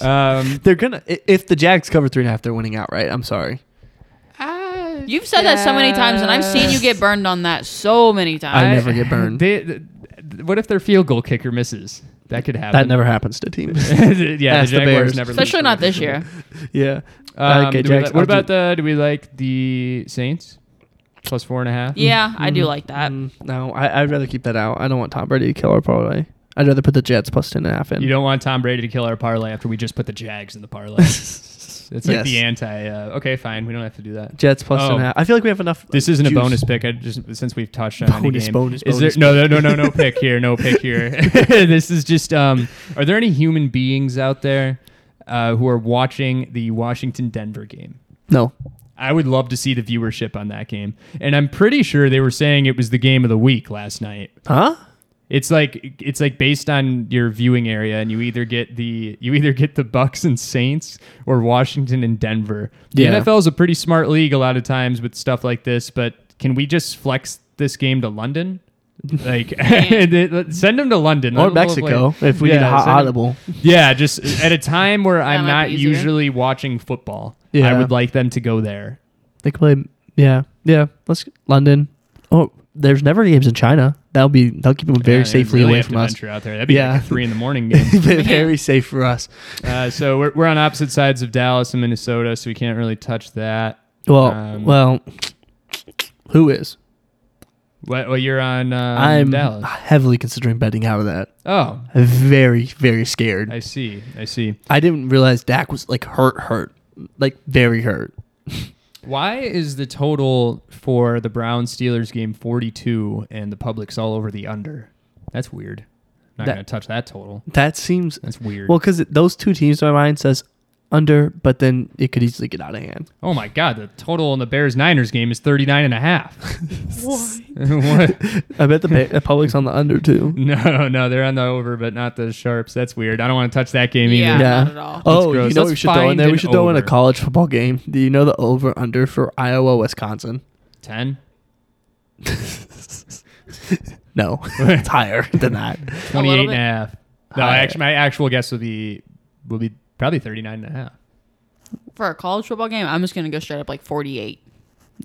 Speaker 1: Um,
Speaker 2: They're gonna i- if the Jags cover three and a half, they're winning outright. I'm sorry.
Speaker 3: You've said that so many times, and I've seen you get burned on that so many times.
Speaker 2: I never get burned.
Speaker 1: They, th- th- what if their field goal kicker misses? That could happen.
Speaker 2: That never happens to teams.
Speaker 1: yeah, the
Speaker 2: Ask the
Speaker 1: Jaguars
Speaker 2: Bears.
Speaker 1: never. lose
Speaker 3: Especially
Speaker 1: to
Speaker 3: not
Speaker 1: them.
Speaker 3: this year.
Speaker 2: yeah.
Speaker 1: Um,
Speaker 2: okay,
Speaker 1: do we li-
Speaker 2: Jags.
Speaker 1: what
Speaker 2: I'll
Speaker 1: about
Speaker 2: do-
Speaker 1: the? Do we like the Saints? Plus four and a half.
Speaker 3: Yeah, I do like that.
Speaker 2: Mm, no, I, I'd rather keep that out. I don't want Tom Brady to kill our parlay. I'd rather put the Jets plus ten and a half in.
Speaker 1: You don't want Tom Brady to kill our parlay after we just put the Jags in the parlay. It's like
Speaker 2: Yes.
Speaker 1: the anti. Uh, okay, fine. We don't have to do that.
Speaker 2: Jets plus
Speaker 1: Oh.
Speaker 2: an half. I feel like we have enough.
Speaker 1: This isn't
Speaker 2: juice.
Speaker 1: a bonus pick. I just since we've touched on any
Speaker 2: Bonus,
Speaker 1: game,
Speaker 2: bonus,
Speaker 1: is
Speaker 2: bonus,
Speaker 1: there no no no no no pick here? No pick here. this is just. Um, are there any human beings out there uh, who are watching the Washington Denver game?
Speaker 2: No,
Speaker 1: I would love to see the viewership on that game, and I'm pretty sure they were saying it was the game of the week last night.
Speaker 2: huh?
Speaker 1: It's like it's like based on your viewing area, and you either get the you either get the Bucks and Saints or Washington and Denver. The
Speaker 2: Yeah.
Speaker 1: NFL is a pretty smart league a lot of times with stuff like this, but can we just flex this game to London? Like send them to London Let
Speaker 2: Or
Speaker 1: 'em play-
Speaker 2: Mexico if we
Speaker 1: Yeah,
Speaker 2: need a hot
Speaker 1: send 'em-
Speaker 2: audible.
Speaker 1: yeah, just at a time where I'm
Speaker 3: might
Speaker 1: not
Speaker 3: be easier.
Speaker 1: usually watching football. I
Speaker 2: Yeah.
Speaker 1: would like them to go there.
Speaker 2: They could play. Yeah, yeah. Let's London. Oh, there's never games in China. That'll be that'll keep them very
Speaker 1: Yeah, they
Speaker 2: safely
Speaker 1: really
Speaker 2: away
Speaker 1: have to
Speaker 2: from us.
Speaker 1: venture Out there, that'd be
Speaker 2: Yeah.
Speaker 1: like a three in the morning game.
Speaker 2: very safe for us.
Speaker 1: Uh, so we're, we're on opposite sides of Dallas and Minnesota, so we can't really touch that.
Speaker 2: Well,
Speaker 1: Um,
Speaker 2: well, who is?
Speaker 1: Well, well you're on um,
Speaker 2: I'm
Speaker 1: Dallas.
Speaker 2: heavily considering betting out of that.
Speaker 1: Oh,
Speaker 2: Very, very scared.
Speaker 1: I
Speaker 2: I,
Speaker 1: see. I see.
Speaker 2: didn't realize Dak was like hurt, hurt, like very hurt.
Speaker 1: Why is the total for the Brown Steelers game 42 and the public's all over the under? That's weird. Not
Speaker 2: That-
Speaker 1: going to touch that total.
Speaker 2: That seems
Speaker 1: That's weird.
Speaker 2: well because those two teams in my mind says under, but then it could easily get out of hand.
Speaker 1: oh my God, the total in the Bears Niners game is 39 and a half. what?
Speaker 2: I bet the, pa- the public's on the under too.
Speaker 1: No, no, they're on the over, but not the sharps. That's weird. I don't want to touch that game
Speaker 3: Yeah.
Speaker 1: either.
Speaker 3: not at all.
Speaker 2: Oh,
Speaker 1: That's gross.
Speaker 2: you know what
Speaker 1: Let's
Speaker 2: we should throw in
Speaker 1: find
Speaker 2: there? We
Speaker 1: an
Speaker 2: should throw in a
Speaker 1: over.
Speaker 2: college football game. Do you know the over under for Iowa Wisconsin?
Speaker 1: 10,
Speaker 2: No, it's higher than that.
Speaker 1: 28 and a
Speaker 3: bit.
Speaker 1: half. No,
Speaker 2: Higher.
Speaker 1: actually, my actual guess will be will be probably 39 and a half.
Speaker 3: For a college football game, I'm just gonna go straight up like 48.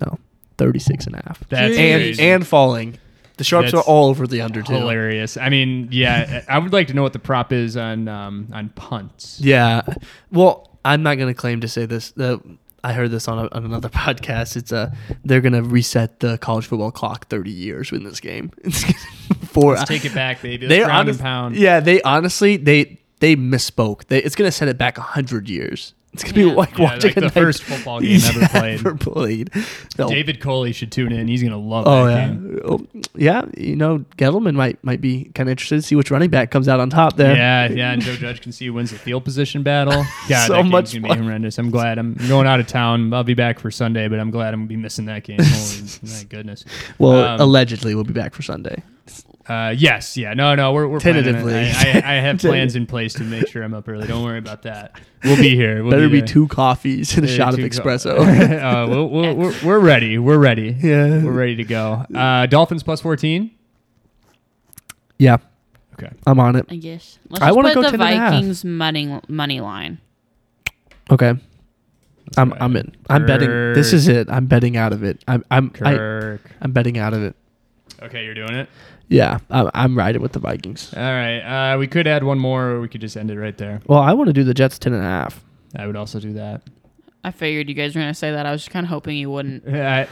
Speaker 2: No, 36 and a half.
Speaker 1: That's
Speaker 2: and
Speaker 1: crazy.
Speaker 2: and falling. The sharps
Speaker 1: That's
Speaker 2: are all over the under too.
Speaker 1: hilarious. I mean, yeah, I would like to know what the prop is on um, on punts.
Speaker 2: Yeah. Well, I'm not gonna claim to say this. Uh, I heard this on, a, on another podcast. It's uh, they're gonna reset the college football clock 30 years in this game. It's gonna- Four.
Speaker 1: Let's take it back, baby. Let's
Speaker 2: They
Speaker 1: round
Speaker 2: honest-
Speaker 1: and pound.
Speaker 2: Yeah, they honestly they they misspoke. They, it's gonna send it back hundred years. It's gonna be
Speaker 3: Yeah.
Speaker 2: like
Speaker 1: Yeah,
Speaker 2: watching
Speaker 1: like the
Speaker 2: a
Speaker 1: first football game ever played.
Speaker 2: Ever played. No.
Speaker 1: David Coley should tune in. He's gonna love
Speaker 2: Oh
Speaker 1: that
Speaker 2: yeah,
Speaker 1: game.
Speaker 2: oh, yeah. You know, Gettleman might might be kind of interested to see which running back comes out on top there.
Speaker 1: Yeah, yeah, and Joe Judge can see who wins the field position battle. Yeah,
Speaker 2: So
Speaker 1: that game's
Speaker 2: much
Speaker 1: gonna
Speaker 2: fun.
Speaker 1: be horrendous. I'm glad I'm going out of town. I'll be back for Sunday, but I'm glad I'm gonna be missing that game. Holy my goodness.
Speaker 2: Well,
Speaker 1: Um,
Speaker 2: allegedly, we'll be back for Sunday.
Speaker 1: Uh, yes, yeah, no, no, we're, we're planning on it.
Speaker 2: Tentatively.
Speaker 1: I, I, I have plans in place to make sure I'm up early. Don't worry about that. We'll be here. We'll
Speaker 2: Better be
Speaker 1: there.
Speaker 2: two coffees and a
Speaker 1: Better
Speaker 2: shot of
Speaker 1: two co-
Speaker 2: espresso.
Speaker 1: uh, we'll, we'll, we're, we're ready. We're ready.
Speaker 2: Yeah.
Speaker 1: we're ready to go. Uh, Dolphins plus fourteen.
Speaker 2: yeah,
Speaker 1: Okay,
Speaker 2: I'm on it.
Speaker 3: I guess. Let's
Speaker 2: I
Speaker 3: just
Speaker 2: wanna
Speaker 3: put
Speaker 2: go
Speaker 3: the
Speaker 2: 10 and a half.
Speaker 3: Vikings money money line.
Speaker 2: Okay, I'm
Speaker 1: try
Speaker 2: I'm
Speaker 1: it.
Speaker 2: in. I'm betting. This
Speaker 1: Kirk.
Speaker 2: is it. I'm betting out of it. I'm I'm I,
Speaker 1: Kirk.
Speaker 2: I'm betting out of it.
Speaker 1: okay, you're doing it.
Speaker 2: Yeah, I'm, I'm riding with the Vikings.
Speaker 1: All right. Uh, we could add one more, or we could just end it right there.
Speaker 2: Well, I want to do the Jets ten and a half.
Speaker 1: I would also do that.
Speaker 3: I figured you guys were gonna say that. I was just kind of hoping you wouldn't.
Speaker 1: I,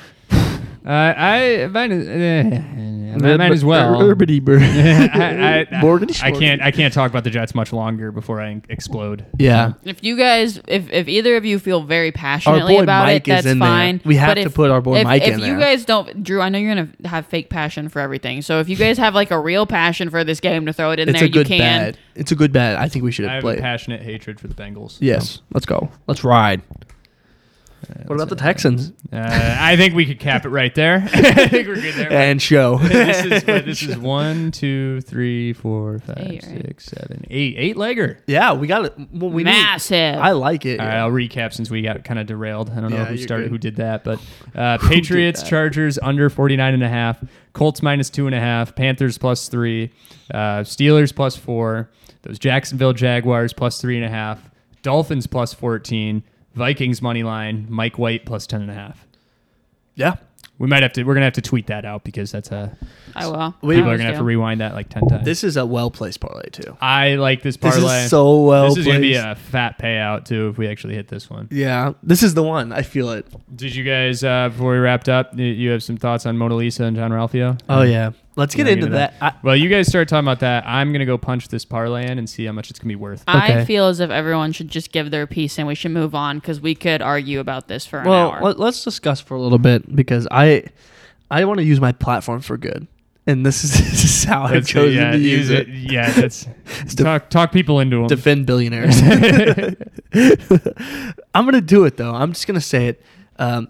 Speaker 1: I, I might, as- eh, I might as well.
Speaker 2: Urbity bird.
Speaker 1: I, I,
Speaker 2: Morgan
Speaker 1: I
Speaker 2: Shorty.
Speaker 1: can't. I can't talk about the Jets much longer before I explode.
Speaker 2: Yeah.
Speaker 3: If you guys, if, if either of you feel very passionately
Speaker 2: boy
Speaker 3: about
Speaker 2: Mike
Speaker 3: it,
Speaker 2: is
Speaker 3: that's
Speaker 2: in there.
Speaker 3: fine.
Speaker 2: We have
Speaker 3: But
Speaker 2: to
Speaker 3: if-
Speaker 2: put our boy
Speaker 3: if,
Speaker 2: Mike
Speaker 3: if
Speaker 2: in
Speaker 3: you
Speaker 2: there.
Speaker 3: guys don't, Drew, I know you're gonna have fake passion for everything. So if you guys have like a real passion for this game to throw it in
Speaker 2: It's
Speaker 3: there,
Speaker 2: a good
Speaker 3: you can.
Speaker 2: bad. It's a good bad. I think we should
Speaker 1: I
Speaker 2: have
Speaker 1: have
Speaker 2: played.
Speaker 1: a passionate hatred for the Bengals.
Speaker 2: Yes, let's go. Let's ride. What about the Texans
Speaker 1: Uh, I think we could cap it right there. I think we're good there.
Speaker 2: and show?
Speaker 1: this is what- this is one, two, three, four, five,
Speaker 3: Eight, right?
Speaker 1: six, seven, eight, eight legger.
Speaker 2: yeah, we got it. Well, we need-
Speaker 3: Massive.
Speaker 2: I like it.
Speaker 1: All right, I'll recap since we got kind of derailed. I don't know
Speaker 2: Yeah,
Speaker 1: who
Speaker 2: you're
Speaker 1: started,
Speaker 2: good.
Speaker 1: who did that, but uh, Patriots,
Speaker 2: that?
Speaker 1: Chargers under 49 and a half, Colts minus two and a half, Panthers plus three, uh, Steelers plus four, those Jacksonville Jaguars plus three and a half, Dolphins plus 14, Vikings money line, Mike White plus 10 and a half.
Speaker 2: Yeah.
Speaker 1: We might have to, we're going to have to tweet that out because that's a,
Speaker 3: I will.
Speaker 2: We-
Speaker 1: people
Speaker 3: I
Speaker 1: are
Speaker 3: always
Speaker 1: going to have to
Speaker 3: do.
Speaker 1: rewind that like 10 times.
Speaker 2: This is a well placed parlay too.
Speaker 1: I like this
Speaker 2: This
Speaker 1: parlay.
Speaker 2: is so well.
Speaker 1: This is going to be
Speaker 2: placed.
Speaker 1: a fat payout too if we actually hit this one.
Speaker 2: yeah. This is the one. I feel it.
Speaker 1: Did you guys uh, before we wrapped up? y- You have some thoughts on Mona Lisa and John Ralphio?
Speaker 2: Oh yeah. Let's get
Speaker 1: We'll
Speaker 2: into that. I-
Speaker 1: well, you guys start talking about that. I'm gonna go punch this parlay in and see how much it's gonna be worth.
Speaker 2: Okay.
Speaker 3: I feel as if everyone should just give their piece and we should move on because we could argue about this for an
Speaker 2: well,
Speaker 3: hour.
Speaker 2: let, let's discuss for a little bit because I I want to use my platform for good, and this is, this is how I've
Speaker 1: That's-
Speaker 2: chosen
Speaker 1: yeah,
Speaker 2: to use it.
Speaker 1: Yeah, that's
Speaker 2: to-
Speaker 1: talk talk people into them.
Speaker 2: Defend billionaires. I'm gonna do it though. I'm just gonna say it. Um,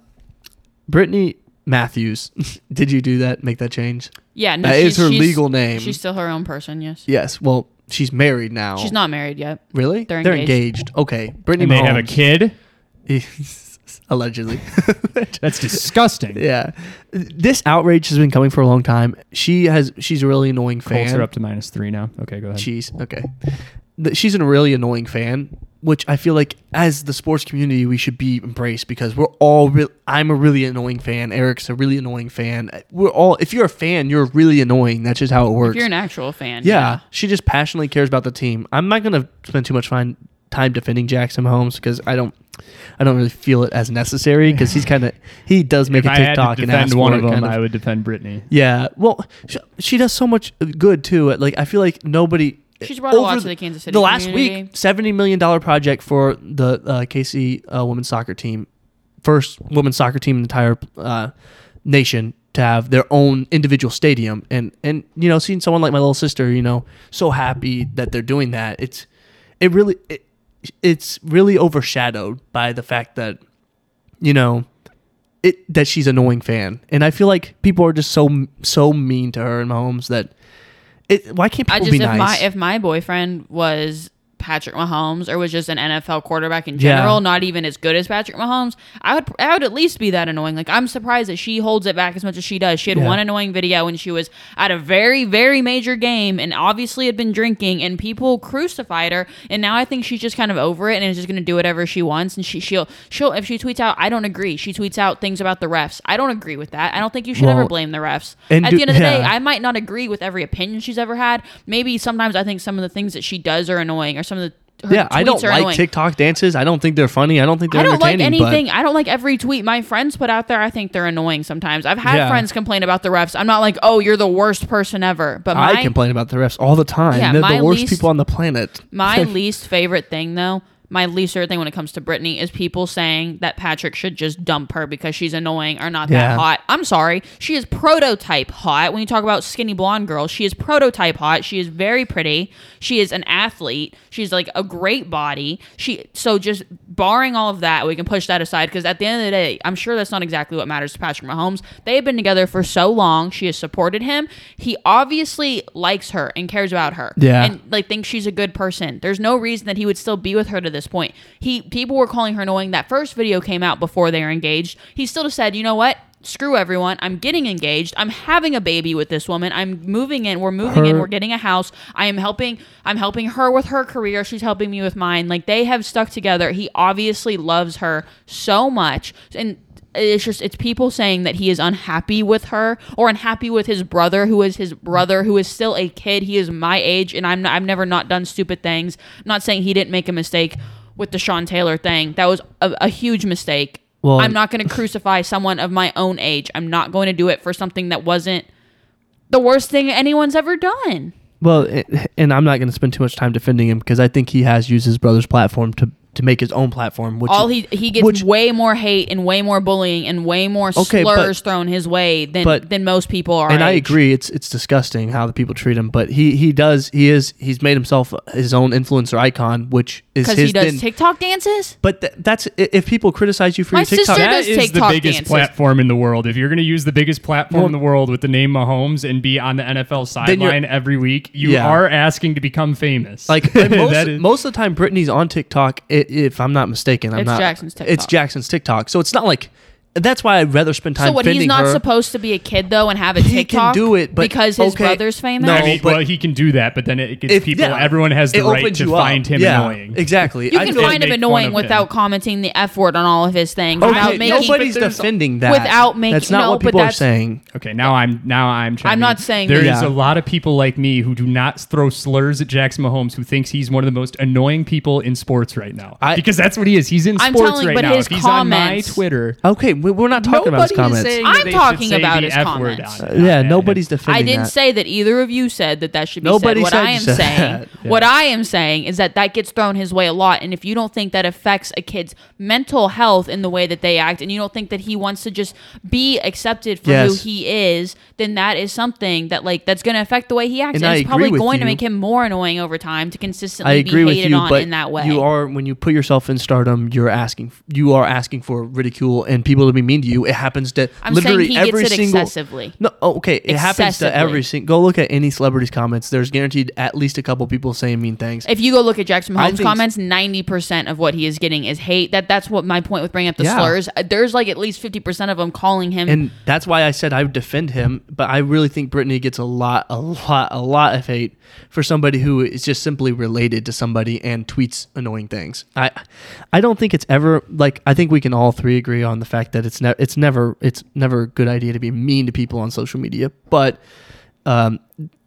Speaker 2: Brittany Matthews, did you do that? Make that change?
Speaker 3: yeah, no,
Speaker 2: that is
Speaker 3: she's,
Speaker 2: her
Speaker 3: she's-
Speaker 2: legal name.
Speaker 3: She's still her own person. Yes,
Speaker 2: yes. Well, she's married now.
Speaker 3: she's not married yet.
Speaker 2: really.
Speaker 3: They're
Speaker 2: engaged. Okay, Brittany.
Speaker 1: and they have a
Speaker 2: Mahomes.
Speaker 1: kid.
Speaker 2: Allegedly.
Speaker 1: That's disgusting.
Speaker 2: yeah. This outrage has been coming for a long time. She has she's a really annoying fan.
Speaker 1: Colts are up to minus three now. Okay, go ahead.
Speaker 2: Jeez. Okay. Th- She's a really annoying fan, which I feel like as the sports community we should be embraced because we're all real. I'm a really annoying fan. Eric's a really annoying fan. We're all. If you're a fan, you're really annoying. That's just how it works.
Speaker 3: If you're an actual fan,
Speaker 2: yeah, she just passionately cares about the team. I'm not gonna spend too much fine time defending Jackson Mahomes because I don't, I don't really feel it as necessary because he's kind of he does make
Speaker 1: if
Speaker 2: a
Speaker 1: I had
Speaker 2: TikTok
Speaker 1: to
Speaker 2: and ask
Speaker 1: defend
Speaker 2: for
Speaker 1: one
Speaker 2: it
Speaker 1: of them,
Speaker 2: kind
Speaker 1: I would defend Brittany.
Speaker 2: yeah, well, she, she does so much good too. Like I feel like nobody.
Speaker 3: She's brought a lot
Speaker 2: over
Speaker 3: to the Kansas City
Speaker 2: The last
Speaker 3: community.
Speaker 2: week, seventy million dollar project for the uh, KC uh, women's soccer team, first women's soccer team in the entire uh, nation to have their own individual stadium, and and you know, seeing someone like my little sister, you know, so happy that they're doing that. It's it really it, it's really overshadowed by the fact that you know it that she's an annoying fan, and I feel like people are just so so mean to her and Mahomes that it. Why can't
Speaker 3: I
Speaker 2: people
Speaker 3: just
Speaker 2: be
Speaker 3: if
Speaker 2: nice?
Speaker 3: my if my boyfriend was Patrick Mahomes or was just an NFL quarterback in
Speaker 2: Yeah.
Speaker 3: general, not even as good as Patrick Mahomes, I would I would at least be that annoying. Like I'm surprised that she holds it back as much as she does. She had
Speaker 2: Yeah.
Speaker 3: one annoying video when she was at a very very major game and obviously had been drinking and people crucified her. And now I think she's just kind of over it and is just going to do whatever she wants. And she she'll she'll if she tweets out I don't agree. She tweets out things about the refs. I don't agree with that. I don't think you should
Speaker 2: Well,
Speaker 3: ever blame the refs.
Speaker 2: and
Speaker 3: at
Speaker 2: do-
Speaker 3: the end of the day,
Speaker 2: yeah.
Speaker 3: I might not agree with every opinion she's ever had. Maybe sometimes I think some of the things that she does are annoying, or some of the her
Speaker 2: yeah, I
Speaker 3: tweets
Speaker 2: don't
Speaker 3: are
Speaker 2: like
Speaker 3: annoying.
Speaker 2: TikTok dances. I don't think they're funny. I don't think they're
Speaker 3: I don't like
Speaker 2: entertaining. but-
Speaker 3: anything. I don't like every tweet my friends put out there. I think they're annoying sometimes. I've had
Speaker 2: Yeah.
Speaker 3: friends complain about the refs. I'm not like, oh, you're the worst person ever. But my
Speaker 2: I complain about the refs all the time.
Speaker 3: Yeah,
Speaker 2: they're
Speaker 3: my
Speaker 2: the worst
Speaker 3: least-
Speaker 2: people on the planet.
Speaker 3: my least favorite thing though, my least favorite thing when it comes to Brittany is people saying that Patrick should just dump her because she's annoying or not
Speaker 2: Yeah.
Speaker 3: that hot. I'm sorry. She is prototype hot. When you talk about skinny blonde girls, she is prototype hot. She is very pretty. She is an athlete. She's like a great body. She so just barring all of that, we can push that aside because at the end of the day, I'm sure that's not exactly what matters to Patrick Mahomes. They have been together for so long. She has supported him. He obviously likes her and cares about her.
Speaker 2: Yeah.
Speaker 3: And like think she's a good person. There's no reason that he would still be with her to this point. He people were calling her knowing that first video came out before they were engaged. He still just said, you know what? Screw everyone. I'm getting engaged. I'm having a baby with this woman. I'm moving in. We're moving in.
Speaker 2: Her-
Speaker 3: We're getting a house. I am helping I'm helping her with her career. She's helping me with mine. Like they have stuck together. He obviously loves her so much. And it's just it's people saying that he is unhappy with her or unhappy with his brother who is his brother who is still a kid he is my age and i'm not, i've never not done stupid things not saying he didn't make a mistake with the sean taylor thing that was a, a huge mistake
Speaker 2: Well,
Speaker 3: i'm not going to crucify someone of my own age i'm not going to do it for something that wasn't the worst thing anyone's ever done
Speaker 2: Well, a- and I'm not going to spend too much time defending him because I think he has used his brother's platform to to make his own platform. Which
Speaker 3: all he he gets
Speaker 2: which-
Speaker 3: way more hate and way more bullying and way more
Speaker 2: Okay, but-
Speaker 3: slurs thrown his way than
Speaker 2: but-
Speaker 3: than most people are
Speaker 2: and I
Speaker 3: age.
Speaker 2: agree, it's it's disgusting how the people treat him. But he he does he is he's made himself his own influencer icon, which is
Speaker 3: because
Speaker 2: his.
Speaker 3: he does
Speaker 2: then-
Speaker 3: TikTok dances.
Speaker 2: but th- that's i- if people criticize you for
Speaker 3: My
Speaker 2: your TikTok.
Speaker 3: sister
Speaker 2: That-
Speaker 1: That
Speaker 3: does
Speaker 1: is the
Speaker 3: TikTok
Speaker 1: biggest
Speaker 3: dances.
Speaker 1: platform in the world. If you're going to use the biggest platform in the world with the name Mahomes and be on the NFL
Speaker 2: Then you're-
Speaker 1: sideline every week, you
Speaker 2: Yeah.
Speaker 1: are asking to become famous.
Speaker 2: Like and most,
Speaker 1: That is-
Speaker 2: most of the time, Brittany's on TikTok. i- If I'm not mistaken, I'm
Speaker 3: It's
Speaker 2: not.
Speaker 3: Jackson's
Speaker 2: It's
Speaker 3: TikTok.
Speaker 2: Jackson's TikTok. So it's not like that's why I'd rather spend time.
Speaker 3: So what? He's
Speaker 2: defending
Speaker 3: not
Speaker 2: her.
Speaker 3: supposed to be a kid though and have a
Speaker 2: He can
Speaker 3: TikTok.
Speaker 2: do it, but
Speaker 3: because his
Speaker 2: okay,
Speaker 3: brother's famous.
Speaker 2: no,
Speaker 1: I mean,
Speaker 2: but-
Speaker 1: well, he can do that, but then it gets
Speaker 2: If-
Speaker 1: people.
Speaker 2: yeah,
Speaker 1: everyone has the
Speaker 2: it
Speaker 1: right
Speaker 2: opens
Speaker 1: to
Speaker 2: you up.
Speaker 1: find him
Speaker 2: Yeah,
Speaker 1: annoying.
Speaker 2: Exactly.
Speaker 3: You
Speaker 2: I
Speaker 3: can
Speaker 2: feel-
Speaker 1: don't
Speaker 3: find him
Speaker 1: make fun
Speaker 3: annoying
Speaker 1: of
Speaker 3: without
Speaker 1: him.
Speaker 3: commenting the f word on all of his things
Speaker 2: Okay,
Speaker 3: without making.
Speaker 2: nobody's
Speaker 1: but there's-
Speaker 2: defending that.
Speaker 3: without making-
Speaker 2: that's not
Speaker 3: no,
Speaker 2: what
Speaker 3: but
Speaker 2: people are
Speaker 3: that's-
Speaker 2: saying.
Speaker 1: Okay, now I'm now I'm. Trying
Speaker 3: I'm not saying
Speaker 1: there is
Speaker 2: that- Yeah.
Speaker 1: a lot of people like me who do not throw slurs at Jackson Mahomes, who thinks he's one of the most annoying people in sports right now.
Speaker 2: I-
Speaker 1: because that's what he is. He's in
Speaker 3: I'm
Speaker 1: sports
Speaker 3: telling-
Speaker 1: right
Speaker 3: but
Speaker 1: now.
Speaker 3: his
Speaker 1: if he's on my
Speaker 3: comments-
Speaker 1: Twitter,
Speaker 2: Okay, We, we're not talking about his
Speaker 1: Nobody is
Speaker 2: comments.
Speaker 1: saying
Speaker 3: I'm
Speaker 1: that they should
Speaker 3: talking
Speaker 1: say
Speaker 3: about
Speaker 1: the
Speaker 3: his
Speaker 1: F word
Speaker 3: comments.
Speaker 1: on-
Speaker 2: Uh,
Speaker 1: on
Speaker 2: yeah,
Speaker 1: it.
Speaker 2: nobody's defending.
Speaker 3: I didn't
Speaker 2: that.
Speaker 3: say that either of you said that that should be
Speaker 2: Nobody
Speaker 3: said. What
Speaker 2: said
Speaker 3: I
Speaker 2: you
Speaker 3: am
Speaker 2: said
Speaker 3: saying,
Speaker 2: that. Yeah.
Speaker 3: what I am saying is that that gets thrown his way a lot. And if you don't think that affects a kid's mental health in the way that they act, and you don't think that he wants to just be accepted for
Speaker 2: Yes.
Speaker 3: who he is, then that is something that like that's going to affect the way he acts,
Speaker 2: And
Speaker 3: and,
Speaker 2: I
Speaker 3: it's
Speaker 2: agree
Speaker 3: probably
Speaker 2: with
Speaker 3: going to
Speaker 2: you.
Speaker 3: make him more annoying over time to consistently
Speaker 2: I agree
Speaker 3: be
Speaker 2: with
Speaker 3: hated
Speaker 2: you,
Speaker 3: on
Speaker 2: but
Speaker 3: in that way.
Speaker 2: you are when you put yourself in stardom, you're asking you are asking for ridicule and people to be mean to you. It happens to
Speaker 3: I'm
Speaker 2: literally
Speaker 3: saying he
Speaker 2: every
Speaker 3: gets it
Speaker 2: single.
Speaker 3: excessively.
Speaker 2: No, oh, okay, it happens to
Speaker 3: Excessively.
Speaker 2: every single. Go look at any celebrity's comments. There's guaranteed at least a couple people saying mean things.
Speaker 3: If you go look at Jackson
Speaker 2: I
Speaker 3: Mahomes'
Speaker 2: think-
Speaker 3: comments, ninety percent of what he is getting is hate. That that's what my point with bringing up the
Speaker 2: Yeah.
Speaker 3: slurs. Uh, There's like at least fifty percent of them calling him.
Speaker 2: and that's why I said I would defend him, but I really think Brittany gets a lot, a lot, a lot of hate for somebody who is just simply related to somebody and tweets annoying things. I, I don't think it's ever like I think we can all three agree on the fact that it's never, it's never, it's never a good idea to be mean to people on social media. But, um,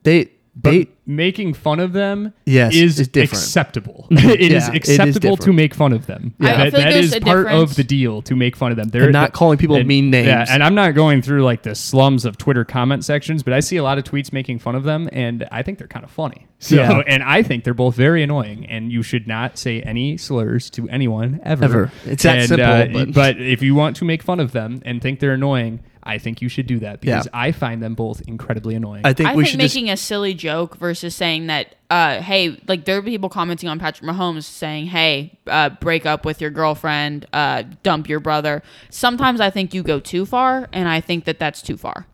Speaker 2: they,
Speaker 1: But
Speaker 2: they,
Speaker 1: making fun of them
Speaker 2: Yes,
Speaker 1: is
Speaker 2: is different.
Speaker 1: acceptable. It is
Speaker 2: Yeah, it is
Speaker 1: acceptable to
Speaker 2: different.
Speaker 1: make fun of them.
Speaker 3: I- I
Speaker 1: That,
Speaker 3: feel like
Speaker 1: that
Speaker 3: there's
Speaker 1: is
Speaker 3: a
Speaker 1: part
Speaker 3: difference.
Speaker 1: of the deal to make fun of them. They're
Speaker 2: And not calling people mean names.
Speaker 1: Yeah, and I'm not going through like the slums of Twitter comment sections, but I see a lot of tweets making fun of them, and I think they're kind of funny. So,
Speaker 2: Yeah.
Speaker 1: and I think they're both very annoying, and you should not say any slurs to anyone ever.
Speaker 2: Ever. It's that
Speaker 1: And,
Speaker 2: simple,
Speaker 1: uh,
Speaker 2: but-
Speaker 1: if you want to make fun of them and think they're annoying, I think you should do that because
Speaker 2: Yeah.
Speaker 1: I find them both incredibly annoying.
Speaker 2: I think
Speaker 3: I
Speaker 2: we
Speaker 3: think
Speaker 2: should just
Speaker 3: making a silly joke versus saying that, uh, hey, like there are people commenting on Patrick Mahomes saying, hey, uh, break up with your girlfriend, uh, dump your brother. Sometimes I think you go too far, and I think that that's too far.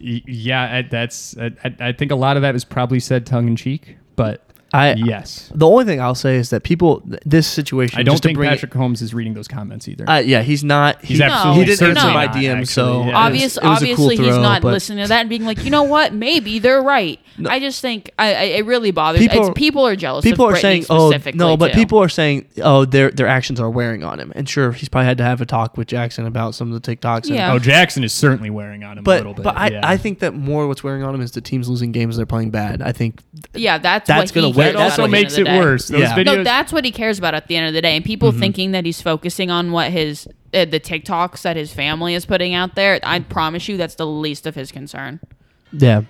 Speaker 1: Y- Yeah, I- that's. I, I- I think a lot of that was probably said tongue in cheek, but
Speaker 2: I-
Speaker 1: yes,
Speaker 2: The only thing I'll say is that people, th- this situation.
Speaker 1: I don't
Speaker 2: just to
Speaker 1: think
Speaker 2: bring it-
Speaker 1: Patrick Holmes is reading those comments either.
Speaker 2: Uh, yeah, he's not.
Speaker 1: He's
Speaker 2: he,
Speaker 1: absolutely
Speaker 2: he didn't
Speaker 3: certainly
Speaker 2: answer my
Speaker 1: not,
Speaker 2: DM,
Speaker 1: actually,
Speaker 2: so
Speaker 1: yeah.
Speaker 2: it was- it was
Speaker 3: Obvious,
Speaker 2: a cool
Speaker 3: obviously, he's
Speaker 2: throw,
Speaker 3: not
Speaker 2: but-
Speaker 3: listening to that and being like, you know what? Maybe they're right. I just think I, I, it really bothers.
Speaker 2: People-
Speaker 3: People, it's, people are jealous.
Speaker 2: People
Speaker 3: of
Speaker 2: are
Speaker 3: Brittany
Speaker 2: saying, "Oh,
Speaker 3: specifically,
Speaker 2: no!" But
Speaker 3: too.
Speaker 2: people are saying, "Oh, their their actions are wearing on him." And sure, he's probably had to have a talk with Jackson about some of the TikToks. and-
Speaker 3: Yeah.
Speaker 1: oh, Jackson is certainly wearing on him a little
Speaker 2: but
Speaker 1: bit.
Speaker 2: but I,
Speaker 1: yeah.
Speaker 2: I think that more what's wearing on him is the team's losing games. They're playing bad. I think
Speaker 3: yeah, that's
Speaker 2: That's
Speaker 3: what
Speaker 2: gonna
Speaker 3: he
Speaker 2: wear-
Speaker 3: cares
Speaker 1: it
Speaker 2: that's
Speaker 1: also
Speaker 3: about at the end
Speaker 1: makes
Speaker 3: of the
Speaker 1: it
Speaker 3: day.
Speaker 1: worse. Those
Speaker 2: Yeah. No,
Speaker 1: videos.
Speaker 3: No, that's what he cares about at the end of the day. And people thinking that he's focusing on what his uh, the TikToks that his family is putting out there. I promise you, that's the least of his concern.
Speaker 2: Yeah,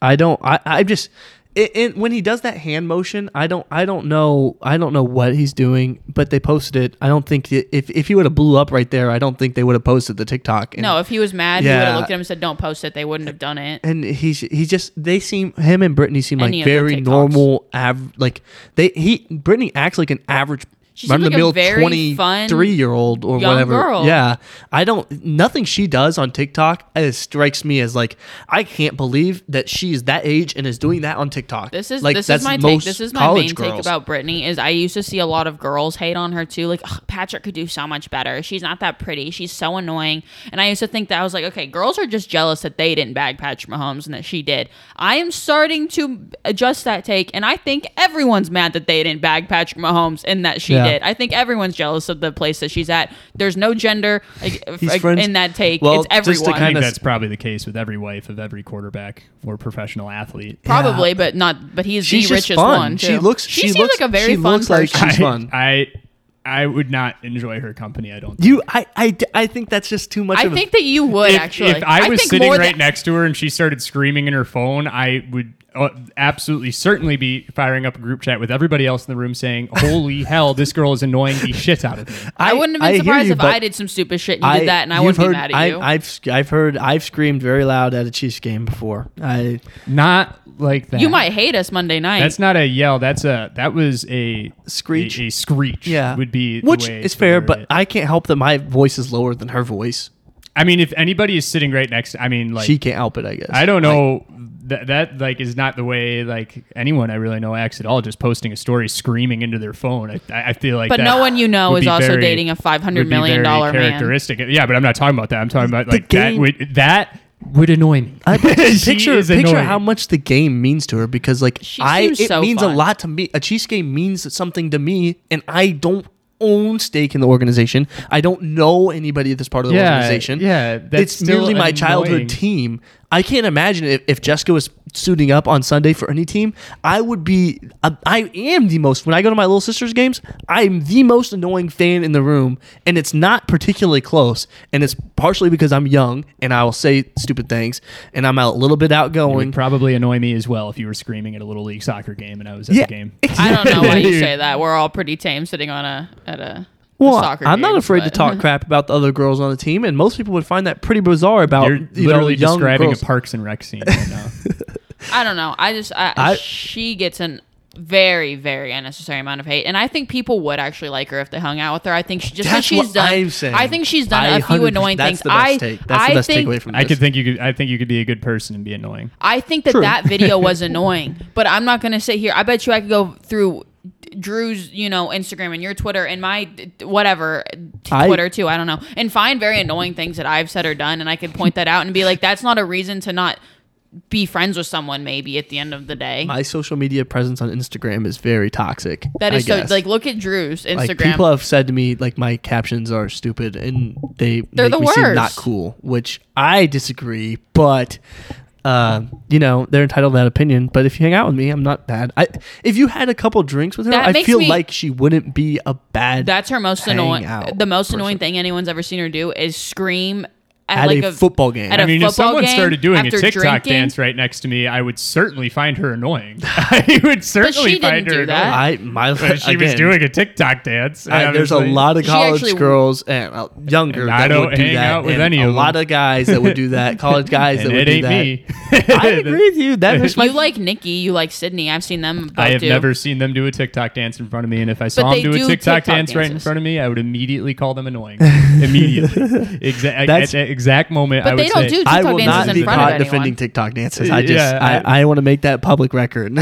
Speaker 2: I don't. I I just it, it, when he does that hand motion, I don't. I don't know. I don't know what he's doing. But they posted it. I don't think it, if if he would have blew up right there, I don't think they would have posted the TikTok. And,
Speaker 3: No, if he was mad, he would
Speaker 2: Yeah.
Speaker 3: have looked at him and said, "Don't post it." They wouldn't have done it.
Speaker 2: and he's he just they seem him and Brittany seem like
Speaker 3: Any of the
Speaker 2: very
Speaker 3: TikToks.
Speaker 2: normal. Av like they he Brittany acts like an average.
Speaker 3: She seems like a very fun
Speaker 2: three year old or
Speaker 3: young
Speaker 2: whatever.
Speaker 3: girl.
Speaker 2: Yeah, I don't. Nothing she does on TikTok uh strikes me as like I can't believe that she's that age and is doing that on TikTok.
Speaker 3: This is
Speaker 2: like
Speaker 3: this
Speaker 2: that's
Speaker 3: is my take.
Speaker 2: most
Speaker 3: This is my
Speaker 2: college
Speaker 3: main take
Speaker 2: girls.
Speaker 3: about Britney is I used to see a lot of girls hate on her too. Like "Ugh, Patrick could do so much better. She's not that pretty. She's so annoying. And I used to think that I was like, okay, girls are just jealous that they didn't bag Patrick Mahomes and that she did. I am starting to adjust that take, and I think everyone's mad that they didn't bag Patrick Mahomes and that she
Speaker 2: Yeah.
Speaker 3: did. I think everyone's jealous of the place that she's at. There's no gender like,
Speaker 2: He's
Speaker 3: like,
Speaker 2: friends-
Speaker 3: in that take.
Speaker 2: Well,
Speaker 3: it's
Speaker 2: just to
Speaker 3: everyone.
Speaker 1: I think
Speaker 2: kinda-
Speaker 1: that's probably the case with every wife of every quarterback or professional athlete.
Speaker 3: Probably, but not. But he's
Speaker 2: She's
Speaker 3: the
Speaker 2: just
Speaker 3: richest
Speaker 2: fun.
Speaker 3: one. Too.
Speaker 2: She looks-
Speaker 3: She,
Speaker 2: she
Speaker 3: seems
Speaker 2: looks-
Speaker 3: like a
Speaker 2: she
Speaker 3: very fun
Speaker 2: looks like
Speaker 3: person.
Speaker 2: She's fun.
Speaker 1: I, I I would not enjoy her company. I don't. think.
Speaker 2: You, I, I, I think that's just too much.
Speaker 3: I
Speaker 2: of
Speaker 3: think that you would
Speaker 1: if,
Speaker 3: actually.
Speaker 1: if I was
Speaker 3: think
Speaker 1: sitting
Speaker 3: more
Speaker 1: right
Speaker 3: than-
Speaker 1: next to her and she started screaming in her phone, I would uh, absolutely certainly be firing up a group chat with everybody else in the room saying, "Holy hell, this girl is annoying the shit out of me."
Speaker 2: A,
Speaker 3: I, wouldn't have
Speaker 2: I
Speaker 3: been
Speaker 2: hear
Speaker 3: surprised
Speaker 2: you,
Speaker 3: if
Speaker 2: but
Speaker 3: I did some stupid shit and you did that, and I
Speaker 2: you've
Speaker 3: wouldn't
Speaker 2: heard-
Speaker 3: be mad at
Speaker 2: I,
Speaker 3: you.
Speaker 2: I've sc- I've heard I've screamed very loud at a Chiefs game before. I
Speaker 1: Not like that.
Speaker 3: you might hate us Monday night.
Speaker 1: That's not a yell. That's a that was a
Speaker 2: Screech?
Speaker 1: A, a screech.
Speaker 2: yeah
Speaker 1: would be the
Speaker 2: which
Speaker 1: way
Speaker 2: is
Speaker 1: to
Speaker 2: fair,
Speaker 1: word
Speaker 2: but
Speaker 1: it.
Speaker 2: I can't help that my voice is lower than her voice.
Speaker 1: I mean, if anybody is sitting right next, I mean, like
Speaker 2: she can't help it, I guess.
Speaker 1: I don't know. that, that like is not the way like anyone I really know acts at all. Just posting a story, screaming into their phone. I, I I feel like.
Speaker 3: but
Speaker 1: that
Speaker 3: no one you know
Speaker 1: would
Speaker 3: is
Speaker 1: be
Speaker 3: also
Speaker 1: very-
Speaker 3: dating a five
Speaker 1: would
Speaker 3: hundred
Speaker 1: be
Speaker 3: million
Speaker 1: very
Speaker 3: dollar man.
Speaker 1: characteristic. Yeah, but I'm not talking about that. I'm talking about like
Speaker 2: game-
Speaker 1: that would that would annoy me.
Speaker 2: I but just
Speaker 1: She
Speaker 2: picture
Speaker 1: is
Speaker 2: picture
Speaker 1: annoying.
Speaker 2: how much the game means to her because like
Speaker 3: She
Speaker 2: I it
Speaker 3: seems so
Speaker 2: means a
Speaker 3: fun.
Speaker 2: lot to me. A Chiefs game means something to me, and I don't own stake in the organization. I don't know anybody that's part of the
Speaker 1: Yeah,
Speaker 2: organization.
Speaker 1: yeah, that's
Speaker 2: it's
Speaker 1: still
Speaker 2: merely my
Speaker 1: annoying.
Speaker 2: childhood team. I can't imagine if, if Jessica was suiting up on Sunday for any team. I would be. I, I am the most. When I go to my little sister's games, I'm the most annoying fan in the room, and it's not particularly close. And it's partially because I'm young and I will say stupid things, and I'm a little bit
Speaker 1: It
Speaker 2: outgoing.
Speaker 1: would probably annoy me as well if you were screaming at a little league soccer game and I was at
Speaker 2: Yeah.
Speaker 1: the game.
Speaker 3: I don't know why you say that. We're all pretty tame sitting on a at a,
Speaker 2: Well,
Speaker 3: a soccer.
Speaker 2: I'm not
Speaker 3: games,
Speaker 2: afraid to
Speaker 3: but-
Speaker 2: talk crap about the other girls on the team, and most people would find that pretty bizarre about
Speaker 1: You're
Speaker 2: you
Speaker 1: literally
Speaker 2: know, young
Speaker 1: describing
Speaker 2: girls.
Speaker 1: a Parks and Rec scene right now.
Speaker 3: I don't know. I just I,
Speaker 2: I-
Speaker 3: she gets an very very unnecessary amount of hate, and I think people would actually like her if they hung out with her. I think she just 'cause
Speaker 2: That's
Speaker 3: she's
Speaker 2: what
Speaker 3: done.
Speaker 2: I'm saying.
Speaker 3: I think she's done
Speaker 2: I
Speaker 3: a few
Speaker 2: 100%
Speaker 3: annoying
Speaker 2: that's
Speaker 3: things.
Speaker 2: The best
Speaker 3: I
Speaker 2: take. That's
Speaker 3: I
Speaker 2: the best
Speaker 3: think
Speaker 2: takeaway from this.
Speaker 1: I could think you could I think you could be a good person and be annoying.
Speaker 3: I think that
Speaker 2: True.
Speaker 3: that video was annoying, but I'm not going to sit here. I bet you I could go through Drew's, you know, Instagram and your Twitter and my d- whatever t-
Speaker 2: I-
Speaker 3: Twitter too. I don't know, and find very annoying things that I've said or done, and I could point that out and be like, that's not a reason to not be friends with someone. Maybe at the end of the day,
Speaker 2: my social media presence on Instagram is very toxic.
Speaker 3: that is
Speaker 2: I
Speaker 3: so
Speaker 2: guess.
Speaker 3: like look at Drew's
Speaker 2: Like,
Speaker 3: Instagram.
Speaker 2: people have said to me like my captions are stupid and they
Speaker 3: They're
Speaker 2: make
Speaker 3: the
Speaker 2: me seem
Speaker 3: worst.
Speaker 2: not cool, which I disagree. But uh, you know they're entitled to that opinion. But if you hang out with me, I'm not bad. I if you had a couple drinks with her,
Speaker 3: That
Speaker 2: I
Speaker 3: makes
Speaker 2: feel
Speaker 3: me-
Speaker 2: like she wouldn't be a bad.
Speaker 3: that's her most
Speaker 2: Hang
Speaker 3: annoying.
Speaker 2: out
Speaker 3: The most
Speaker 2: person.
Speaker 3: annoying thing anyone's ever seen her do is scream at,
Speaker 2: At
Speaker 3: like
Speaker 2: a football game.
Speaker 3: At
Speaker 2: I
Speaker 3: a
Speaker 1: I mean, if
Speaker 3: football
Speaker 1: someone
Speaker 3: game
Speaker 1: started doing a
Speaker 3: after
Speaker 1: TikTok
Speaker 3: drinking.
Speaker 1: dance right next to me, I would certainly find her annoying. I would certainly
Speaker 3: didn't
Speaker 1: find her
Speaker 3: do that.
Speaker 1: annoying.
Speaker 2: I my
Speaker 1: But she was
Speaker 2: again,
Speaker 1: doing a TikTok dance. and
Speaker 2: I,
Speaker 1: I
Speaker 2: there's
Speaker 1: was
Speaker 2: a
Speaker 1: like-
Speaker 2: lot of
Speaker 3: She
Speaker 2: college
Speaker 3: actually-
Speaker 2: girls and uh, younger
Speaker 1: And
Speaker 2: that
Speaker 1: I don't
Speaker 2: would do
Speaker 1: hang
Speaker 2: that.
Speaker 1: out with
Speaker 2: and
Speaker 1: any
Speaker 2: a
Speaker 1: of
Speaker 2: lot
Speaker 1: them.
Speaker 2: of guys that would do that. College guys that
Speaker 1: And
Speaker 2: would
Speaker 1: it
Speaker 2: do
Speaker 1: ain't
Speaker 2: that.
Speaker 1: me.
Speaker 2: I agree with you. That makes my
Speaker 3: You like Nikki, you like Sydney. I've seen them. Both
Speaker 1: I have
Speaker 3: do.
Speaker 1: never seen them do a TikTok dance in front of me, and if I saw
Speaker 3: But they
Speaker 1: them do a
Speaker 3: do
Speaker 1: TikTok,
Speaker 3: TikTok
Speaker 1: dance right in
Speaker 3: dances.
Speaker 1: front of me, I would immediately call them annoying. immediately, exact at
Speaker 2: That's-
Speaker 1: that exact moment.
Speaker 3: But
Speaker 1: I would
Speaker 3: they don't
Speaker 1: say,
Speaker 3: do
Speaker 2: I
Speaker 3: TikTok
Speaker 2: will
Speaker 3: dances
Speaker 2: not
Speaker 3: in
Speaker 2: be
Speaker 3: front of
Speaker 2: caught
Speaker 3: anyone.
Speaker 2: defending TikTok dances. I just
Speaker 1: Yeah,
Speaker 2: I, I want to make that public record.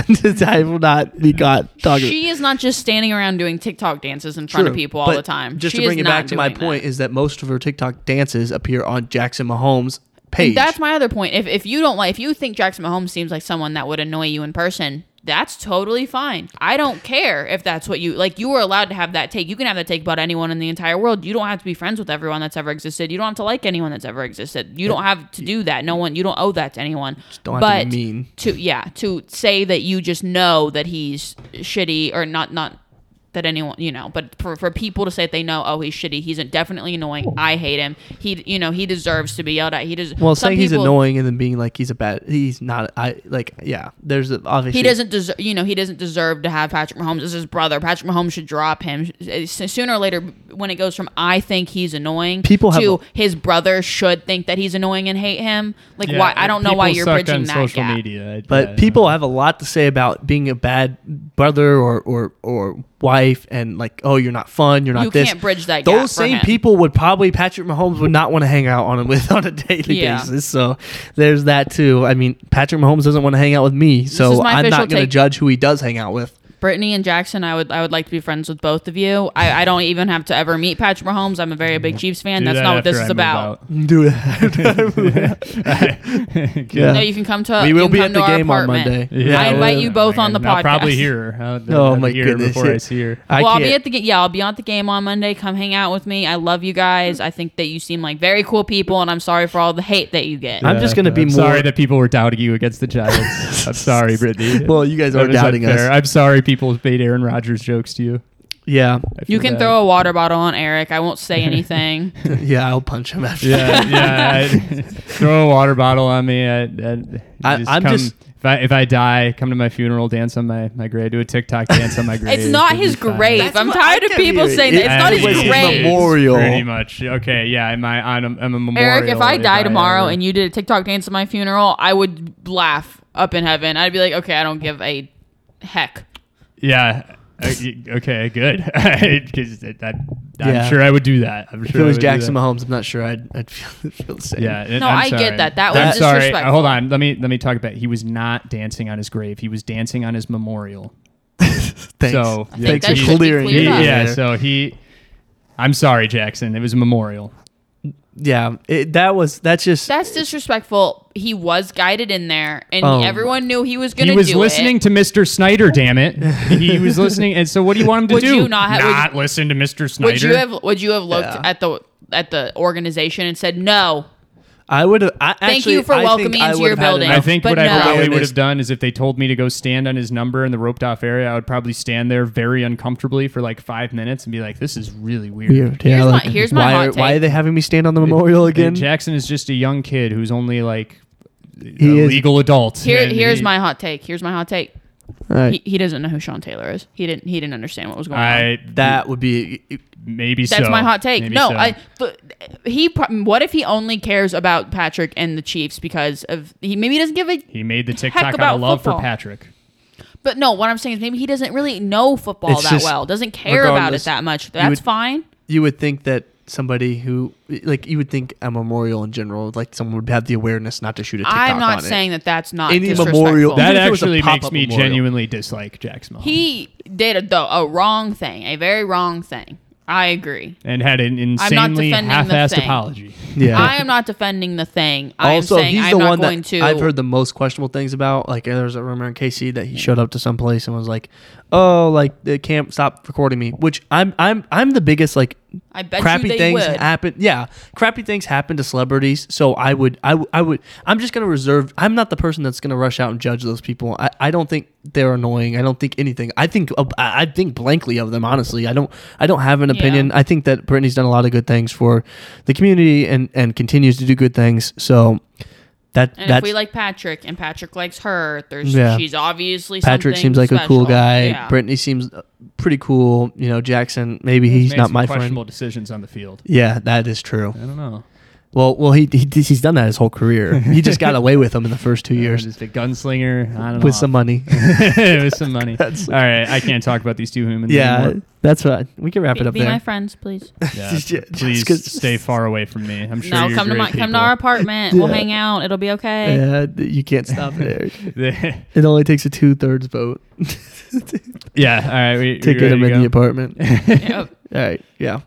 Speaker 2: I will not be caught talking.
Speaker 3: She is not just standing around doing TikTok dances in front of
Speaker 2: True,
Speaker 3: people all
Speaker 2: but
Speaker 3: the time.
Speaker 2: Just
Speaker 3: She
Speaker 2: to bring
Speaker 3: is
Speaker 2: it back
Speaker 3: not
Speaker 2: to my
Speaker 3: doing
Speaker 2: point
Speaker 3: that.
Speaker 2: is that most of her TikTok dances appear on Jackson Mahomes' page.
Speaker 3: that's my other point. If, if you don't like, if you think Jackson Mahomes seems like someone that would annoy you in person, that's totally fine. I don't care if that's what you like. You are allowed to have that take. You can have that take about anyone in the entire world. You don't have to be friends with everyone that's ever existed. You don't have to like anyone that's ever existed. You don't have to do that. No one. You don't owe that to anyone.
Speaker 2: don't have to
Speaker 3: but
Speaker 2: be mean.
Speaker 3: to yeah to say that you just know that he's shitty or not not that anyone you know but for, for people to say that they know oh he's shitty he's definitely annoying i hate him he you know he deserves to be yelled at he does
Speaker 2: well,
Speaker 3: some
Speaker 2: saying he's
Speaker 3: people-
Speaker 2: annoying and then being like he's a bad, he's not. I like, yeah. There's a, obviously
Speaker 3: he doesn't deserve you know he doesn't deserve to have patrick mahomes as his brother patrick mahomes should drop him S- sooner or later when it goes from i think he's annoying
Speaker 2: People have-
Speaker 3: to his brother should think that he's annoying and hate him like why i don't know why
Speaker 1: people
Speaker 3: you're
Speaker 1: suck
Speaker 3: bridging
Speaker 1: on
Speaker 3: that
Speaker 1: social
Speaker 3: gap.
Speaker 1: media. uh, I-
Speaker 2: But
Speaker 1: I-
Speaker 2: people have a lot to say about being a bad brother or or, or wife and like, oh, you're not fun, you're not
Speaker 3: You
Speaker 2: this.
Speaker 3: can't bridge that gap
Speaker 2: Those
Speaker 3: for
Speaker 2: same
Speaker 3: him.
Speaker 2: people would probably Patrick Mahomes would not want to hang out on him with on a daily
Speaker 3: Yeah.
Speaker 2: basis. So there's that too. I mean, Patrick Mahomes doesn't want to hang out with me,
Speaker 3: is
Speaker 2: so
Speaker 3: my
Speaker 2: I'm
Speaker 3: official
Speaker 2: not going to
Speaker 3: take.
Speaker 2: judge who he does hang out with.
Speaker 3: Brittany and Jackson, I would I would like to be friends with both of you. I, I don't even have to ever meet Patrick Mahomes. I'm a very big Chiefs fan.
Speaker 1: Mm-hmm. Do
Speaker 3: That's
Speaker 1: that
Speaker 3: not what this
Speaker 1: after I
Speaker 3: is
Speaker 1: move
Speaker 3: about.
Speaker 1: out.
Speaker 2: Do that. yeah.
Speaker 3: No, you can come to.
Speaker 2: We
Speaker 3: you
Speaker 2: will
Speaker 3: can
Speaker 2: be
Speaker 3: come
Speaker 2: at
Speaker 3: to
Speaker 2: the
Speaker 3: our
Speaker 2: game on
Speaker 3: apartment.
Speaker 2: Monday.
Speaker 1: Yeah,
Speaker 3: I invite
Speaker 1: well,
Speaker 3: you both
Speaker 1: I'm
Speaker 3: on the
Speaker 1: I'll
Speaker 3: podcast.
Speaker 1: probably hear. I'll,
Speaker 2: Oh,
Speaker 1: I'll
Speaker 2: my
Speaker 1: hear
Speaker 2: goodness.
Speaker 1: Before I see her.
Speaker 2: I
Speaker 3: well, I'll
Speaker 2: can't-
Speaker 3: be at the ga- yeah, I'll be at the game on Monday. Come hang out with me. I love you guys. I think that you seem like very cool people, and I'm sorry for all the hate that you get.
Speaker 2: I'm just gonna be
Speaker 1: I'm
Speaker 2: more-
Speaker 1: sorry that people were doubting you against the Giants. I'm sorry, Brittany.
Speaker 2: Well, you guys
Speaker 1: That
Speaker 2: are
Speaker 1: was
Speaker 2: doubting
Speaker 1: unfair.
Speaker 2: us.
Speaker 1: I'm sorry people made Aaron Rodgers jokes to you.
Speaker 2: Yeah,
Speaker 1: I feel
Speaker 3: You can
Speaker 1: bad.
Speaker 3: throw a water bottle on Eric. I won't say anything.
Speaker 2: yeah. I'll punch him after.
Speaker 1: yeah, yeah. I- throw a water bottle on me. I, I,
Speaker 2: I- I'm
Speaker 1: come-
Speaker 2: just-
Speaker 1: If I, if I die, come to my funeral, dance on my, my grave, do a TikTok dance on my grave.
Speaker 3: it's not
Speaker 1: it'll
Speaker 3: his
Speaker 1: be fine.
Speaker 3: grave.
Speaker 2: That's
Speaker 3: I'm
Speaker 2: what
Speaker 3: tired
Speaker 2: I
Speaker 3: of
Speaker 2: can
Speaker 3: people
Speaker 2: hear.
Speaker 3: saying that.
Speaker 2: It
Speaker 3: It's not
Speaker 1: It
Speaker 2: was
Speaker 3: his
Speaker 2: his
Speaker 3: grave.
Speaker 2: memorial.
Speaker 1: Pretty much. Okay. Yeah. Am I on a, I'm a memorial?
Speaker 3: Eric, if I die
Speaker 1: am.
Speaker 3: tomorrow and you did a TikTok dance at my funeral, I would laugh up in heaven. I'd be like, okay, I don't give a heck.
Speaker 1: yeah. Uh, y- Okay. Good. 'Cause that- that- I'm
Speaker 2: Yeah.
Speaker 1: sure I would do that. I'm
Speaker 2: If
Speaker 1: sure
Speaker 2: it
Speaker 1: I
Speaker 2: was
Speaker 1: would do
Speaker 2: Jackson
Speaker 1: that.
Speaker 2: Mahomes, I'm not sure I'd, I'd feel, feel the same.
Speaker 1: Yeah, and
Speaker 3: No,
Speaker 1: I'm
Speaker 3: I get
Speaker 1: sorry.
Speaker 3: that. That
Speaker 1: I'm
Speaker 3: was
Speaker 1: sorry.
Speaker 3: disrespectful.
Speaker 1: Uh, Hold on, let me let me talk about. He was not dancing on his grave. He was dancing on his memorial.
Speaker 2: Thanks.
Speaker 1: So, I think
Speaker 2: Thanks
Speaker 1: that
Speaker 2: for
Speaker 1: should be
Speaker 2: clearing
Speaker 3: cleared
Speaker 1: He-
Speaker 2: it
Speaker 3: up.
Speaker 2: up.
Speaker 1: yeah, so he. I'm sorry, Jackson. It was a memorial.
Speaker 2: yeah. It, that was that's just
Speaker 3: That's disrespectful. He was guided in there, and
Speaker 2: Oh.
Speaker 3: everyone knew he was going
Speaker 1: He
Speaker 3: to
Speaker 1: was
Speaker 3: do
Speaker 1: listening
Speaker 3: it.
Speaker 1: to Mr. Snyder. Damn it, he was listening. And so, what do you want him to
Speaker 3: Would
Speaker 1: do?
Speaker 3: you not have- would
Speaker 1: not listen to Mr. Snyder?
Speaker 3: Would you have? Would you have looked
Speaker 2: Yeah.
Speaker 3: at the at the organization and said no?
Speaker 2: I would. I
Speaker 3: Thank
Speaker 2: actually,
Speaker 3: you for
Speaker 2: I think
Speaker 3: welcoming
Speaker 2: I
Speaker 3: into
Speaker 2: would
Speaker 3: your
Speaker 2: have had
Speaker 3: building.
Speaker 2: enough.
Speaker 1: I think
Speaker 3: But
Speaker 1: what I
Speaker 3: no.
Speaker 1: probably would
Speaker 2: Protagonist.
Speaker 1: have done is if they told me to go stand on his number in the roped off area, I would probably stand there very uncomfortably for like five minutes and be like, "This is really weird."
Speaker 2: Weird. Yeah,
Speaker 3: Here's my-
Speaker 2: like,
Speaker 3: here's my
Speaker 2: why,
Speaker 3: hot
Speaker 2: are, why
Speaker 3: take.
Speaker 2: are they having me stand on the memorial
Speaker 1: And
Speaker 2: again?
Speaker 1: Jackson is just a young kid who's only like
Speaker 2: He
Speaker 1: a
Speaker 2: is-
Speaker 1: legal adult.
Speaker 3: Here,
Speaker 1: and
Speaker 3: here's
Speaker 1: he-
Speaker 3: my hot take. Here's my hot take.
Speaker 2: All right.
Speaker 3: He, he doesn't know who Sean Taylor is. He didn't. He didn't understand what was going on.
Speaker 1: I
Speaker 2: that would be.
Speaker 1: maybe
Speaker 3: That's
Speaker 1: so.
Speaker 3: my hot take.
Speaker 1: Maybe
Speaker 3: no,
Speaker 1: so.
Speaker 3: I. But he. pro- What if he only cares about Patrick and the Chiefs because of he? Maybe he doesn't give a.
Speaker 1: he made the TikTok out
Speaker 3: about
Speaker 1: of love
Speaker 3: football.
Speaker 1: for Patrick.
Speaker 3: But no, what I'm saying is maybe he doesn't really know football
Speaker 2: It's
Speaker 3: that
Speaker 2: just-
Speaker 3: well. Doesn't care about it
Speaker 2: regardless,
Speaker 3: that much.
Speaker 2: you
Speaker 3: That's
Speaker 2: would-
Speaker 3: fine.
Speaker 2: You would think that somebody who, like, you would think a memorial in general, like, someone would have the awareness not to shoot a TikTok
Speaker 3: I'm
Speaker 2: on
Speaker 3: not
Speaker 2: it.
Speaker 3: saying that that's not
Speaker 2: Any
Speaker 3: disrespectful.
Speaker 2: memorial- That
Speaker 1: That
Speaker 2: if it was a
Speaker 1: actually makes
Speaker 2: pop-up
Speaker 1: me
Speaker 2: memorial.
Speaker 1: genuinely dislike Jackson Mahomes.
Speaker 3: he did a, the, a wrong thing, a very wrong thing. I agree.
Speaker 1: and had an insanely
Speaker 3: defending the
Speaker 1: half-assed
Speaker 3: thing.
Speaker 1: apology.
Speaker 2: Yeah.
Speaker 3: I am not defending the thing. I
Speaker 2: also,
Speaker 3: am saying
Speaker 2: he's
Speaker 3: I'm
Speaker 2: the
Speaker 3: not
Speaker 2: one
Speaker 3: going
Speaker 2: that
Speaker 3: to.
Speaker 2: I've heard the most questionable things about. Like, there was a rumor in KC that he showed up to some place and was like, "Oh, like the camp stopped recording me," which I'm, I'm, I'm the biggest like
Speaker 3: I bet you
Speaker 2: crappy
Speaker 3: they
Speaker 2: things
Speaker 3: would.
Speaker 2: happen. Yeah, crappy things happen to celebrities. So I would, I, w- I would, I'm just gonna reserve. I'm not the person that's gonna rush out and judge those people. I, I don't think they're annoying. I don't think anything. I think, I I think blankly of them. Honestly, I don't, I don't have an opinion. I think that Brittany's done a lot of good things for the community and and continues to do good things. So. That,
Speaker 3: and
Speaker 2: that's,
Speaker 3: if we like Patrick and Patrick likes her, there's
Speaker 2: Yeah.
Speaker 3: she's obviously
Speaker 2: Patrick
Speaker 3: something
Speaker 2: seems like a cool
Speaker 3: special.
Speaker 2: guy.
Speaker 3: Yeah.
Speaker 2: Brittany seems uh, pretty cool. You know, Jackson, maybe he's
Speaker 1: Made
Speaker 2: not
Speaker 1: some
Speaker 2: my
Speaker 1: questionable
Speaker 2: friend.
Speaker 1: decisions on the field.
Speaker 2: Yeah, that is true.
Speaker 1: I don't know.
Speaker 2: Well, well, he, he he's done that his whole career. He just got away with them in the first two years
Speaker 1: Just a gunslinger. I don't know.
Speaker 2: with some money.
Speaker 1: with some money.
Speaker 2: That's-
Speaker 1: All right, I can't talk about these two humans.
Speaker 2: yeah,
Speaker 1: anymore.
Speaker 2: that's right. We can wrap
Speaker 3: Be,
Speaker 2: it up
Speaker 3: be my
Speaker 2: there.
Speaker 3: friends, please.
Speaker 1: Yeah,
Speaker 2: Just- yeah, just
Speaker 1: please
Speaker 2: 'cause-
Speaker 1: stay far away from me. I'm sure.
Speaker 3: no,
Speaker 1: you're
Speaker 3: come to
Speaker 1: great
Speaker 3: my
Speaker 1: people.
Speaker 3: come to our apartment. We'll hang out. It'll be okay.
Speaker 2: Yeah, th- you can't stop it, Eric.
Speaker 1: The-
Speaker 2: It only takes a two thirds vote
Speaker 1: yeah. All right. We,
Speaker 2: to
Speaker 1: we
Speaker 2: get him
Speaker 1: ready to
Speaker 2: in the
Speaker 1: go?
Speaker 2: apartment. All
Speaker 3: Yep.
Speaker 2: right. Yeah.